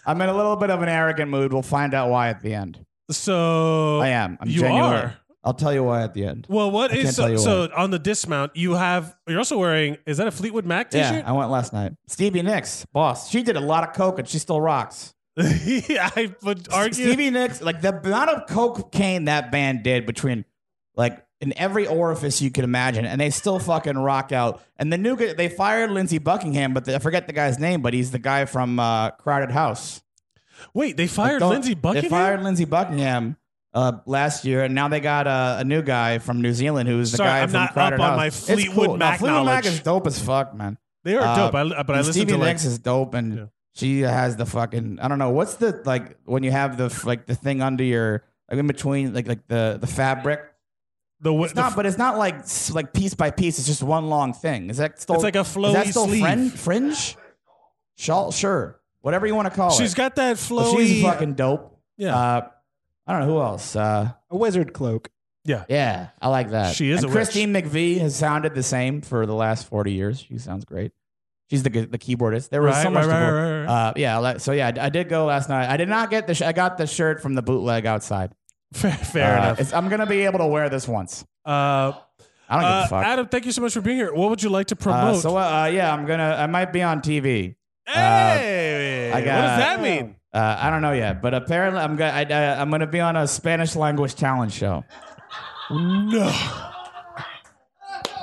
J: I'm in a little bit of an arrogant mood. We'll find out why at the end.
A: So
J: I am. I'm
A: you
J: genuine.
A: are.
J: I'll tell you why at the end.
A: Well, what
J: I
A: is
J: can't tell
A: so,
J: you
A: so on the dismount? You have you're also wearing is that a Fleetwood Mac T-shirt?
J: Yeah, I went last night. Stevie Nicks, boss. She did a lot of coke and she still rocks.
A: Yeah, I would argue.
J: Stevie Nicks, like the amount of cocaine that band did between, like, in every orifice you could imagine, and they still fucking rock out. And the new guy, they fired Lindsey Buckingham, but the, I forget the guy's name, but he's the guy from uh, Crowded House.
A: Wait, they
J: Like,
A: fired
J: don't-
A: Lindsey Buckingham.
J: They fired Lindsey Buckingham uh, last year, and now they got uh, a new guy from New Zealand who's the
A: Sorry,
J: guy
A: I'm
J: from
A: not
J: Crowded
A: up on
J: House.
A: my
J: It's
A: Fleetwood
J: cool. No,
A: Mac
J: Fleetwood Mac
A: knowledge.
J: is dope as fuck, man.
A: They are dope.
J: Uh,
A: I, but I
J: And
A: listened
J: Stevie
A: to like
J: Nicks is dope, and
A: Yeah.
J: she has the fucking I don't know what's the like when you have the like the thing under your like in between like like the the fabric.
A: the, wi-
J: It's
A: the
J: not, but it's not like s- like piece by piece. It's just one long thing. Is that still?
A: It's like a
J: is that
A: flowy
J: still
A: sleeve.
J: frin- fringe? Shawl, sure, whatever you want to call
A: She's
J: it.
A: got that
J: But
A: flowy.
J: she's fucking dope.
A: Yeah.
J: Uh, I don't know who else. Uh,
H: A wizard cloak.
J: yeah, I like that.
A: She is
J: And
A: a witch.
J: Christine McVie has sounded the same for the last forty years. She sounds great. She's the the keyboardist. There was
A: right,
J: so much.
A: right,
J: to
A: right,
J: go-
A: right, right.
J: Uh, yeah. I like- So yeah, I, I did go last night. I did not get the. Sh- I got the shirt from the bootleg outside.
A: fair fair
J: Uh,
A: enough.
J: it's- I'm gonna be able to wear this once.
A: Uh,
J: I don't
A: uh,
J: give a fuck.
A: Adam, thank you so much for being here. What would you like to
J: Uh,
A: promote?
J: so uh, yeah, I'm gonna. I might be on Uh, TV.
A: hey,
J: I
A: what does
J: got-
A: that mean?
J: Uh, I don't know yet, but apparently I'm gonna. I, I, I'm gonna be on a Spanish language talent show.
A: No,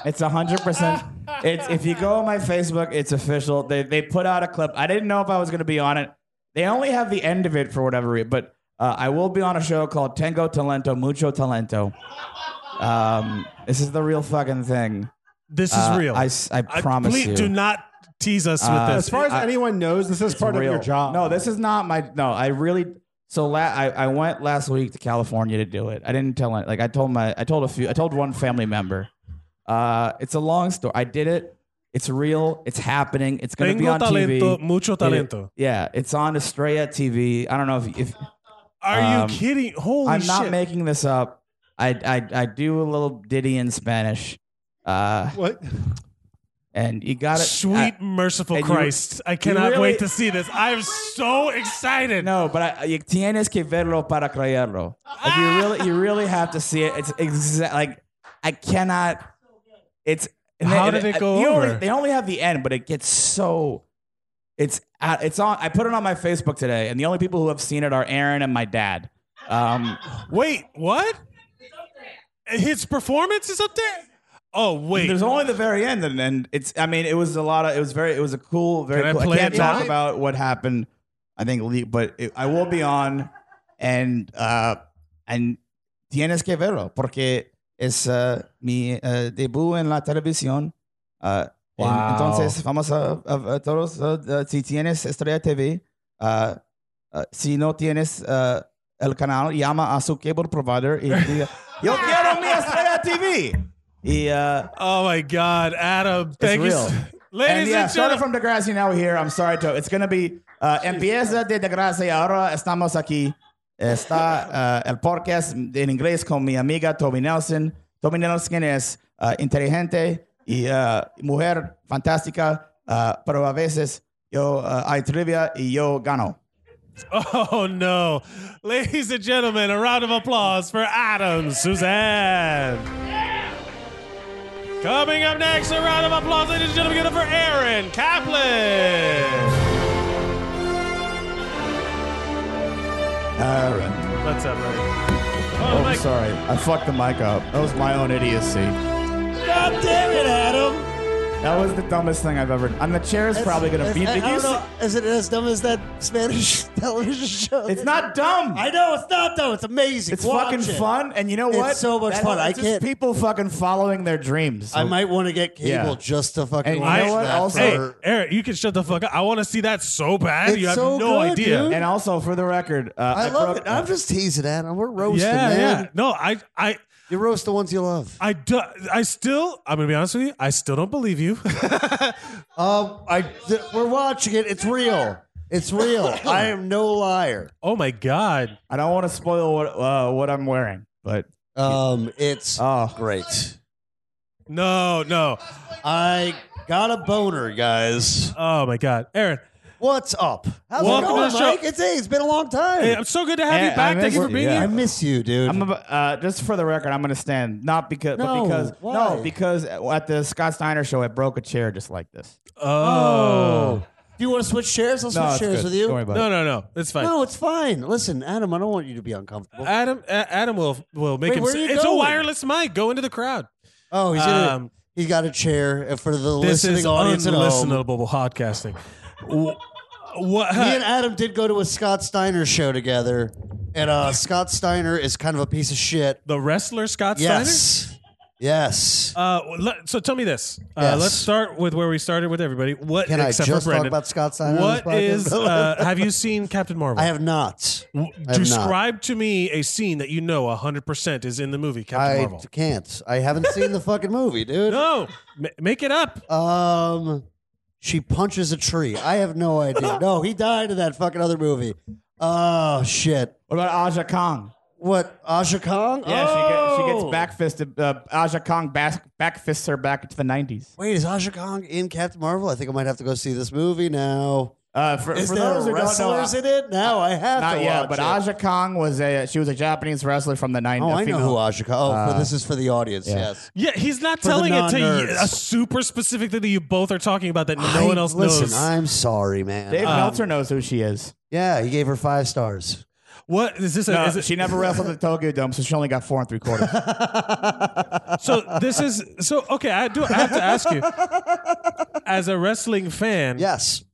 J: It's hundred percent. It's if you go on my Facebook, it's official. They they put out a clip. I didn't know if I was gonna be on it. They only have the end of it for whatever reason, but uh, I will be on a show called Tengo Talento Mucho Talento. Um, this is the real fucking thing.
A: this is
J: Uh,
A: real.
J: I, s- I
A: I-
J: promise
A: please
J: you.
A: do not tease us
J: Uh,
A: with
H: As
A: this.
H: far as
J: I-
H: anyone knows, this is
J: It's
H: part of your
J: real.
H: job.
J: No, this is not my. No, I really. So la- I, I went last week to California to do it. I didn't tell any- like I told my I told a few I told one family member. Uh, it's a long story. I did it. It's real. It's happening. It's gonna
A: Tengo
J: be on
A: talento,
J: TV.
A: mucho
J: It-
A: talento.
J: yeah, it's on Estrella TV. I don't know if, if
A: Are
J: Um,
A: you kidding? Holy
J: I'm
A: shit!
J: not making this up. I, I I do a little ditty in Spanish. Uh,
H: What?
J: and you got it.
A: Sweet merciful
J: and you-
A: Christ! I cannot
J: really-
A: wait to see this. I'm so excited.
J: No, but I, you tienes que verlo para creerlo. Like
A: Ah!
J: you really, you really have to see it. It's exact. Like I cannot. It's and
A: How
J: they-
A: did it
J: uh,
A: go
J: you only-
A: over?
J: they only have the end, but it gets so. It's uh, it's on. I put it on my Facebook today, and the only people who have seen it are Aaron and my dad. Um,
A: Wait, what? His performance is up there. Oh wait,
J: there's only the very end, and, and it's. I mean, it was a lot of. It was very. It was a cool. Very.
A: Can I
J: cool.
A: play
J: I can't
A: it
J: talk
A: live?
J: about what happened. I think, le- but it, I will be on, and uh, and tienes que verlo porque es uh, mi uh, debut en la televisión. Uh, en-
H: Wow.
J: Entonces vamos a, a, a todos. uh, uh, si tienes Estrella TV, uh, uh, si no tienes uh, el canal, llama a su cable provider y diga, yo quiero mi Estrella TV. Y uh,
A: Oh my God, Adam! Thank you,
J: real.
A: ladies
J: and
A: and,
J: yeah, started
A: gentlemen.
J: from Degrassi. Now we're here. I'm sorry to. It's gonna be uh, empieza de Degrassi. Ahora estamos aquí. Está uh, el podcast en inglés con mi amiga Toby Nelson. Toby Nelson es uh, inteligente y uh, mujer fantástica, uh, pero a veces yo uh, hay trivia y yo gano.
A: Oh no, ladies and gentlemen, a round of applause for Adam Suzanne. Coming up next, a round of applause, ladies and gentlemen, give it up for Aaron Kaplan.
J: Aaron.
A: What's up, buddy?
J: Oh,
A: Oh,
J: I'm
A: Mike,
J: sorry. I fucked the mic up. That was my own idiocy. God damn it, Adam. That was the dumbest thing I've ever. And the chair is probably gonna be.
K: I, I
J: Did you
K: don't
J: see-
K: know. Is it as dumb as that Spanish television show?
J: It's not dumb.
K: I know it's not dumb. It's amazing.
J: It's
K: Watch
J: fucking
K: it.
J: fun, and you know
K: It's
J: what?
K: so much fun. I
J: it's just
K: can't-
J: People fucking following their dreams.
K: I might want to get cable
J: Yeah.
K: just to fucking
J: And you
K: watch
J: know what?
K: that.
J: Also-
A: hey,
K: for-
A: Eric, you can shut the fuck up. I want to see that so bad.
K: It's
A: you have
K: so
A: no
K: good,
A: idea. uh,
K: dude.
J: and also, for the record, uh,
K: I, love
J: broke-
K: it. I'm just teasing at him. We're roasting,
A: Yeah,
K: man.
A: yeah. No, I, I,
K: You roast the ones you love.
A: I, do, I still. I'm gonna be honest with you. I still don't believe you.
K: Um, I th- we're watching it. It's real. It's real. I am no liar.
A: oh my god.
J: I don't want to spoil what uh, what I'm wearing, but
K: Um, it's
J: oh,
K: great.
A: No, no.
K: I got a boner, guys.
A: Oh my god, Aaron.
K: What's up? How's
A: Welcome
K: it
A: to
K: going,
A: the show.
K: Mike? It's hey, it's been a long time.
A: Hey, I'm so good to have
J: Hey,
A: you back.
J: I
A: Thank you
J: miss
A: for
J: you,
A: being
J: yeah.
K: I
A: here.
K: miss you, dude.
J: I'm ab- uh, just for the record, I'm gonna stand not because,
K: No,
J: but because
K: why?
J: no, because at the Scott Steiner show, I broke a chair just like this.
A: Oh.
K: Do you want to switch chairs? I'll switch
J: No, it's
K: chairs
J: good.
K: with
J: Don't
K: you.
J: worry about
A: No,
J: it.
A: no, no. It's fine.
K: No, it's fine. Listen, Adam, I don't want you to be uncomfortable.
A: Adam, A- Adam will will make
K: Wait,
A: him.
K: where are you
A: it's a
K: going?
A: wireless mic. Go into the crowd.
K: oh, he's gonna,
A: Um,
K: he's got a chair and for the
A: This
K: listening
A: is
K: audience at home. Me
A: unlistenable podcasting. Wh- what?
K: and Adam did go to a Scott Steiner show together, and uh, Scott Steiner is kind of a piece of shit.
A: the wrestler Scott Steiner.
K: Yes, yes.
A: Uh, let, so tell me this. Uh,
K: Yes.
A: Let's start with where we started with everybody. What?
K: Can I
A: except
K: just
A: for
K: talk
A: Brandon,
K: about Scott Steiner? on
A: What
K: this podcast?
A: is? Uh, have you seen Captain Marvel?
K: I have not.
A: W-
K: I have
A: Describe to me a scene that you know hundred percent is in the movie Captain
K: I
A: Marvel.
K: can't. I haven't seen the fucking movie, dude.
A: No, M- make it up.
K: Um, she punches a tree. I have no idea. no, he died in that fucking other movie. Oh shit!
J: What about Aja Kong?
K: What Asha Kong?
J: Yeah,
K: oh!
J: she, get, she gets back fisted. Uh, Aja Kong back, back fists her back into the 90s.
K: Wait, is Asha Kong in Captain Marvel? I think I might have to go see this movie now.
J: Uh, for,
K: Is
J: for
K: there
J: those who don't know,
K: wrestlers in it? Now I have
J: Not
K: to
J: yet,
K: watch
J: but
K: it.
J: Aja Kong was a she was a Japanese wrestler from the 90s.
K: Oh, I know who
J: female-
K: Asha Kong. Oh, for-
J: Uh,
K: this is for the audience.
J: yeah.
K: Yes.
A: Yeah, he's not
K: For the
A: telling it to you,
K: non-nerds.
A: a super specific thing that you both are talking about that no one
K: I-
A: else
K: listen,
A: knows.
K: I'm sorry, man.
J: Dave
A: Um,
J: Meltzer knows who she is.
K: yeah, he gave her five stars.
A: what is this? A,
J: No,
A: is it,
J: she never wrestled at the Tokyo Dome, so she only got four and three quarters.
A: so this is so okay. I do. I have to ask you, as a wrestling fan,
K: Yes.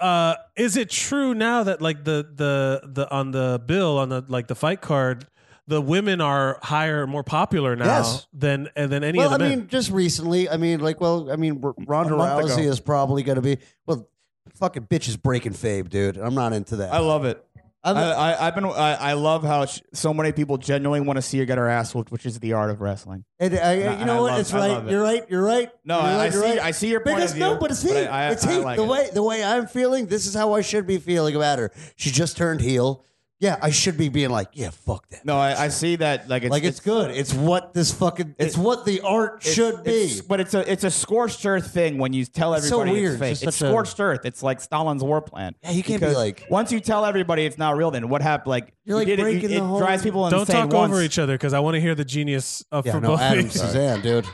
A: uh, is it true now that like the the the on the bill on the like the fight card, the women are higher, more popular now
K: Yes.
A: than and than any
K: well,
A: of the
K: I
A: men?
K: mean, just recently. I mean, like, well, I mean, R- Ronda
J: A month
K: Rousey
J: ago.
K: is probably going to be well. Fucking bitch is breaking fame, dude. I'm not into that.
J: I love it. I,
K: I'm-
J: I, I've been. I, I love how sh- so many people genuinely want to see her get her ass whooped, which is the art of wrestling.
K: and I,
J: No,
K: you
J: I
K: know what?
J: love-
K: it's
J: I
K: right.
J: love it.
K: You're right. You're right.
J: No,
K: you're
J: I,
K: right,
J: I
K: you're
J: see.
K: right.
J: I see your point
K: Because
J: of view.
K: no, but it's heat.
J: I- I-
K: it's
J: I
K: heat.
J: like
K: the
J: it.
K: way the way I'm feeling, this is how I should be feeling about her. She just turned heel. Yeah, I should be being like, yeah, fuck that.
J: No, I, I see that. Like it's
K: like it's, good. It's what this fucking. It's
J: it-
K: what the art
J: It's-
K: should
J: it's-
K: be.
J: but it's a it's a scorched earth thing when you tell
K: It's so
J: everybody
K: weird.
J: it's fake.
K: Just
J: It's
K: such a-
J: scorched earth. It's like Stalin's war plan.
K: Yeah, you can't be
J: Because
K: like-
J: once you tell everybody it's not real, then what happened? Like
K: You're
J: you
K: like
J: did it, you-
K: breaking
J: it,
K: the whole-
J: drives people
A: Don't
J: insane
A: talk
J: once.
A: over each other because I want to hear the genius of
K: yeah,
A: from
K: no,
A: both.
K: Adam
A: of you.
K: Suzanne, dude.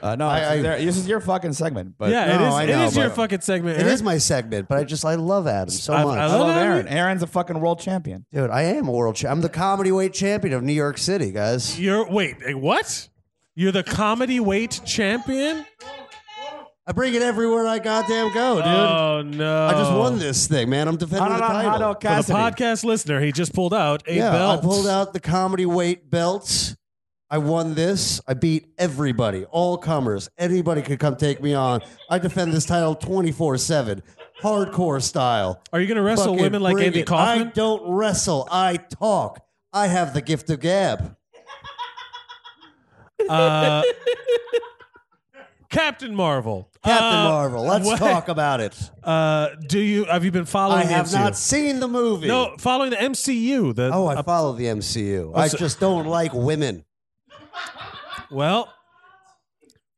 J: Uh, no,
K: I- I-
J: there- this is your fucking segment. But
A: yeah,
K: No,
A: it is.
K: I know,
A: it is your
K: but-
A: fucking segment.
K: It
A: Eric.
K: is my segment, but I just I love Adam so
A: I- I
K: much,
J: I love
A: Hello,
J: Aaron. Aaron's a fucking world champion.
K: dude. I am a world. Cha- I'm the comedy weight champion of New York City, guys.
A: You're wait, eh, what? You're the comedy weight champion?
K: I bring it everywhere I goddamn go, dude.
A: Oh no!
K: I just won this thing, man. I'm defending the
J: Hot
K: title.
J: dog
A: For the
J: Cassidy.
A: podcast listener, he just pulled out a
K: yeah,
A: belt.
K: I pulled out the comedy weight belts. I won this. I beat everybody, all comers. Anybody could come take me on. I defend this title 24 7, hardcore style.
A: Are you going to wrestle
K: Fucking
A: women like
K: bring
A: Andy
K: it.
A: Kaufman?
K: I don't wrestle. I talk. I have the gift of gab.
A: Uh, Captain Marvel.
K: Captain
A: Uh,
K: Marvel, let's
A: what-
K: talk about it.
A: Uh, do you have you been following?
K: I
A: the
K: have
A: MCU?
K: not seen the movie.
A: No, following the MCU. The
K: Oh, I
A: uh,
K: follow the MCU. I
A: so-
K: just don't like women.
A: well,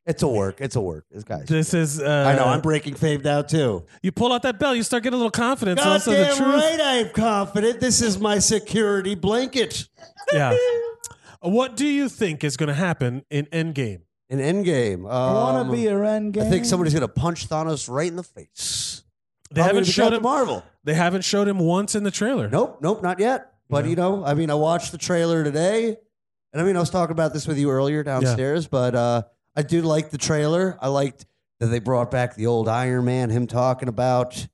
K: It's a work. It's a work. This guys.
A: this is. Uh,
K: I know. I'm breaking fame now too.
A: you pull out that belt, you start getting a little confidence.
K: God
A: also, the
K: damn
A: truth.
K: right, I'm confident. This is my security blanket.
A: Yeah. What do you think is going to happen in Endgame?
K: An Endgame. Um,
J: I want to be a Ren game.
K: I think somebody's gonna punch Thanos right in the face.
A: They
K: Probably
A: haven't
K: to be
A: showed
K: Captain
A: him.
K: Marvel.
A: They haven't showed him once in the trailer.
K: Nope, nope, not yet. But you know, I mean, I watched the trailer today, and I mean, I was talking about this with you earlier downstairs. But uh, I do like the trailer. I liked that they brought back the old Iron Man. Him talking about,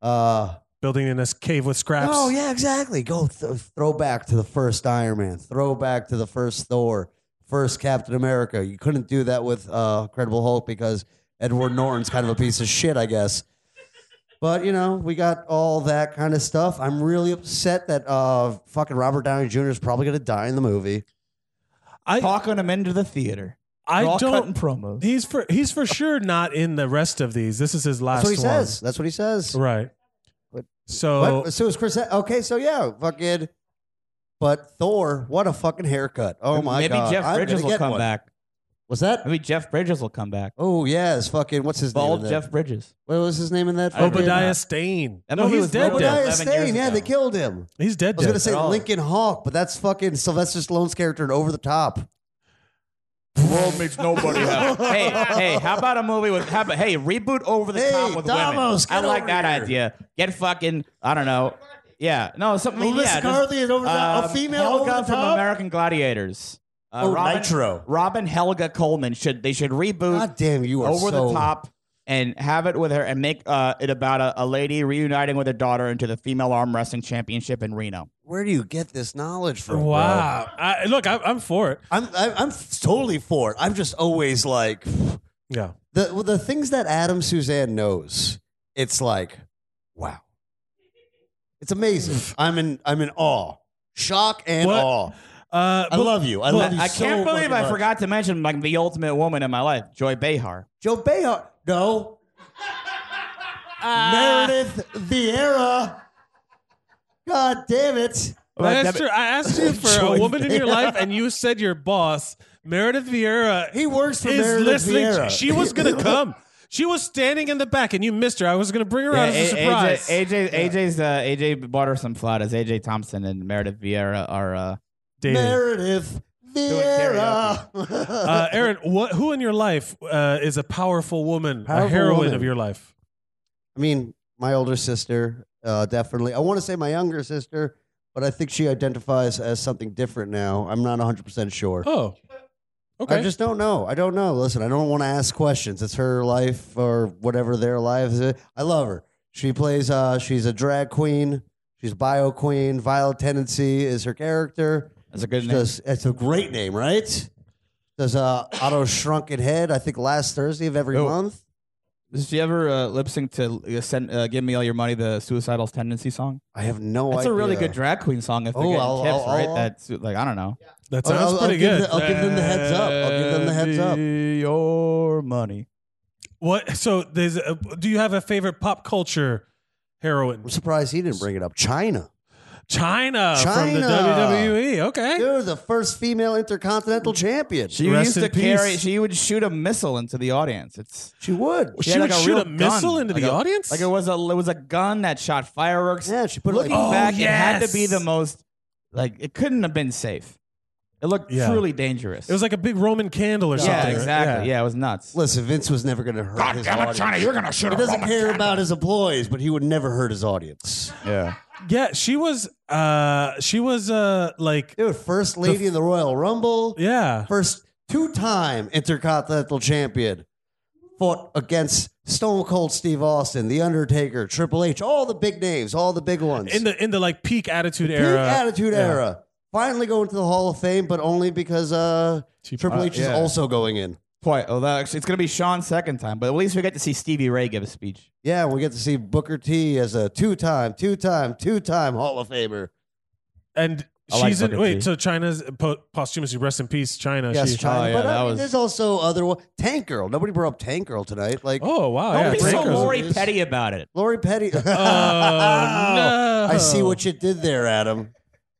K: uh,
A: Building in this cave with scraps.
K: oh yeah, exactly. Go th- throwback to the first Iron Man. Throwback to the first Thor. First Captain America. You couldn't do that with uh, Incredible Hulk because Edward Norton's kind of a piece of shit, I guess. But you know, we got all that kind of stuff. I'm really upset that uh, fucking Robert Downey Jr. is probably gonna die in the movie.
A: I
J: talking him into the theater. They're
A: I
J: all cutting
A: don't.
J: promos.
A: He's for he's for sure not in the rest of these. This is his last
K: That's what he
A: one.
K: says. That's what he says.
A: Right.
K: But-
J: Oh.
A: So
K: But so is Chris. E-, Okay, so yeah, fucking. But Thor, what a fucking haircut! Oh my
J: Maybe
K: god!
J: Jeff
K: I'm
J: Bridges
K: gonna
J: will
K: get
J: come
K: one.
J: back.
K: Was that?
J: Maybe Jeff Bridges will come back.
K: Oh yes, fucking. What's his
J: Bald
K: name? in that-
J: Jeff Bridges.
K: What was his name in that?
J: I don't
K: fucking- uh,
A: Obadiah Stane.
J: That
A: No,
J: movie
A: he's
J: was
A: dead.
J: Obadiah-
K: Obadiah
A: Dead.
J: 11
K: Stane.
J: years
K: Yeah,
J: ago.
K: they killed him.
A: He's
K: I
A: dead.
K: was gonna
A: dead.
K: say Lincoln Hawk, but that's fucking Sylvester Stallone's character in Over the Top.
C: World makes nobody happy.
J: hey, hey, how about a movie with how about hey, reboot over the
K: Hey,
J: top with
K: Davos,
J: women.
K: get
J: I like
K: over
J: that
K: here.
J: idea. Get fucking I don't know. Yeah. No, something
K: Melissa
J: yeah, just,
K: Carthy and Over the Top. A
J: um,
K: female
J: Helga
K: Over the
J: from
K: Top?
J: American Gladiators. Uh,
K: Oh,
J: Robin,
K: Nitro.
J: Robin Helga Coleman should they should reboot
K: God damn, you are
J: over
K: so-
J: the top and have it with her and make uh, it about a, a lady reuniting with her daughter into the female arm wrestling championship in Reno.
K: Where do you get this knowledge from? bro?
A: Wow. I, look, I, I'm for it.
K: I'm I'm, I'm f- totally for it. I'm just always like
A: Yeah.
K: the well, the things that Adam Suzanne knows. It's like, wow, it's amazing. I'm in I'm in awe, shock and
A: What?
K: awe.
A: Uh,
K: I
A: but-
K: love you. I
A: well,
K: love you.
J: I
K: so
J: can't believe
K: fucking
J: I
K: much.
J: forgot to mention like the ultimate woman in my life, Joy Behar.
K: Joe Behar. No. Meredith Vieira. God damn it.
A: that's true. I asked you for a
K: Joy
A: woman in your life, and you said your boss, Meredith Vieira,
K: He works for
A: is
K: Meredith
A: listening.
K: Vieira.
A: She was going to come. She was standing in the back, and you missed her. I was going to bring her out as a
J: A-
A: surprise.
J: AJ, AJ, AJ's uh, AJ bought her some flowers. AJ Thompson and Meredith Vieira are. Uh,
A: Dating.
K: Meredith Vieira.
A: Uh, Aaron, what, who in your life uh, is a powerful woman, a
K: Powerful
A: heroine
K: woman.
A: of your life?
K: I mean, my older sister, uh, definitely. I want to say my younger sister, but I think she identifies as something different now. I'm not 100% sure.
A: Oh, okay.
K: I just don't know. I don't know. Listen, I don't want to ask questions. It's her life or whatever their life is. I love her. She plays. Uh, she's a drag queen. She's a bio queen. Violet Tendency is her character.
J: that's a good
K: She
J: name.
K: does. It's a great name, right? Does uh, Otto Shrunken Head? I think last Thursday of every
J: Oh.
K: month.
J: Did you ever uh, lip sync to uh, send, uh, "Give Me All Your Money" the Suicidal Tendency song?
K: I have no
J: That's
K: idea.
J: a really good drag queen song. If they're
K: Oh,
J: getting
K: I'll-
J: tips,
K: I'll-
J: right?
K: I'll-
J: That's like I don't know.
A: that
K: I'll-
A: sounds
K: I'll-
A: pretty
K: I'll
A: good.
K: give the- I'll give them the heads up. I'll give them the heads up.
J: Send me Your money.
A: what? So, there's a, do you have a favorite pop culture heroine?
K: I'm surprised he didn't bring it up. China.
A: China, from the E,
K: China.
A: WWE. Okay.
K: Dude, the first female intercontinental champion.
J: She
A: Rest
J: used to
A: in peace.
J: carry. She would shoot a missile into the audience. It's
K: She would.
J: she
A: She
J: had
A: would
J: like
A: shoot
J: real
A: a missile
J: gun.
A: into
J: Like
A: the
J: a-
A: audience?
J: Like it was a it was a gun that shot fireworks.
K: Yeah, she put it
J: Looking
K: like
J: back, it had to be
A: Oh, yes.
J: the most like it couldn't have been safe. It looked
A: Yeah.
J: truly dangerous.
A: It was like a big Roman candle or
J: yeah,
A: something. right?
J: exactly. Yeah. it was nuts.
K: Listen, Vince was never going to hurt his audience.
J: you're gonna shoot
K: He doesn't care about his employees, but he would never hurt his audience.
J: Yeah.
A: Yeah, she was. Uh, she was uh, like,
K: Dude, first lady in the Royal Rumble,
A: yeah,
K: first two-time intercontinental champion, fought against Stone Cold Steve Austin, The Undertaker, Triple H, all the big names, all the big ones.
A: in the in the like peak attitude
K: Peak
A: era.
K: Attitude
A: Yeah.
K: Era. Finally going to the Hall of Fame, but only because uh,
A: She-
K: Triple H is
J: yeah.
K: also going in.
J: Point. Oh, that actually, it's gonna be Sean's second time, but at least we get to see Stevie Ray give a speech.
K: Yeah, we get to see Booker T as a two-time, two-time, two-time Hall of Famer.
A: And
J: I like
A: she's in.
J: Booker
A: Wait,
J: T.
A: so China's po- posthumously rest in peace, China.
K: Yes,
A: she,
K: China.
J: Oh, yeah,
K: but
J: that
K: I mean,
J: was-
K: there's also other one. Tank Girl. Nobody brought up Tank Girl tonight. Like
A: Oh wow!
J: Don't
A: yeah,
J: be so
A: Tank Girl's-
J: Lori
K: Tanker's-
J: Petty about it.
K: Lori Petty.
A: Oh no!
K: I see what you did there, Adam.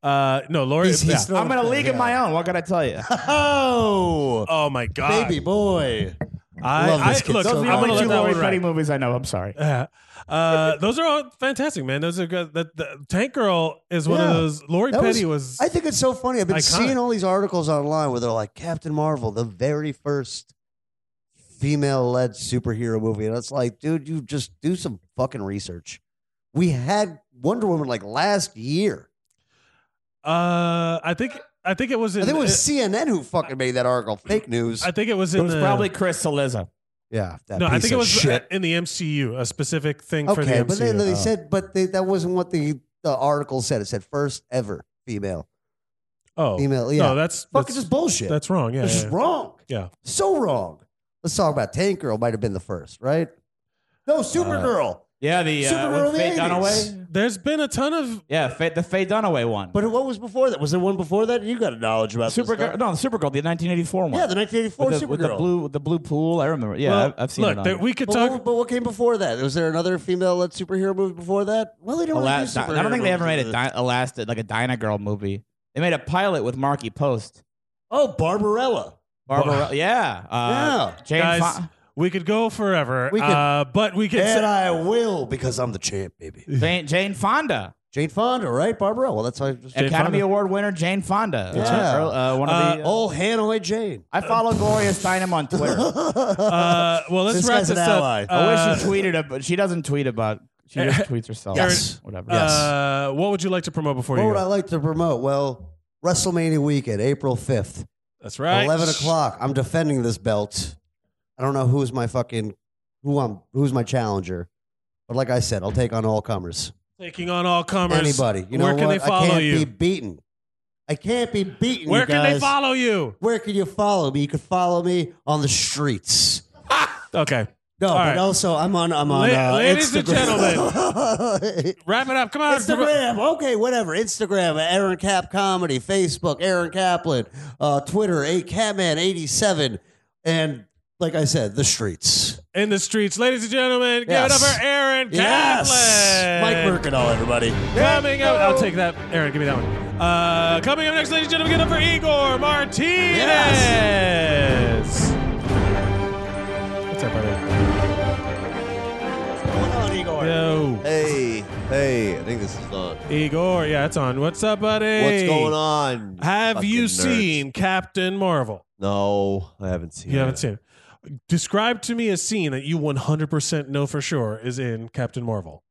A: Uh, no, Lori.
K: He's- he's
A: yeah.
K: not-
J: I'm in a league of
K: Yeah.
J: my own. What can I tell you?
K: Oh,
A: Oh my god!
K: baby boy.
A: I,
K: love this
A: I-
K: kid
A: look,
K: so
A: I'm
K: much.
A: gonna
K: Only
A: let
J: two
A: that
J: Lori
A: one
J: Petty
A: ride.
J: movies I know. I'm sorry.
A: Yeah. Uh, those are all fantastic, man. Those are good. That the Tank Girl is one of
K: Yeah.
A: those. Lori
K: That
A: Petty was.
K: was- I think it's so funny. I've been
A: Iconic.
K: seeing all these articles online where they're like Captain Marvel, the very first female-led superhero movie, and it's like, dude, you just do some fucking research. We had Wonder Woman like last year.
A: uh, I think. I think it was. In,
K: I think it was CNN who fucking made that article. Fake news.
A: I think it was
J: It
A: in.
J: was
A: the,
J: probably Chris Saliza.
K: yeah, that
A: No, I
K: piece
A: think it
K: of
A: was uh,
K: shit.
A: in the MCU, a specific thing for the
K: Okay,
A: MCU.
K: but then they said, but they, that wasn't what the, the article said. It said first ever female.
A: oh,
K: Female, yeah.
A: no, that's
K: Fucking
A: that's,
K: just bullshit.
A: that's wrong. Yeah,
K: It's
A: yeah,
K: just wrong.
A: Yeah.
K: So wrong. Let's talk about Tank Girl might have been the first, right? No, Supergirl.
J: Uh, Yeah, the
K: Supergirl
J: uh, with
K: in the
J: Faye
K: 80s.
J: Dunaway.
A: There's been a ton of
J: Yeah, Faye, the Faye Dunaway one.
K: but what was before that? Was there one before that? You got a knowledge about this
J: Supergirl,
K: stuff.
J: no, Supergirl, the 1984 one.
K: Yeah, the 1984
J: with the,
K: Supergirl.
J: with the blue, with the blue pool. I remember. Yeah,
A: well,
J: I've, I've seen
A: look,
J: it. On
A: there- we could
K: But,
A: talk.
K: what, but what came before that? Was there another female-led superhero movie before that? Well, they don't really
J: Elas-
K: do
J: I don't think they ever made a, di- a last like a Dinah Girl movie. They made a pilot with Marky Post.
K: Oh, Barbarella.
J: Barbara, yeah, uh,
K: Yeah.
J: Jane
A: Guys,
J: Fo-
A: we could go forever.
K: We could-
A: uh, but we could.
K: And
A: say-
K: I will because I'm the champ, baby.
J: Jane, Jane Fonda,
K: Jane Fonda, right? Barbarella. That's why I just
A: Jane
J: Academy
A: Fonda.
J: Award winner Jane Fonda.
K: Yeah.
J: Uh, earl- uh, one of the.
K: Oh, Hanoi Jane.
J: I follow Gloria Steinem on Twitter.
A: uh, well, let's
K: This
A: wrap
K: guy's
A: this
K: an
A: up.
K: ally.
J: I wish
A: Uh,
J: she tweeted, it, but she doesn't tweet about. She just tweets herself.
K: Yes.
J: whatever.
A: Uh, what would you like to promote before
K: What
A: you?
K: would
A: Go?
K: I like to promote? Well, WrestleMania weekend, April 5th,
A: That's right.
K: 11 o'clock. I'm defending this belt. I don't know who's my fucking, who I'm, who's my challenger. But like I said, I'll take on all comers.
A: Taking on all comers.
K: Anybody. You know
A: Where
K: what?
A: can they
K: I
A: follow
K: can't
A: you?
K: be beaten. I can't be beaten.
A: Where
K: you
A: can they
K: guys.
A: follow you?
K: Where can you follow me? You can follow me on the streets.
A: Okay,
K: No,
A: All
K: but
A: right.
K: also I'm on. I'm on.
A: La-
K: uh,
A: ladies and
K: Instagram.
A: wrap it up. Come on.
K: Instagram, okay, whatever. Instagram, Aaron Cap Comedy, Facebook, Aaron Kaplan, uh, Twitter, a Catman eighty seven, and like I said, the streets.
A: in the streets, ladies and gentlemen. Give it up
K: Yes.
A: for Aaron
K: Yes,
A: Kaplan.
K: Mike Mercadal, everybody.
A: Coming up, I'll take that. Aaron, give me that one. Uh, coming up next, ladies and gentlemen, get up for Igor Martinez. What's up, buddy?
K: Going on, Igor.
A: Yo,
L: Hey, hey, I think this is on.
A: Igor. Yeah, it's on. What's up, buddy?
L: What's going on?
A: Have you
L: fucking nerds?
A: seen Captain Marvel?
L: No, I haven't seen
A: You
L: it.
A: haven't seen. it. Describe to me a scene that you 100% know for sure is in Captain Marvel.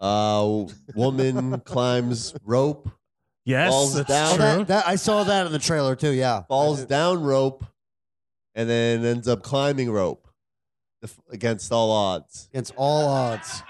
L: Uh, woman climbs rope,
A: Yes,
L: Falls
A: that's
L: down.
K: Oh,
A: true.
K: that, that, I saw that in the trailer too. Yeah,
L: falls down rope, and then ends up climbing rope def- against all odds,
K: It's all odds.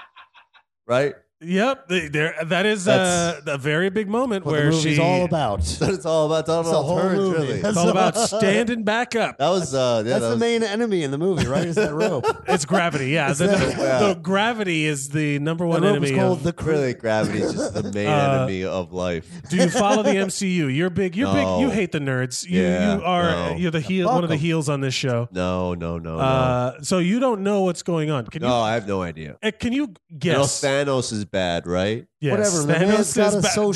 L: right?
A: Yep, they- there. That is uh,
L: That's-
A: a very big moment
K: What
A: where
K: the movie's
A: she.
K: all about.
L: That's what it's all about. It's all
K: It's
L: about
K: the whole
L: turns,
K: movie.
L: really.
K: That's-
L: That
A: It's all about standing back up.
L: was, uh, yeah,
K: That's
L: that
K: the
L: was,
K: main enemy in the movie, right? Is that rope?
A: It's gravity. Yeah, the,
K: that-
A: the gravity is the number
K: The
A: one
K: rope
A: enemy.
K: is called
A: of-
K: the cr-
L: really gravity is just the main
A: Uh,
L: enemy of life.
A: do you follow the MCU? You're big. You're big.
L: No.
A: You hate the nerds. You,
L: Yeah,
A: you are.
L: no.
A: You're the heel.
K: Fuck
A: One of the
K: 'em.
A: heels on this show.
L: No, no, no, no.
A: Uh, so you don't know what's going on. Can
L: no, I have no idea.
A: you? uh, Can you
L: You know,
A: guess?
L: Thanos is bad, right?
A: Yes, Thanos is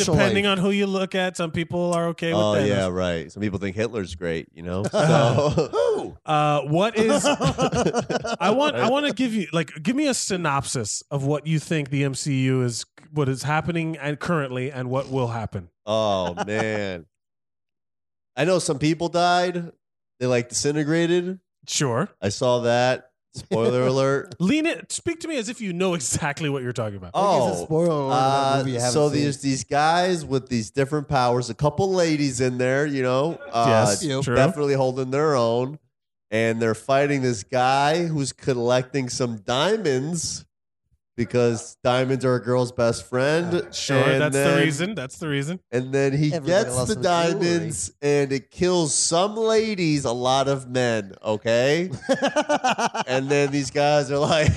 A: ba- Depending on who you look at, some people are okay with
L: Oh
A: Thanos.
L: yeah, right. Some people think Hitler's great, you know. So
A: Uh, what is? I want. I want to give you like give me a synopsis of what you think the MCU is, what is happening and currently, and what will happen.
L: Oh man. I know some people died. They like disintegrated.
A: Sure.
L: I saw that. Spoiler alert.
A: Lean it. Speak to me as if you know exactly what you're talking about.
L: Oh, uh,
K: movie you haven't
L: so
K: seen.
L: there's these guys with these different powers. A couple ladies in there, you know, uh,
A: Yes, Yep. true.
L: definitely holding their own, and they're fighting this guy who's collecting some diamonds because diamonds are a girl's best friend.
A: Sure,
L: And
A: that's the
L: then-
A: reason. That's the reason.
L: And then he
A: Everybody
L: gets
A: loves
L: the
A: some jewelry.
L: diamonds, and it kills some ladies, a lot of men. Okay, and then these guys are like,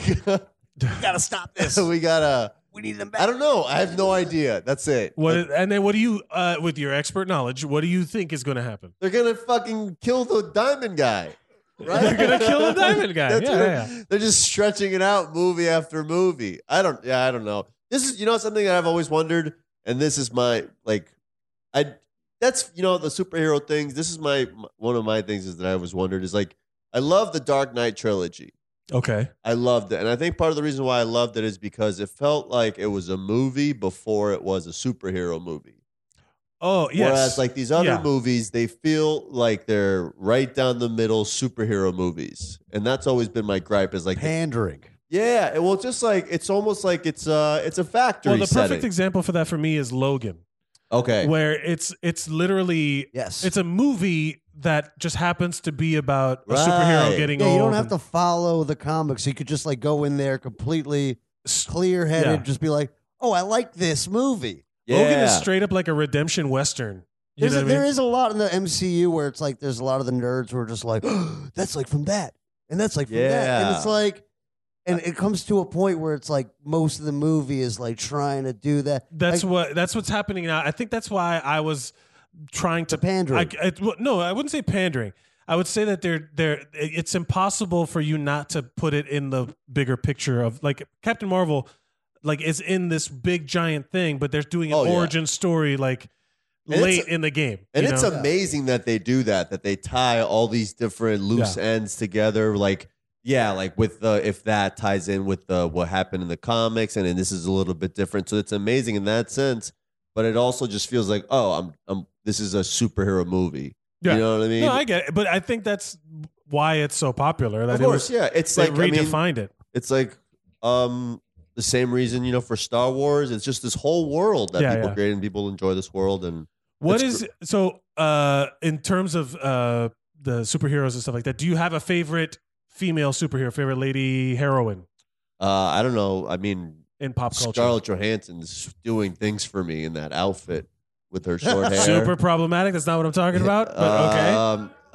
L: "We
K: gotta stop
L: this. we gotta. We need them back." I don't know. I have no idea. That's it.
A: What and then what do you, uh, with your expert knowledge, what do you think is going to happen?
L: They're gonna fucking kill the diamond guy. Right? They're
A: gonna kill the diamond guy. Yeah,
L: what I'm-
A: yeah,
L: They're just stretching it out movie after movie. I don't. Yeah, I don't know. This is you know something that I've always wondered, and this is my like, I that's you know the superhero things. This is my one of my things is that I always wondered is like I love the Dark Knight trilogy.
A: Okay.
L: I loved it. And I think part of the reason why I loved it is because it felt like it was a movie before it was a superhero movie.
A: Oh yes.
L: Whereas like these other
A: Yeah.
L: movies, they feel like they're right down the middle superhero movies. And that's always been my gripe is like
K: pandering.
L: Yeah, it- well just like it's almost like it's uh it's a factory
A: Well, the
L: setting.
A: perfect example for that for me is Logan.
L: Okay.
A: Where it's it's literally
K: yes,
A: it's a movie that just happens to be about a
K: Right.
A: superhero getting
K: yeah,
A: old.
K: You don't have to
A: and-
K: follow the comics. You could just like go in there completely clear headed,
A: Yeah.
K: just be like, oh, I like this movie.
A: Logan is straight up like a redemption western. You
K: There's
A: know
K: a,
A: what I
K: there
A: mean?
K: is a lot in the MCU where it's like there's a lot of the nerds who are just like, that's like from that, and that's like from that, and it's
L: Yeah.
K: like, and it comes to a point where it's like most of the movie is like trying to do that.
A: That's
K: Like,
A: what that's what's happening now. I think that's why I was trying to pander. I, I- well, no, I wouldn't say pandering. I would say that they're they're it's impossible for you not to put it in the bigger picture of like Captain Marvel, like is in this big giant thing, but they're doing an
L: Oh, yeah.
A: origin story like
L: And it's
A: late
L: a-
A: in the game.
L: And
A: you
L: it's
A: know?
L: amazing that they do that, that they tie all these different loose ends together. Like, yeah, like with the if that ties in with the what happened in the comics, and then this is a little bit different. So it's amazing in that sense. But it also just feels like, oh, I'm, I'm this is a superhero movie. You know what I mean?
A: No, I get it, but I think that's why it's so popular. That
L: of course,
A: it was,
L: yeah. It's
A: they
L: like I mean,
A: redefined it.
L: It's like um the same reason, you know, for Star Wars. It's just this whole world that
A: Yeah,
L: people
A: yeah.
L: create and people enjoy this world and
A: What
L: it's
A: is so uh in terms of uh the superheroes and stuff like that? Do you have a favorite female superhero, favorite lady heroine?
L: Uh, I don't know. I mean,
A: in pop culture.
L: Scarlett Johansson's doing things for me in that outfit with her short hair.
A: Super problematic. That's not what I'm talking about. But okay,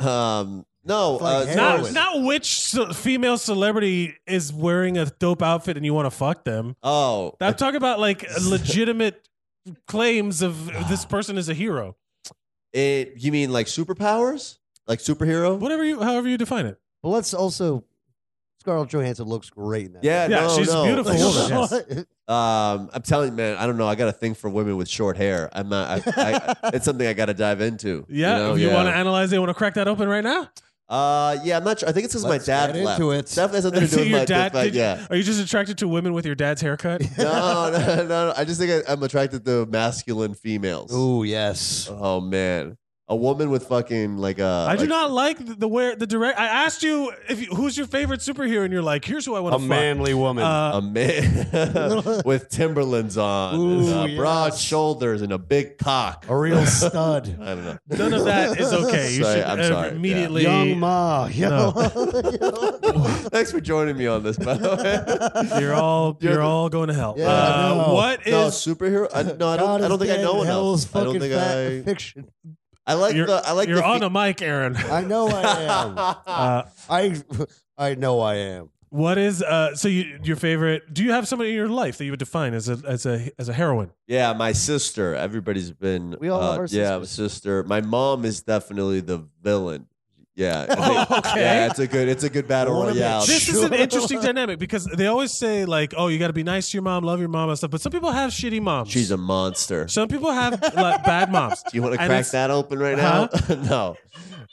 L: Um, um, no, uh, as far
A: not
L: as-
A: not which ce- female celebrity is wearing a dope outfit and you want to fuck them.
L: Oh,
A: I'm talking about like legitimate claims of this person is a hero.
L: it, you mean like superpowers, like superhero?
A: Whatever you, however you define it.
K: But let's also, Scarlett Johansson looks great in that.
L: Yeah,
K: movie.
L: no, no.
K: What?
L: Um, I'm telling you, man. I don't know. I got a thing for women with short hair. I'm not. I, I, it's something I got to dive into.
A: Yeah,
L: you, know?
A: if you
L: Yeah.
A: want to analyze, they want to crack that open right now.
L: Uh, yeah, I'm not sure. I think it's because my
A: Let's
L: dad
A: get into
L: left.
A: it.
L: Definitely has something to do with
A: Your
L: my
A: dad-
L: fact,
A: did-
L: yeah.
A: Are you just attracted to women with your dad's haircut?
L: No, no, no, no. I just think I, I'm attracted to masculine females.
K: Oh yes.
L: Oh man, a woman with fucking like a.
A: I do
L: like-
A: not like the, the where the direct. I asked you if you, who's your favorite superhero, and you're like, here's who I want to
L: a manly woman,
A: Uh,
L: a man with Timberlands on, and,
A: Ooh,
L: uh, broad shoulders, and a big cock, a
K: real stud.
L: I don't know.
A: None of that is okay. You
L: Sorry,
A: should
L: I'm
A: uh,
L: sorry. Yeah.
A: immediately.
K: Young Ma.
A: No.
L: Thanks for joining me on this, by the way.
A: You're all you're, all going to hell. uh, What
L: no,
A: is
L: superhero? I, no, I
K: God
L: don't. I
K: is
L: don't think I
K: dead,
L: know
K: hell is
L: enough. I don't
K: fucking
L: think
K: fact-
L: I.
K: fiction?
L: I like
A: You're-
L: the. I like
A: you're
L: the
A: on a mic, Aaron.
K: I know I am.
A: Uh,
K: I I know I am.
A: what is uh, so you, your favorite? Do you have somebody in your life that you would define as a as a as a heroine?
L: Yeah, my sister. Everybody's been.
K: We all
L: uh,
K: love our
L: Yeah, my sister. My mom is definitely the villain. Yeah. I think-
A: Oh, okay.
L: Yeah, it's a good it's a good battle royale.
A: This is an interesting dynamic because they always say like, "Oh, you got to be nice to your mom, love your mom and stuff." But some people have shitty moms.
L: She's a monster.
A: Some people have like, bad moms.
L: Do you want to
A: And
L: crack
A: it's- Uh-huh.
L: that open right now? no,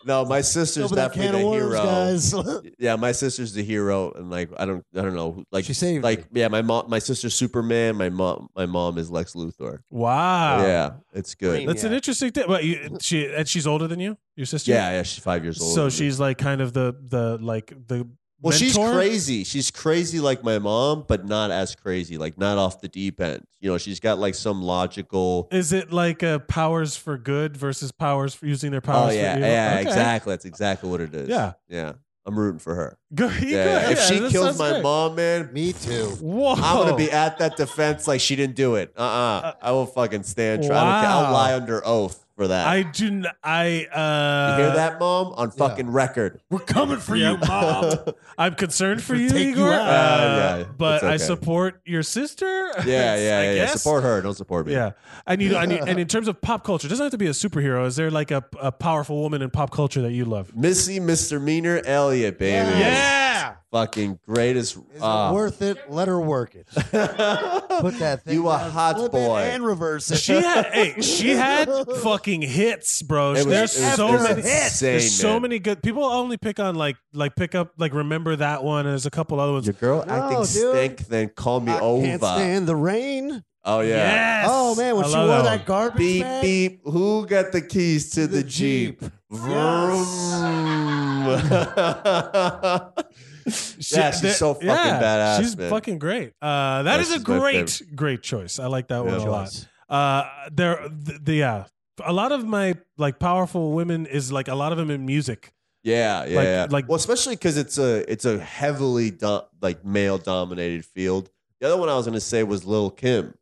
L: no. My sister's
K: Open that can
L: definitely
K: of
L: the
K: worms,
L: hero.
K: guys.
L: yeah, my sister's the hero, and like I don't, I don't know. Like she saved. Like yeah, my mom, my sister's Superman. My mom, my mom is Lex Luthor.
A: Wow.
L: Yeah, it's good.
A: That's an interesting thing. Well, you, she and she's older than you, your sister.
L: Yeah, yeah. She's five years old.
A: So she's like kind of the the like the
L: well, she's
A: mentor?
L: crazy. She's crazy like my mom, but not as crazy. Like not off the deep end. You know, she's got like some logical. oh,
A: Is it like uh, powers for good versus powers for using their powers?
L: oh yeah,
A: for evil?
L: yeah,
A: Okay.
L: exactly. That's exactly what it is.
A: Yeah.
L: yeah. I'm rooting for her.
A: Good.
L: Yeah,
A: good.
L: If
A: Yeah,
L: she
A: that
L: kills
A: sounds
L: my
A: great. Oh.
L: mom, man,
K: me too.
A: Whoa.
L: I'm gonna be at that defense like she didn't do it. Uh uh I will fucking stand trial. I don't care.
A: Wow.
L: I'll lie under oath for that.
A: I do. N- I
L: you
A: uh,
L: hear that, mom? On
A: yeah.
L: fucking record.
A: We're coming for you, mom. I'm concerned for you,
L: Take you
A: Igor.
L: out.
A: uh,
L: Yeah,
A: but
L: it's
A: I
L: okay.
A: support your sister.
L: Yeah, yeah,
A: I
L: yeah, yeah.
A: guess.
L: Support her. Don't support me.
A: Yeah, I need. I need. And in terms of pop culture, it doesn't have to be a superhero. Is there like a, a powerful woman in pop culture that you love?
L: Missy Misdemeanor Elliot, baby.
A: Yeah.
L: Fucking greatest.
K: Is
L: uh,
K: it worth it? Let her work it. Put that thing.
L: You a
K: down,
L: hot
K: flip
L: boy.
K: it and reverse it.
A: She had, hey, she had fucking hits, bro.
L: It was-
A: there's
L: it was-
A: so
L: it was
A: many hits.
L: insane,
A: There's so
L: man.
A: many good. People only pick on like, like pick up, like remember that one. And there's a couple other ones.
L: Your girl acting
K: dude.
L: stink, then call me
K: Can't
L: over.
K: stand the rain.
L: Oh yeah.
A: Yes.
K: Oh man, when
A: I
K: she
A: love
K: wore that,
A: that one.
K: garbage
L: Beep
K: bag,
L: beep. Who got the keys to the, jeep? Vroom. yeah, she's
A: there-
L: so fucking
A: yeah,
L: badass.
A: She's
L: man.
A: fucking great. Uh, that
L: Yeah,
A: is a
L: she's my
A: great, great choice. I like that
L: Yeah.
A: one a lot. Uh, there, the, the yeah, a lot of my like powerful women is like a lot of them in music.
L: Yeah, yeah,
A: Like-
L: yeah.
A: like-
L: well, especially because it's a it's a heavily do- like male dominated field. The other one I was gonna say was Lil Kim.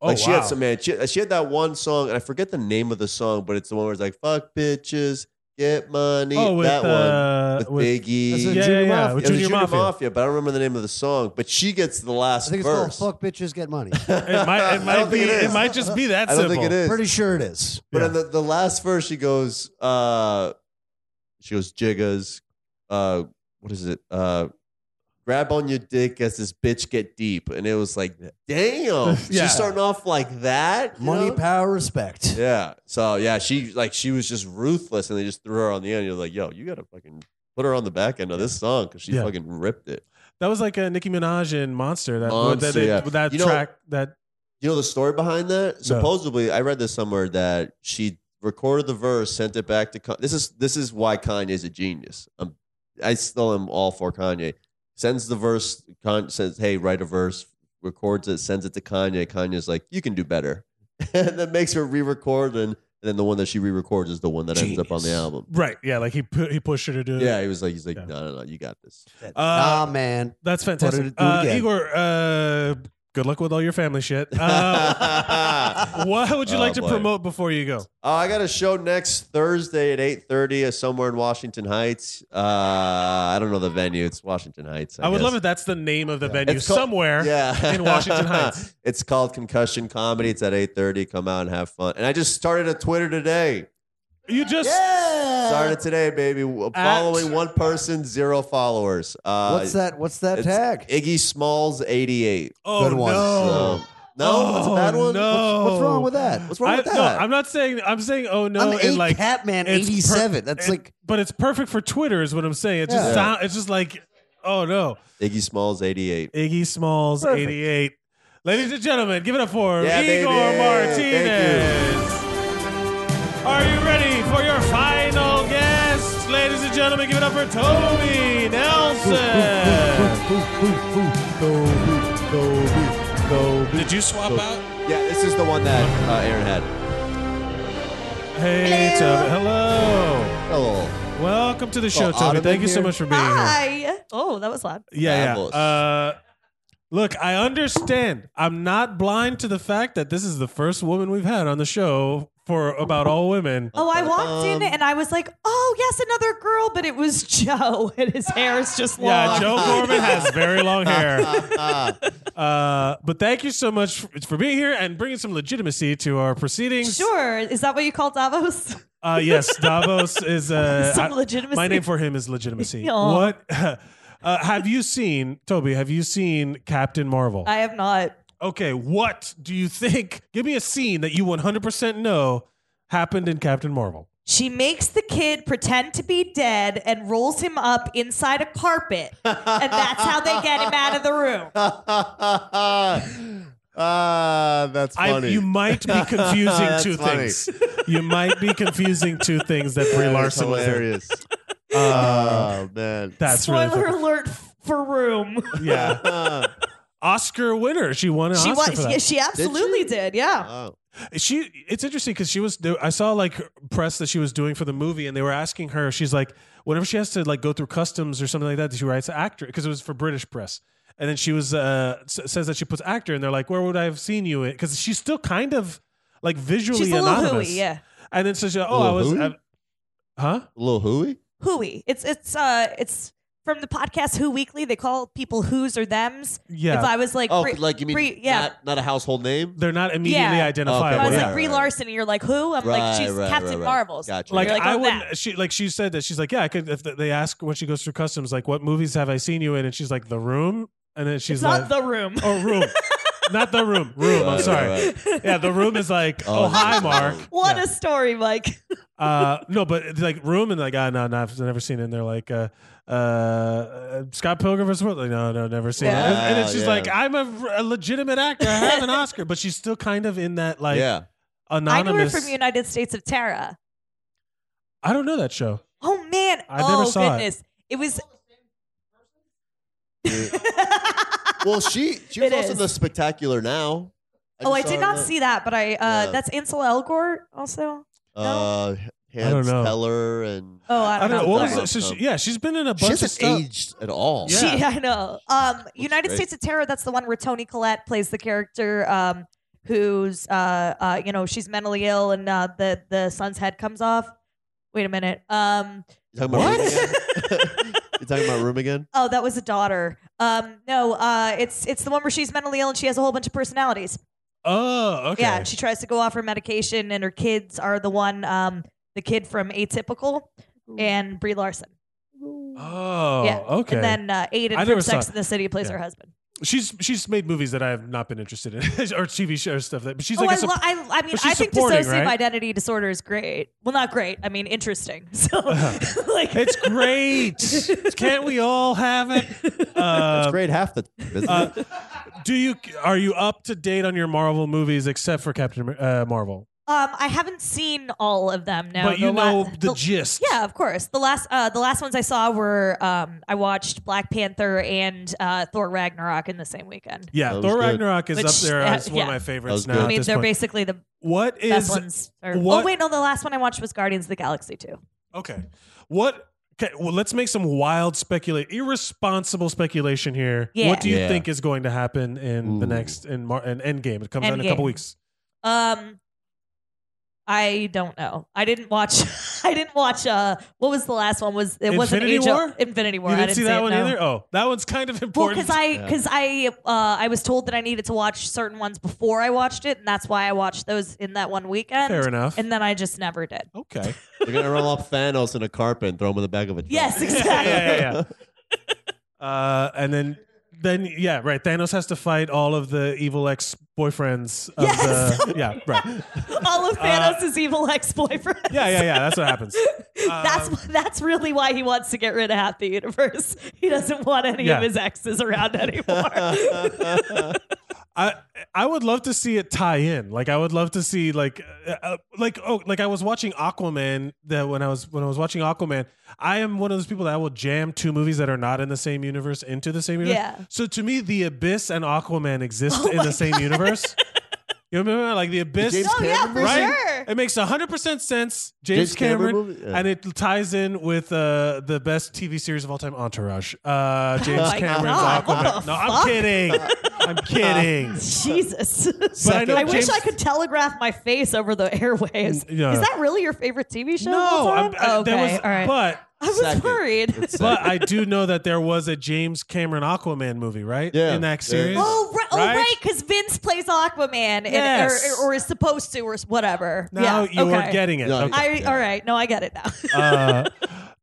A: Oh,
L: like she
A: wow.
L: had some man, she, she had that one song, and I forget the name of the song, but it's the one where it's like "fuck bitches, get money."
A: Oh, with,
L: that
A: uh,
L: one with,
A: with-
L: Biggie.
A: That's in Yeah, Junior yeah, yeah, Mafia. with
L: It was
A: Junior Mafia.
L: but I don't remember the name of the song. But she gets the
K: I
L: last
K: think it's
L: verse.
K: called "Fuck Bitches Get Money."
A: It might, it
L: I
A: might
L: don't
A: be,
L: think
A: it,
L: is.
A: might just be that
L: I don't
A: simple.
L: think it is.
K: Pretty sure it is.
L: But
A: Yeah.
L: in the, the last verse, she goes, uh, she goes, Jiggas, uh, what is it? Uh, grab on your dick as this bitch get deep. And it was like, damn.
A: Yeah.
L: She's starting off like that. you
K: Money,
L: know?
K: power, respect.
L: Yeah. So yeah, she like she was just ruthless and they just threw her on the end. You're like, yo, you gotta fucking put her on the back end of this song because she
A: Yeah.
L: fucking ripped it.
A: That was like a Nicki Minaj and Monster. That
L: Monster,
A: that, that,
L: yeah.
A: that
L: You know-
A: track that
L: You know the story behind that? Supposedly, I read this somewhere that she recorded the verse, sent it back to. Con- this is this is why Kanye's a genius. I'm, I still am all for Kanye. Sends the verse. Con- says, "Hey, write a verse." Records it, sends it to Kanye. Kanye's like, "You can do better," and that makes her re-record. And, and then the one that she re-records is the one that ends up on the album.
A: right. Yeah, like he pu- he pushed her to do. it.
L: Yeah, he was like, he's like, no, no, no, you got this.
A: Uh,
K: nah, man.
A: that's
K: do
A: fantastic.
K: it
A: Uh,
K: again.
A: Igor, uh, good luck with all your family shit. Uh, what would you
L: Oh,
A: like to
L: boy.
A: promote before you go?
L: Uh, I got a show next Thursday at eight thirty, uh, somewhere in Washington Heights. Uh, I don't know the venue. It's Washington Heights.
A: I, would love if that's the name of the venue
L: It's called-
A: somewhere
L: Yeah,
A: in Washington Heights.
L: it's called Concussion Comedy. It's at eight thirty. Come out and have fun. And I just started a Twitter today.
A: You just
L: Started today, baby. Following one person, zero followers. Uh,
K: What's that? What's that
L: it's
K: tag?
L: Iggy Smalls eighty eight.
A: oh
K: Good one.
L: So,
A: no.
L: no, that's a bad
A: Oh,
L: one.
A: no.
K: What's, what's wrong with that? What's wrong
A: I,
K: with that?
A: no, I'm not saying. I'm saying. Oh no!
K: I'm
A: and
K: eight
A: like
K: Catman
A: it's per-
K: eighty seven. That's
A: it-
K: like
A: but it's perfect for Twitter, is what I'm saying. It just
L: Yeah.
A: sound. It's just like, oh no,
L: Iggy Smalls eighty eight.
A: Iggy Smalls, 88. Ladies and gentlemen, give it up for
L: Yeah,
A: Igor
L: baby.
A: Martinez. Are you ready for your final guest, ladies and gentlemen? Give it up for Toby Nelson. Did you swap out?
L: Yeah, this is the one that uh, Aaron had.
A: Hey, Toby. Hello.
L: Hello.
A: Welcome to the show, Toby.
L: Ottoman
A: Thank you so
L: here?
A: much for being here.
M: Hi. Oh, that was loud.
A: Yeah, yeah.
L: Vamos.
A: Uh, look, I understand. I'm not blind to the fact that this is the first woman we've had on the show for about all women.
M: Oh, I walked in and I was like, oh, yes, another girl, but it was Joe, and his hair is just long.
A: Yeah, Joe Gorman has very long hair. uh, but thank you so much for, for being here and bringing some legitimacy to our proceedings.
M: Sure. Is that what you call Davos?
A: Uh, yes, Davos is uh,
M: Some
A: I-
M: legitimacy.
A: My name for him is legitimacy.
M: Aw.
A: What uh, have you seen, Toby? Have you seen Captain Marvel?
M: I have not.
A: okay, what do you think? Give me a scene that you 100% know happened in Captain Marvel.
M: She makes the kid pretend to be dead and rolls him up inside a carpet, and that's how they get him out of the room.
L: Ah, that's
A: I-
L: funny.
A: you might be confusing
L: That's
A: two
L: funny.
A: things. You might be confusing two things that Brie
L: That is
A: Larson was in.
L: hilarious.
A: Uh,
L: oh man,
A: That's really
M: Spoiler
A: funny.
M: alert f- for room.
A: Yeah. Oscar winner. She won an
M: She
A: Oscar.
M: was.
A: for that.
M: yeah, she absolutely did. Yeah.
L: Oh.
A: She. It's interesting because she was. I saw like press that she was doing for the movie, and they were asking her. She's like, whenever she has to like go through customs or something like that, she writes actor because it was for British press. And then she was uh, s- says that she puts actor, and they're like, where would I have seen you? Because she's still kind of like visually
M: She's a little
A: anonymous.
M: hooey, yeah.
A: And then so she, oh,
L: Little
A: I was,
L: hooey?
A: I- huh?
L: Little hooey.
M: Hooey. It's it's uh it's from the podcast Who Weekly. They call people who's or them's.
L: Yeah.
M: If I was like,
L: oh,
M: Brie-
L: like you mean
M: Brie- yeah.
L: not, not a household name?
A: They're not immediately
M: yeah.
A: identifiable.
M: If I was
A: yeah.
M: like Brie Larson, and you're like, who? I'm
L: Right,
M: like, she's
L: right,
M: Captain
L: right, right.
M: Marvel's.
L: Gotcha.
A: Like,
M: You're like,
A: I
M: oh,
A: wouldn't.
M: that.
A: She like she said that she's like yeah. I could if they ask when she goes through customs like what movies have I seen you in and she's like The Room and then
M: It's
A: she's like
M: not the room.
A: oh room, not The Room room. I'm
L: Right,
A: sorry.
L: right,
A: Yeah, The Room is like oh,
L: Oh,
A: hi
L: that's
A: Mark.
M: What a story, Mike.
A: Uh, no, but it's like Room and like ah no no I've never seen it. And they're like uh, uh, Scott Pilgrim vs World. Like no no never seen it. And, and then
L: Wow,
A: she's
L: yeah.
A: like I'm a, a legitimate actor. I have an Oscar, but she's still kind of in that like
L: yeah.
A: anonymous.
M: I knew her from United States of Terra.
A: I don't know that show.
M: Oh man!
A: I
M: oh
A: never saw it.
M: goodness! It, was
L: Well, she she was
M: It
L: also
M: is.
L: the spectacular now.
M: oh,
L: just
M: I
L: saw
M: did
L: her
M: not
L: in
M: see that, but I uh,
L: Yeah.
M: that's Ansel Elgort also.
L: that. Uh, Hans
A: I don't know.
L: Teller and Um,
M: Oh, I
A: I
M: don't,
A: don't know what
M: Sorry.
A: was. It? So she, yeah, she's been in a
L: she
A: bunch of
L: hasn't
A: stuff.
L: aged at all.
A: Yeah.
M: She, I know. Um, United
L: great.
M: States of Terror. That's the one where Tony Collette plays the character um, who's uh, uh, you know she's mentally ill and uh, the the son's head comes off. Wait a minute. Um,
L: You talking about room again? you talking about room again?
M: oh, that was a daughter. Um, no, uh, it's it's the one where she's mentally ill and she has a whole bunch of personalities.
A: Oh, okay.
M: Yeah, and she tries to go off her medication, and her kids are the one, um, the kid from Atypical and Brie Larson.
A: oh,
M: yeah.
A: okay.
M: And then uh, Aiden
A: I
M: from
A: never saw
M: Sex
A: it.
M: in the City plays
A: Yeah.
M: her husband.
A: she's she's made movies that I have not been interested in, or TV shows stuff that. But she's
M: oh,
A: like, a
M: I,
A: sup-
M: lo- I, I mean,
A: but she's
M: I think
A: supporting,
M: dissociative
A: right?
M: identity disorder is great. Well, not great. I mean, interesting. So, like,
A: it's great. Can't we all have it?
L: It's
A: Uh,
L: great half the time, isn't
A: uh,
L: it?
A: do you are you up to date on your Marvel movies except for Captain Amer- uh, Marvel?
M: um, I haven't seen all of them now.
A: but you
M: la-
A: know the, gist.
M: Yeah, of course. The last uh, the last ones I saw were um, I watched Black Panther and uh, Thor Ragnarok in the same weekend.
A: Yeah,
L: That
H: Oh.
L: was
A: Thor
L: good.
A: Ragnarok is
M: Which-
A: up there as
M: uh,
A: one of
M: yeah.
A: my favorites
L: That was
A: now.
L: good.
M: I
A: at
M: mean,
A: this
M: they're
A: point.
M: basically the
A: what
M: best
A: is
M: ones. Are,
A: what-
M: oh wait, no, the last one I watched was Guardians of the Galaxy too.
A: Okay. What? Okay. Well, let's make some wild speculate, irresponsible speculation here.
M: Yeah.
A: What do you
L: Yeah.
A: think is going to happen in the
L: Ooh.
A: next in Mar- in Endgame? It comes out in a couple
M: Endgame.
A: weeks.
M: Um, I don't know. I didn't watch. I didn't watch. Uh, what was the last one? Was it wasn't
A: Infinity
M: Age of-
A: War?
M: Infinity War.
A: you
M: I
A: didn't,
M: didn't
A: see
M: see
A: that
M: it,
A: one
M: no.
A: either. Oh, that one's kind of
M: Well,
A: important.
M: because I because I uh, I was told that I needed to watch certain ones before I watched it, and that's why I watched those in that one weekend.
A: fair enough.
M: And then I just never did.
A: okay.
L: They're gonna roll up Thanos in a carpet and throw him in the back of a truck.
M: Yes,
A: yeah,
M: exactly.
A: yeah, yeah. uh, and then then yeah, right. Thanos has to fight all of the evil ex boyfriends. of
M: Yes.
A: The, yeah, right.
M: All of Thanos' evil ex-boyfriend.
A: Yeah, yeah, yeah. That's um, what happens.
M: that's that's really why he wants to get rid of half the universe. He doesn't want any
A: Yeah.
M: of his exes around anymore.
A: I I would love to see it tie in. Like I would love to see like uh, uh, like oh like I was watching Aquaman that when I was when I was watching Aquaman, I am one of those people that I will jam two movies that are not in the same universe into the same universe.
M: Yeah.
A: So to me, The Abyss and Aquaman exist
M: Oh
A: in
M: my
A: the same universe. You know, like the Abyss,
M: James Oh, yeah, Cameron for movie?
A: right?
M: sure.
A: It makes hundred percent sense, James,
L: James Cameron
A: Cameron,
L: movie? Yeah.
A: and it ties in with uh, the best TV series of all time, Entourage. Uh, James
M: my
A: Cameron's
M: God, what
A: Aquaman.
M: the
A: No, I'm
M: fuck?
A: kidding. I'm kidding.
M: Jesus.
A: But I know
M: I wish
A: James-
M: I could telegraph my face over the airwaves.
A: N- yeah.
M: Is that really your favorite TV show? of all
A: No,
M: time?
A: I'm, I,
M: okay,
A: that was,
M: all right.
A: but
M: I was worried.
A: But I do know that there was a James Cameron Aquaman movie, right?
L: Yeah.
A: in that series.
M: Oh right, oh
A: Right?
M: right, because Vince plays Aquaman, and,
A: Yes.
M: or, or is supposed to, or s- whatever.
A: Now
M: yeah,
A: you are
M: okay.
A: getting it. No, Okay.
M: I,
A: yeah.
M: All right, no, I get it now.
A: uh,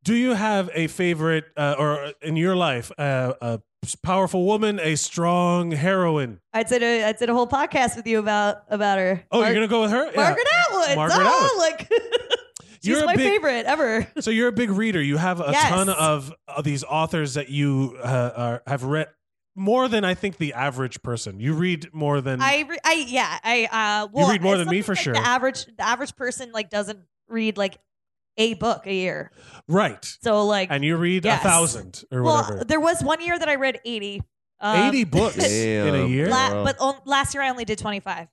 A: do you have a favorite, uh, or in your life, uh, a powerful woman, a strong heroine?
M: I did a I did a whole podcast with you about about her.
A: Oh,
M: Mar-
A: you're gonna go with her, Yeah.
M: Margaret Atwood.
A: Margaret
M: oh,
A: Atwood.
M: like she's
A: You're a
M: my
A: big-
M: favorite ever.
A: So you're a big reader. You have a
M: Yes.
A: ton of uh, these authors that you uh, are, have read more than I think the average person. You read more than
M: I, re- I, yeah, I. Uh,
A: You
M: well,
A: read more
M: it's
A: than
M: something
A: me for
M: like
A: sure.
M: The average, the average person like doesn't read like a book a year.
A: right.
M: So like,
A: And you read
M: yes.
A: a thousand or
M: well,
A: whatever.
M: there was one year that I read eighty. Um,
A: 80 books in a
L: Damn,
A: year.
M: la- but on, last year I only did twenty five.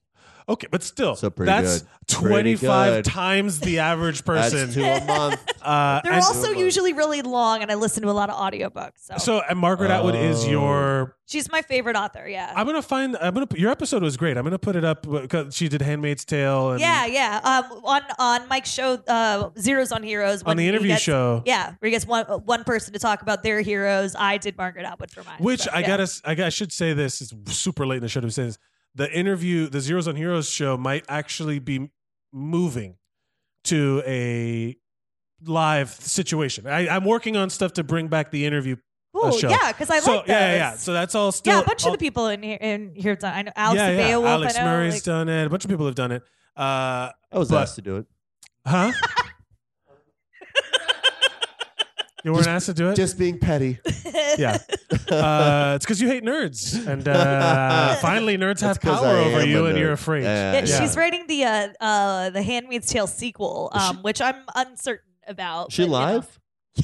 A: okay, but still,
L: So pretty
A: that's
L: good. Pretty
A: 25
L: good.
A: times the average person.
L: That's two a month.
A: Uh,
M: They're
A: and-
M: also usually really long, and I listen to a lot of audiobooks. So
A: so and Margaret Atwood is
L: Oh.
A: your
M: she's my favorite author. Yeah.
A: I'm gonna find. I'm gonna. Your episode was great. I'm gonna put it up because she did *Handmaid's Tale*. And
M: yeah, yeah. Um, on on Mike's show, uh, Zeros on Heroes.
A: On the
M: he
A: interview
M: gets-
A: show.
M: Yeah, where he gets one one person to talk about their heroes. I did Margaret Atwood for mine.
A: Which
M: so,
A: I
M: yeah.
A: gotta. s- I, got- I should say this. It's super late, and I should have said this. The interview, the Zeros on Heroes show, might actually be moving to a live situation. I, I'm working on stuff to bring back the interview. uh,
M: Cool,
A: show.
M: yeah, 'cause I
A: so,
M: like
A: Yeah, yeah,
M: those.
A: yeah. So that's all still.
M: yeah, a bunch
A: all-
M: of the people in here in here done. I know Alex
A: yeah,
M: the
A: yeah.
M: Beowulf.
A: Alex
M: I know,
A: Murray's
M: like-
A: done it. A bunch of people have done it. Uh,
L: I was
A: but-
L: asked to do it.
A: Huh? you weren't asked to do it?
L: Just being petty.
A: yeah. Uh, it's because you hate nerds. And uh, finally, nerds have
L: 'cause
A: power
L: I
A: over
L: am
A: you
L: a
A: and you're
L: nerd.
A: afraid.
L: Yeah,
M: Yeah, she's writing the uh, uh, the Handmaid's Tale sequel, um, which I'm uncertain about.
L: Is she
M: but, you know.
L: live?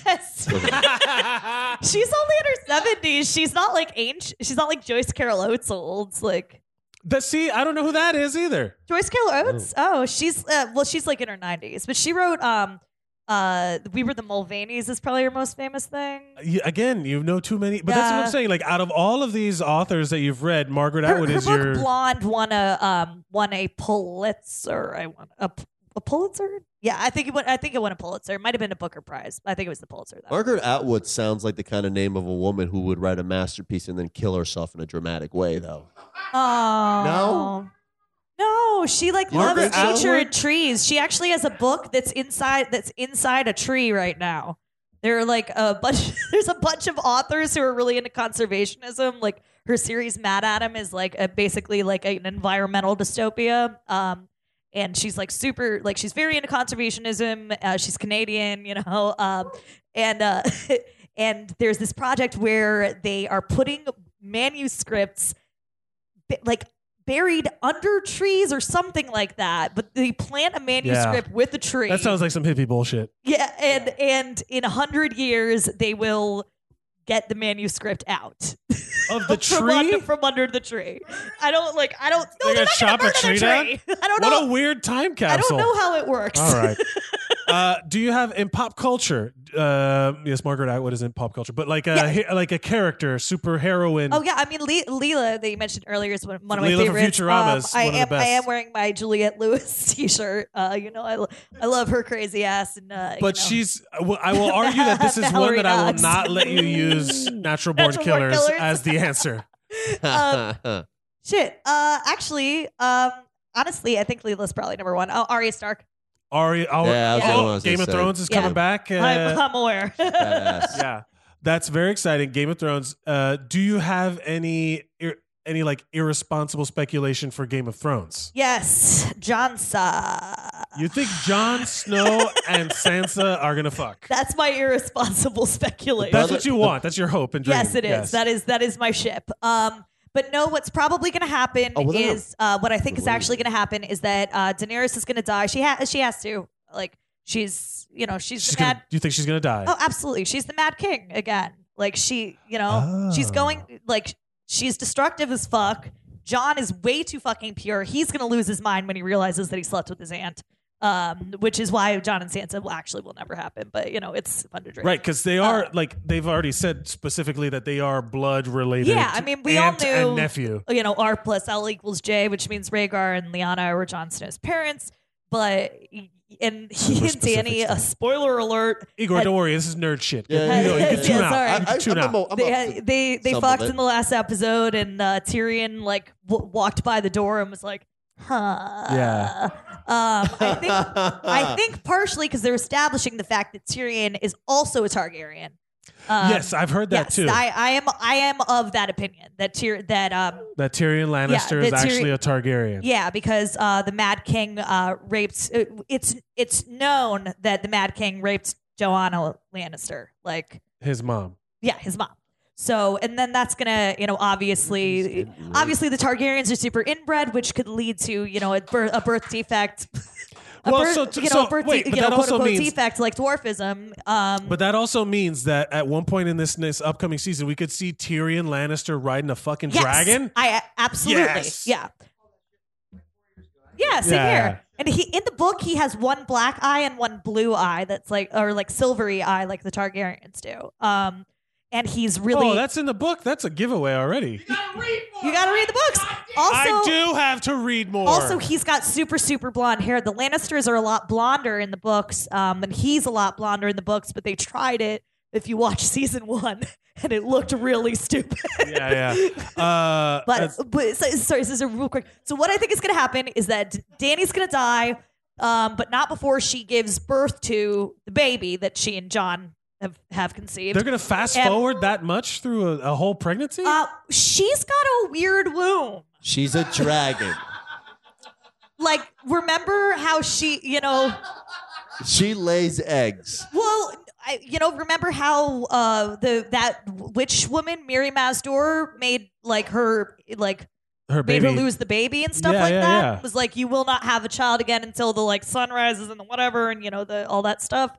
M: Yes. she's only in her seventies. She's not like ancient. She's not like Joyce Carol Oates old. It's Like
A: The- see, I don't know who that is either.
M: Joyce Carol Oates. Oh, she's uh, well, she's like in her nineties, but she wrote um, uh, "We Were the Mulvaneys" is probably her most famous thing.
A: You- again, you know too many. But that's what
M: Yeah.
A: I'm saying. Like, out of all of these authors that you've read, Margaret
M: Her,
A: Atwood
M: her
A: is
M: book
L: Mm.
A: your.
M: Blonde won a um won a Pulitzer. I won a, a Pulitzer. Yeah, I think it won. I think it won a Pulitzer. It might have been a Booker Prize. I think it was the Pulitzer. Though.
L: Margaret Atwood sounds like the kind of name of a woman who would write a masterpiece and then kill herself in a dramatic way, though.
M: Oh. No. No, she like
L: Margaret
M: loves nature
L: Atwood?
M: and trees. She actually has a book that's inside that's inside a tree right now. There are like a bunch there's a bunch of authors who are really into conservationism. Like her series Mad Adam is like a, basically like an environmental dystopia. Um and she's like super like she's very into conservationism uh, she's canadian you know um, and uh, and there's this project where they are putting manuscripts bu- like buried under trees or something like that but they plant a manuscript with a tree
A: That sounds like some hippie bullshit.
M: yeah and and in a hundred years they will get the manuscript out
A: Of the
M: from under,
A: tree?
M: from under the tree i don't like i don't know
A: They
M: they're
A: gotta
M: not gonna
A: chop a
M: burn
A: tree
M: Oh, the
A: down?
M: tree. i don't
A: what
M: know
A: a weird time
M: i don't
A: capsule.
M: know how it works
A: All right. Uh, do you have in pop culture? Uh, yes, Margaret Atwood is in pop culture, but like a
M: Yeah.
A: he- like a character, super heroine.
M: Oh yeah, I mean Le- Leela that you mentioned earlier is one, one of my
A: Leela from
M: favorites.
A: Futurama
M: Um,
A: is
M: I
A: one of the
M: am I
A: best.
M: am wearing my Juliette Lewis T-shirt. Uh, you know I, lo- I love her crazy ass and uh, you
A: But
M: know.
A: she's. I will- I will argue that this is one
M: Mallory
A: that I will
M: Knox.
A: not let you use natural born
M: Natural Born
A: killers,
M: Killers.
A: as the answer.
M: Um, shit. Uh, actually, um, honestly, I think Leela's probably number one. Oh, Arya Stark.
A: Ari, oh,
L: Yeah, that's
A: oh,
L: the one I was
A: Game
L: gonna
A: of
L: say.
A: Thrones is
M: Yeah.
A: coming back. Uh,
M: I'm, I'm aware.
L: Badass.
A: yeah, that's very exciting. Game of Thrones. Uh, do you have any ir- any like irresponsible speculation for Game of Thrones?
M: yes, Sansa.
A: You think Jon Snow and Sansa are gonna fuck?
M: That's my irresponsible speculation.
A: That's what you want. That's your hope and dream.
M: Yes, it is. That is that is my ship. Um, but no, what's probably going to happen
A: Oh, well, that-
M: is uh, what I think is actually going to happen is that uh, Daenerys is going to die. She has she has to like she's you know she's,
A: She's
M: the mad.
A: gonna, do you think she's gonna die?
M: Oh, absolutely, she's the Mad King again. Like she, you know, she's
A: Oh.
M: going like she's destructive as fuck. John is way too fucking pure. He's gonna lose his mind when he realizes that he slept with his aunt. Um, which is why John and Sansa will actually will never happen. But you know, it's fun to dream.
A: Right, because they
M: Oh.
A: are like they've already said specifically that they are blood related.
M: Yeah, I mean, we all
A: aunt
M: knew
A: and nephew.
M: You know, R plus L equals J, which means Rhaegar and Lyanna were Jon Snow's parents. But and he and Danny, a spoiler alert.
A: Igor,
M: had-
A: don't worry, this is nerd shit.
M: Yeah,
A: you know, you
M: yeah,
A: can
M: yeah,
A: tune out.
M: sorry.
A: You can tune out.
M: they had- they, they
A: some of
M: fucked
A: it.
M: in the last episode, and uh, Tyrion like w- walked by the door and was like, "Huh."
H: Yeah.
M: Um, I think I think partially because they're establishing the fact that Tyrion is also a Targaryen. Um,
A: yes, I've heard that
M: yes,
A: too.
M: I, I am I am of that opinion that Tyr- that um
A: that Tyrion Lannister is
M: that Tyri-
A: actually a Targaryen.
M: yeah, because uh, the Mad King uh, raped. uh, It's it's known that the Mad King raped Joanna Lannister, like
A: His mom.
M: yeah, his mom. So and then that's gonna you know obviously obviously the Targaryens are super inbred, which could lead to you know a birth, a birth defect. A
A: Well,
M: birth,
A: so t-
M: you know,
A: so-
M: a birth
A: wait,
M: de-
A: but
M: you know,
A: that
M: quote
A: also
M: unquote
A: means-
M: defect like dwarfism. Um,
A: But that also means that at one point in this, this upcoming season, we could see Tyrion Lannister riding a fucking
M: yes,
A: dragon.
M: I uh, absolutely,
A: Yes.
M: yeah, yeah, same
A: Yeah.
M: here. And he in the book he has one black eye and one blue eye that's like or like silvery eye like the Targaryens do. Um, and he's really
A: Oh, that's in the book. That's a giveaway already.
M: you got to read the books. Also,
A: I do have to read more.
M: Also, he's got super, super blonde hair. The Lannisters are a lot blonder in the books, um, and he's a lot blonder in the books. But they tried it. If you watch season one, and it looked really stupid.
A: yeah, yeah. Uh,
M: But,
A: that's-
M: but so, sorry, this is a real quick. So what I think is going to happen is that Danny's going to die, um, but not before she gives birth to the baby that she and John have have conceived.
A: they're gonna fast
M: And,
A: forward that much through a, a whole pregnancy.
M: Uh, she's got a weird womb.
L: She's a dragon.
M: Like, remember how she, you know.
L: she lays eggs.
M: Well, I, you know, remember how uh, the that witch woman Miri Mazdor made like her like
A: Her
M: made her
A: baby.
M: lose the baby and stuff
A: Yeah,
M: like
A: yeah,
M: that.
A: yeah.
M: It was like you will not have a child again until the like sun rises and the whatever and you know the all that stuff.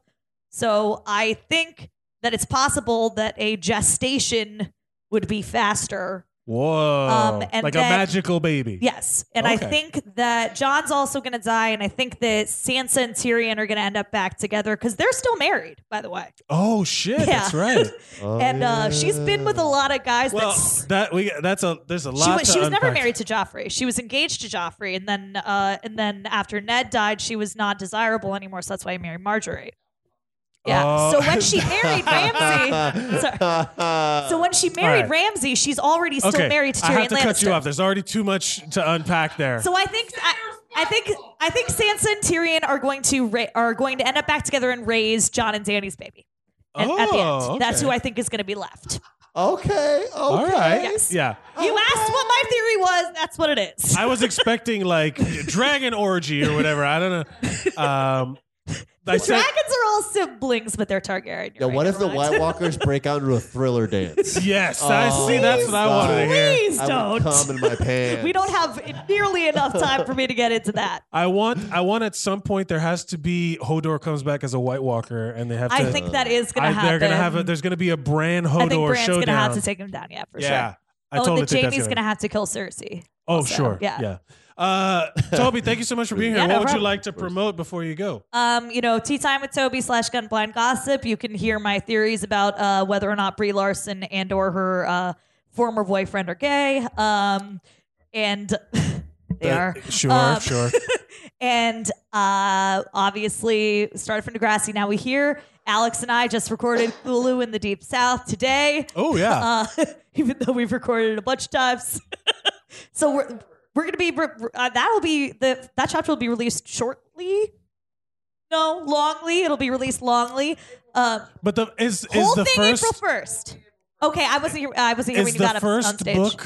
M: So I think that it's possible that a gestation would be faster.
A: Whoa!
M: Um, and
A: like a
M: then-
A: magical baby.
M: Yes, and
A: Okay.
M: I think that John's also going to die, and I think that Sansa and Tyrion are going to end up back together because they're still married, by the way.
A: Oh shit!
M: Yeah.
A: That's right.
M: and uh, she's been with a lot of guys.
A: Well,
M: that's,
A: that we that's a there's a
M: she
A: lot.
M: was,
A: to
M: she was never
A: unpack.
M: married to Joffrey. She was engaged to Joffrey, and then uh, and then after Ned died, she was not desirable anymore. So that's why he married Marjorie. Yeah.
B: Oh.
M: So when she married Ramsey, so when she married
A: All right.
M: Ramsey, she's already still
A: okay.
M: married to Tyrion
A: I have to
M: Lannister.
A: cut you off. There's already too much to unpack there.
M: So I think I, I think I think Sansa and Tyrion are going to ra- are going to end up back together and raise John and Danny's baby. And at the end,
A: Oh,
M: that's
A: okay.
M: who I think is going to be left.
L: Okay.
A: All right.
M: Yes.
A: Yeah.
M: You asked what my theory was. That's what it is.
A: I was expecting like dragon orgy or whatever. I don't know. Um,
M: the
A: I said-
M: dragons are all siblings, but they're Targaryen.
L: Now, what if the White Walkers break out into a thriller dance? Oh,
A: Yes, I see. That's what I wanted to hear.
M: Please
L: I would
M: don't.
L: Come in my pants.
M: We don't have nearly enough time for me to get into that.
A: I want. I want at some point there has to be Hodor comes back as a White Walker, and they have. to...
M: I think that is gonna
A: I- They're gonna
M: happen.
A: have. A, there's gonna be a brand Hodor
M: I think Bran's
A: showdown.
M: gonna have to take him down. Yeah, for
A: Yeah,
M: sure.
A: I
M: oh, and
A: totally
M: the
A: think that's
M: Jamie's
A: gonna
M: gonna have to kill Cersei.
A: Oh,
M: also.
A: sure.
M: Yeah.
A: Yeah. Uh, Toby, thank you so much for being here.
M: Yeah,
A: what
M: no
A: would you
M: problem.
A: like to promote before you go?
M: Um, you know, tea time with Toby slash Gunblind Gossip. You can hear my theories about uh, whether or not Brie Larson and or her uh, former boyfriend are gay. Um, and they
A: Uh,
M: are
A: Sure,
M: Um,
A: sure.
M: And uh, obviously, started from Degrassi. Now we hear Alex and I just recorded Hulu in the Deep South today.
A: Oh, yeah.
M: Uh, even though we've recorded it a bunch of times, so we're we're gonna be re- re- uh, that'll be the that chapter will be released shortly. No, longly it'll be released longly. Um,
A: But the is is
M: whole
A: the
M: thing
A: first
M: April first. Okay, I wasn't here. I wasn't here
A: is
M: when you
A: the
M: got up on
A: first
M: stage.
A: book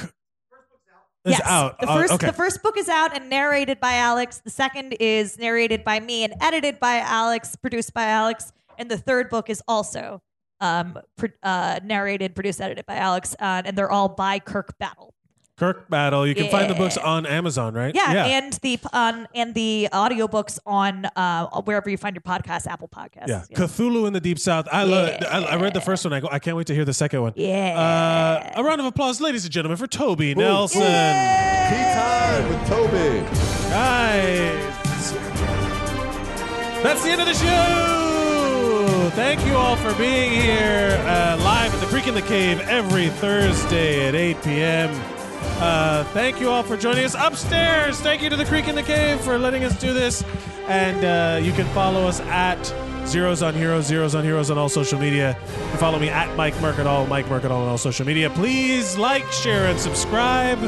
A: is
M: yes.
A: out.
M: The
A: Uh,
M: first,
A: okay.
M: the first book is out and narrated by Alex. The second is narrated by me and edited by Alex, produced by Alex. And the third book is also um, pr- uh, narrated, produced, edited by Alex. Uh, and they're all by Kirk Battle.
A: Kirk Battle. You can find the books
M: Yeah.
A: on Amazon, right?
M: Yeah, and the on and the audiobooks on uh, wherever you find your podcast, Apple Podcasts.
A: yeah. Cthulhu in the Deep South. I love. I, I read the first one. I go. I can't wait to hear the second one.
M: Yeah.
A: Uh, a round of applause, ladies and gentlemen, for Toby
L: Boom.
A: Nelson.
L: Tea time with Toby.
A: Guys, that's the end of the show. Thank you all for being here uh, live at the Creek in the Cave every Thursday at 8 p.m. Uh, thank you all for joining us upstairs. Thank you to the Creek in the Cave for letting us do this. And uh, you can follow us at Zeros on Heroes, Zeros on Heroes on all social media. You can follow me at Mike Merck at all, Mike Merck at all on all social media. Please like, share, and subscribe.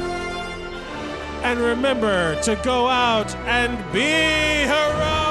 A: And remember to go out and be heroic!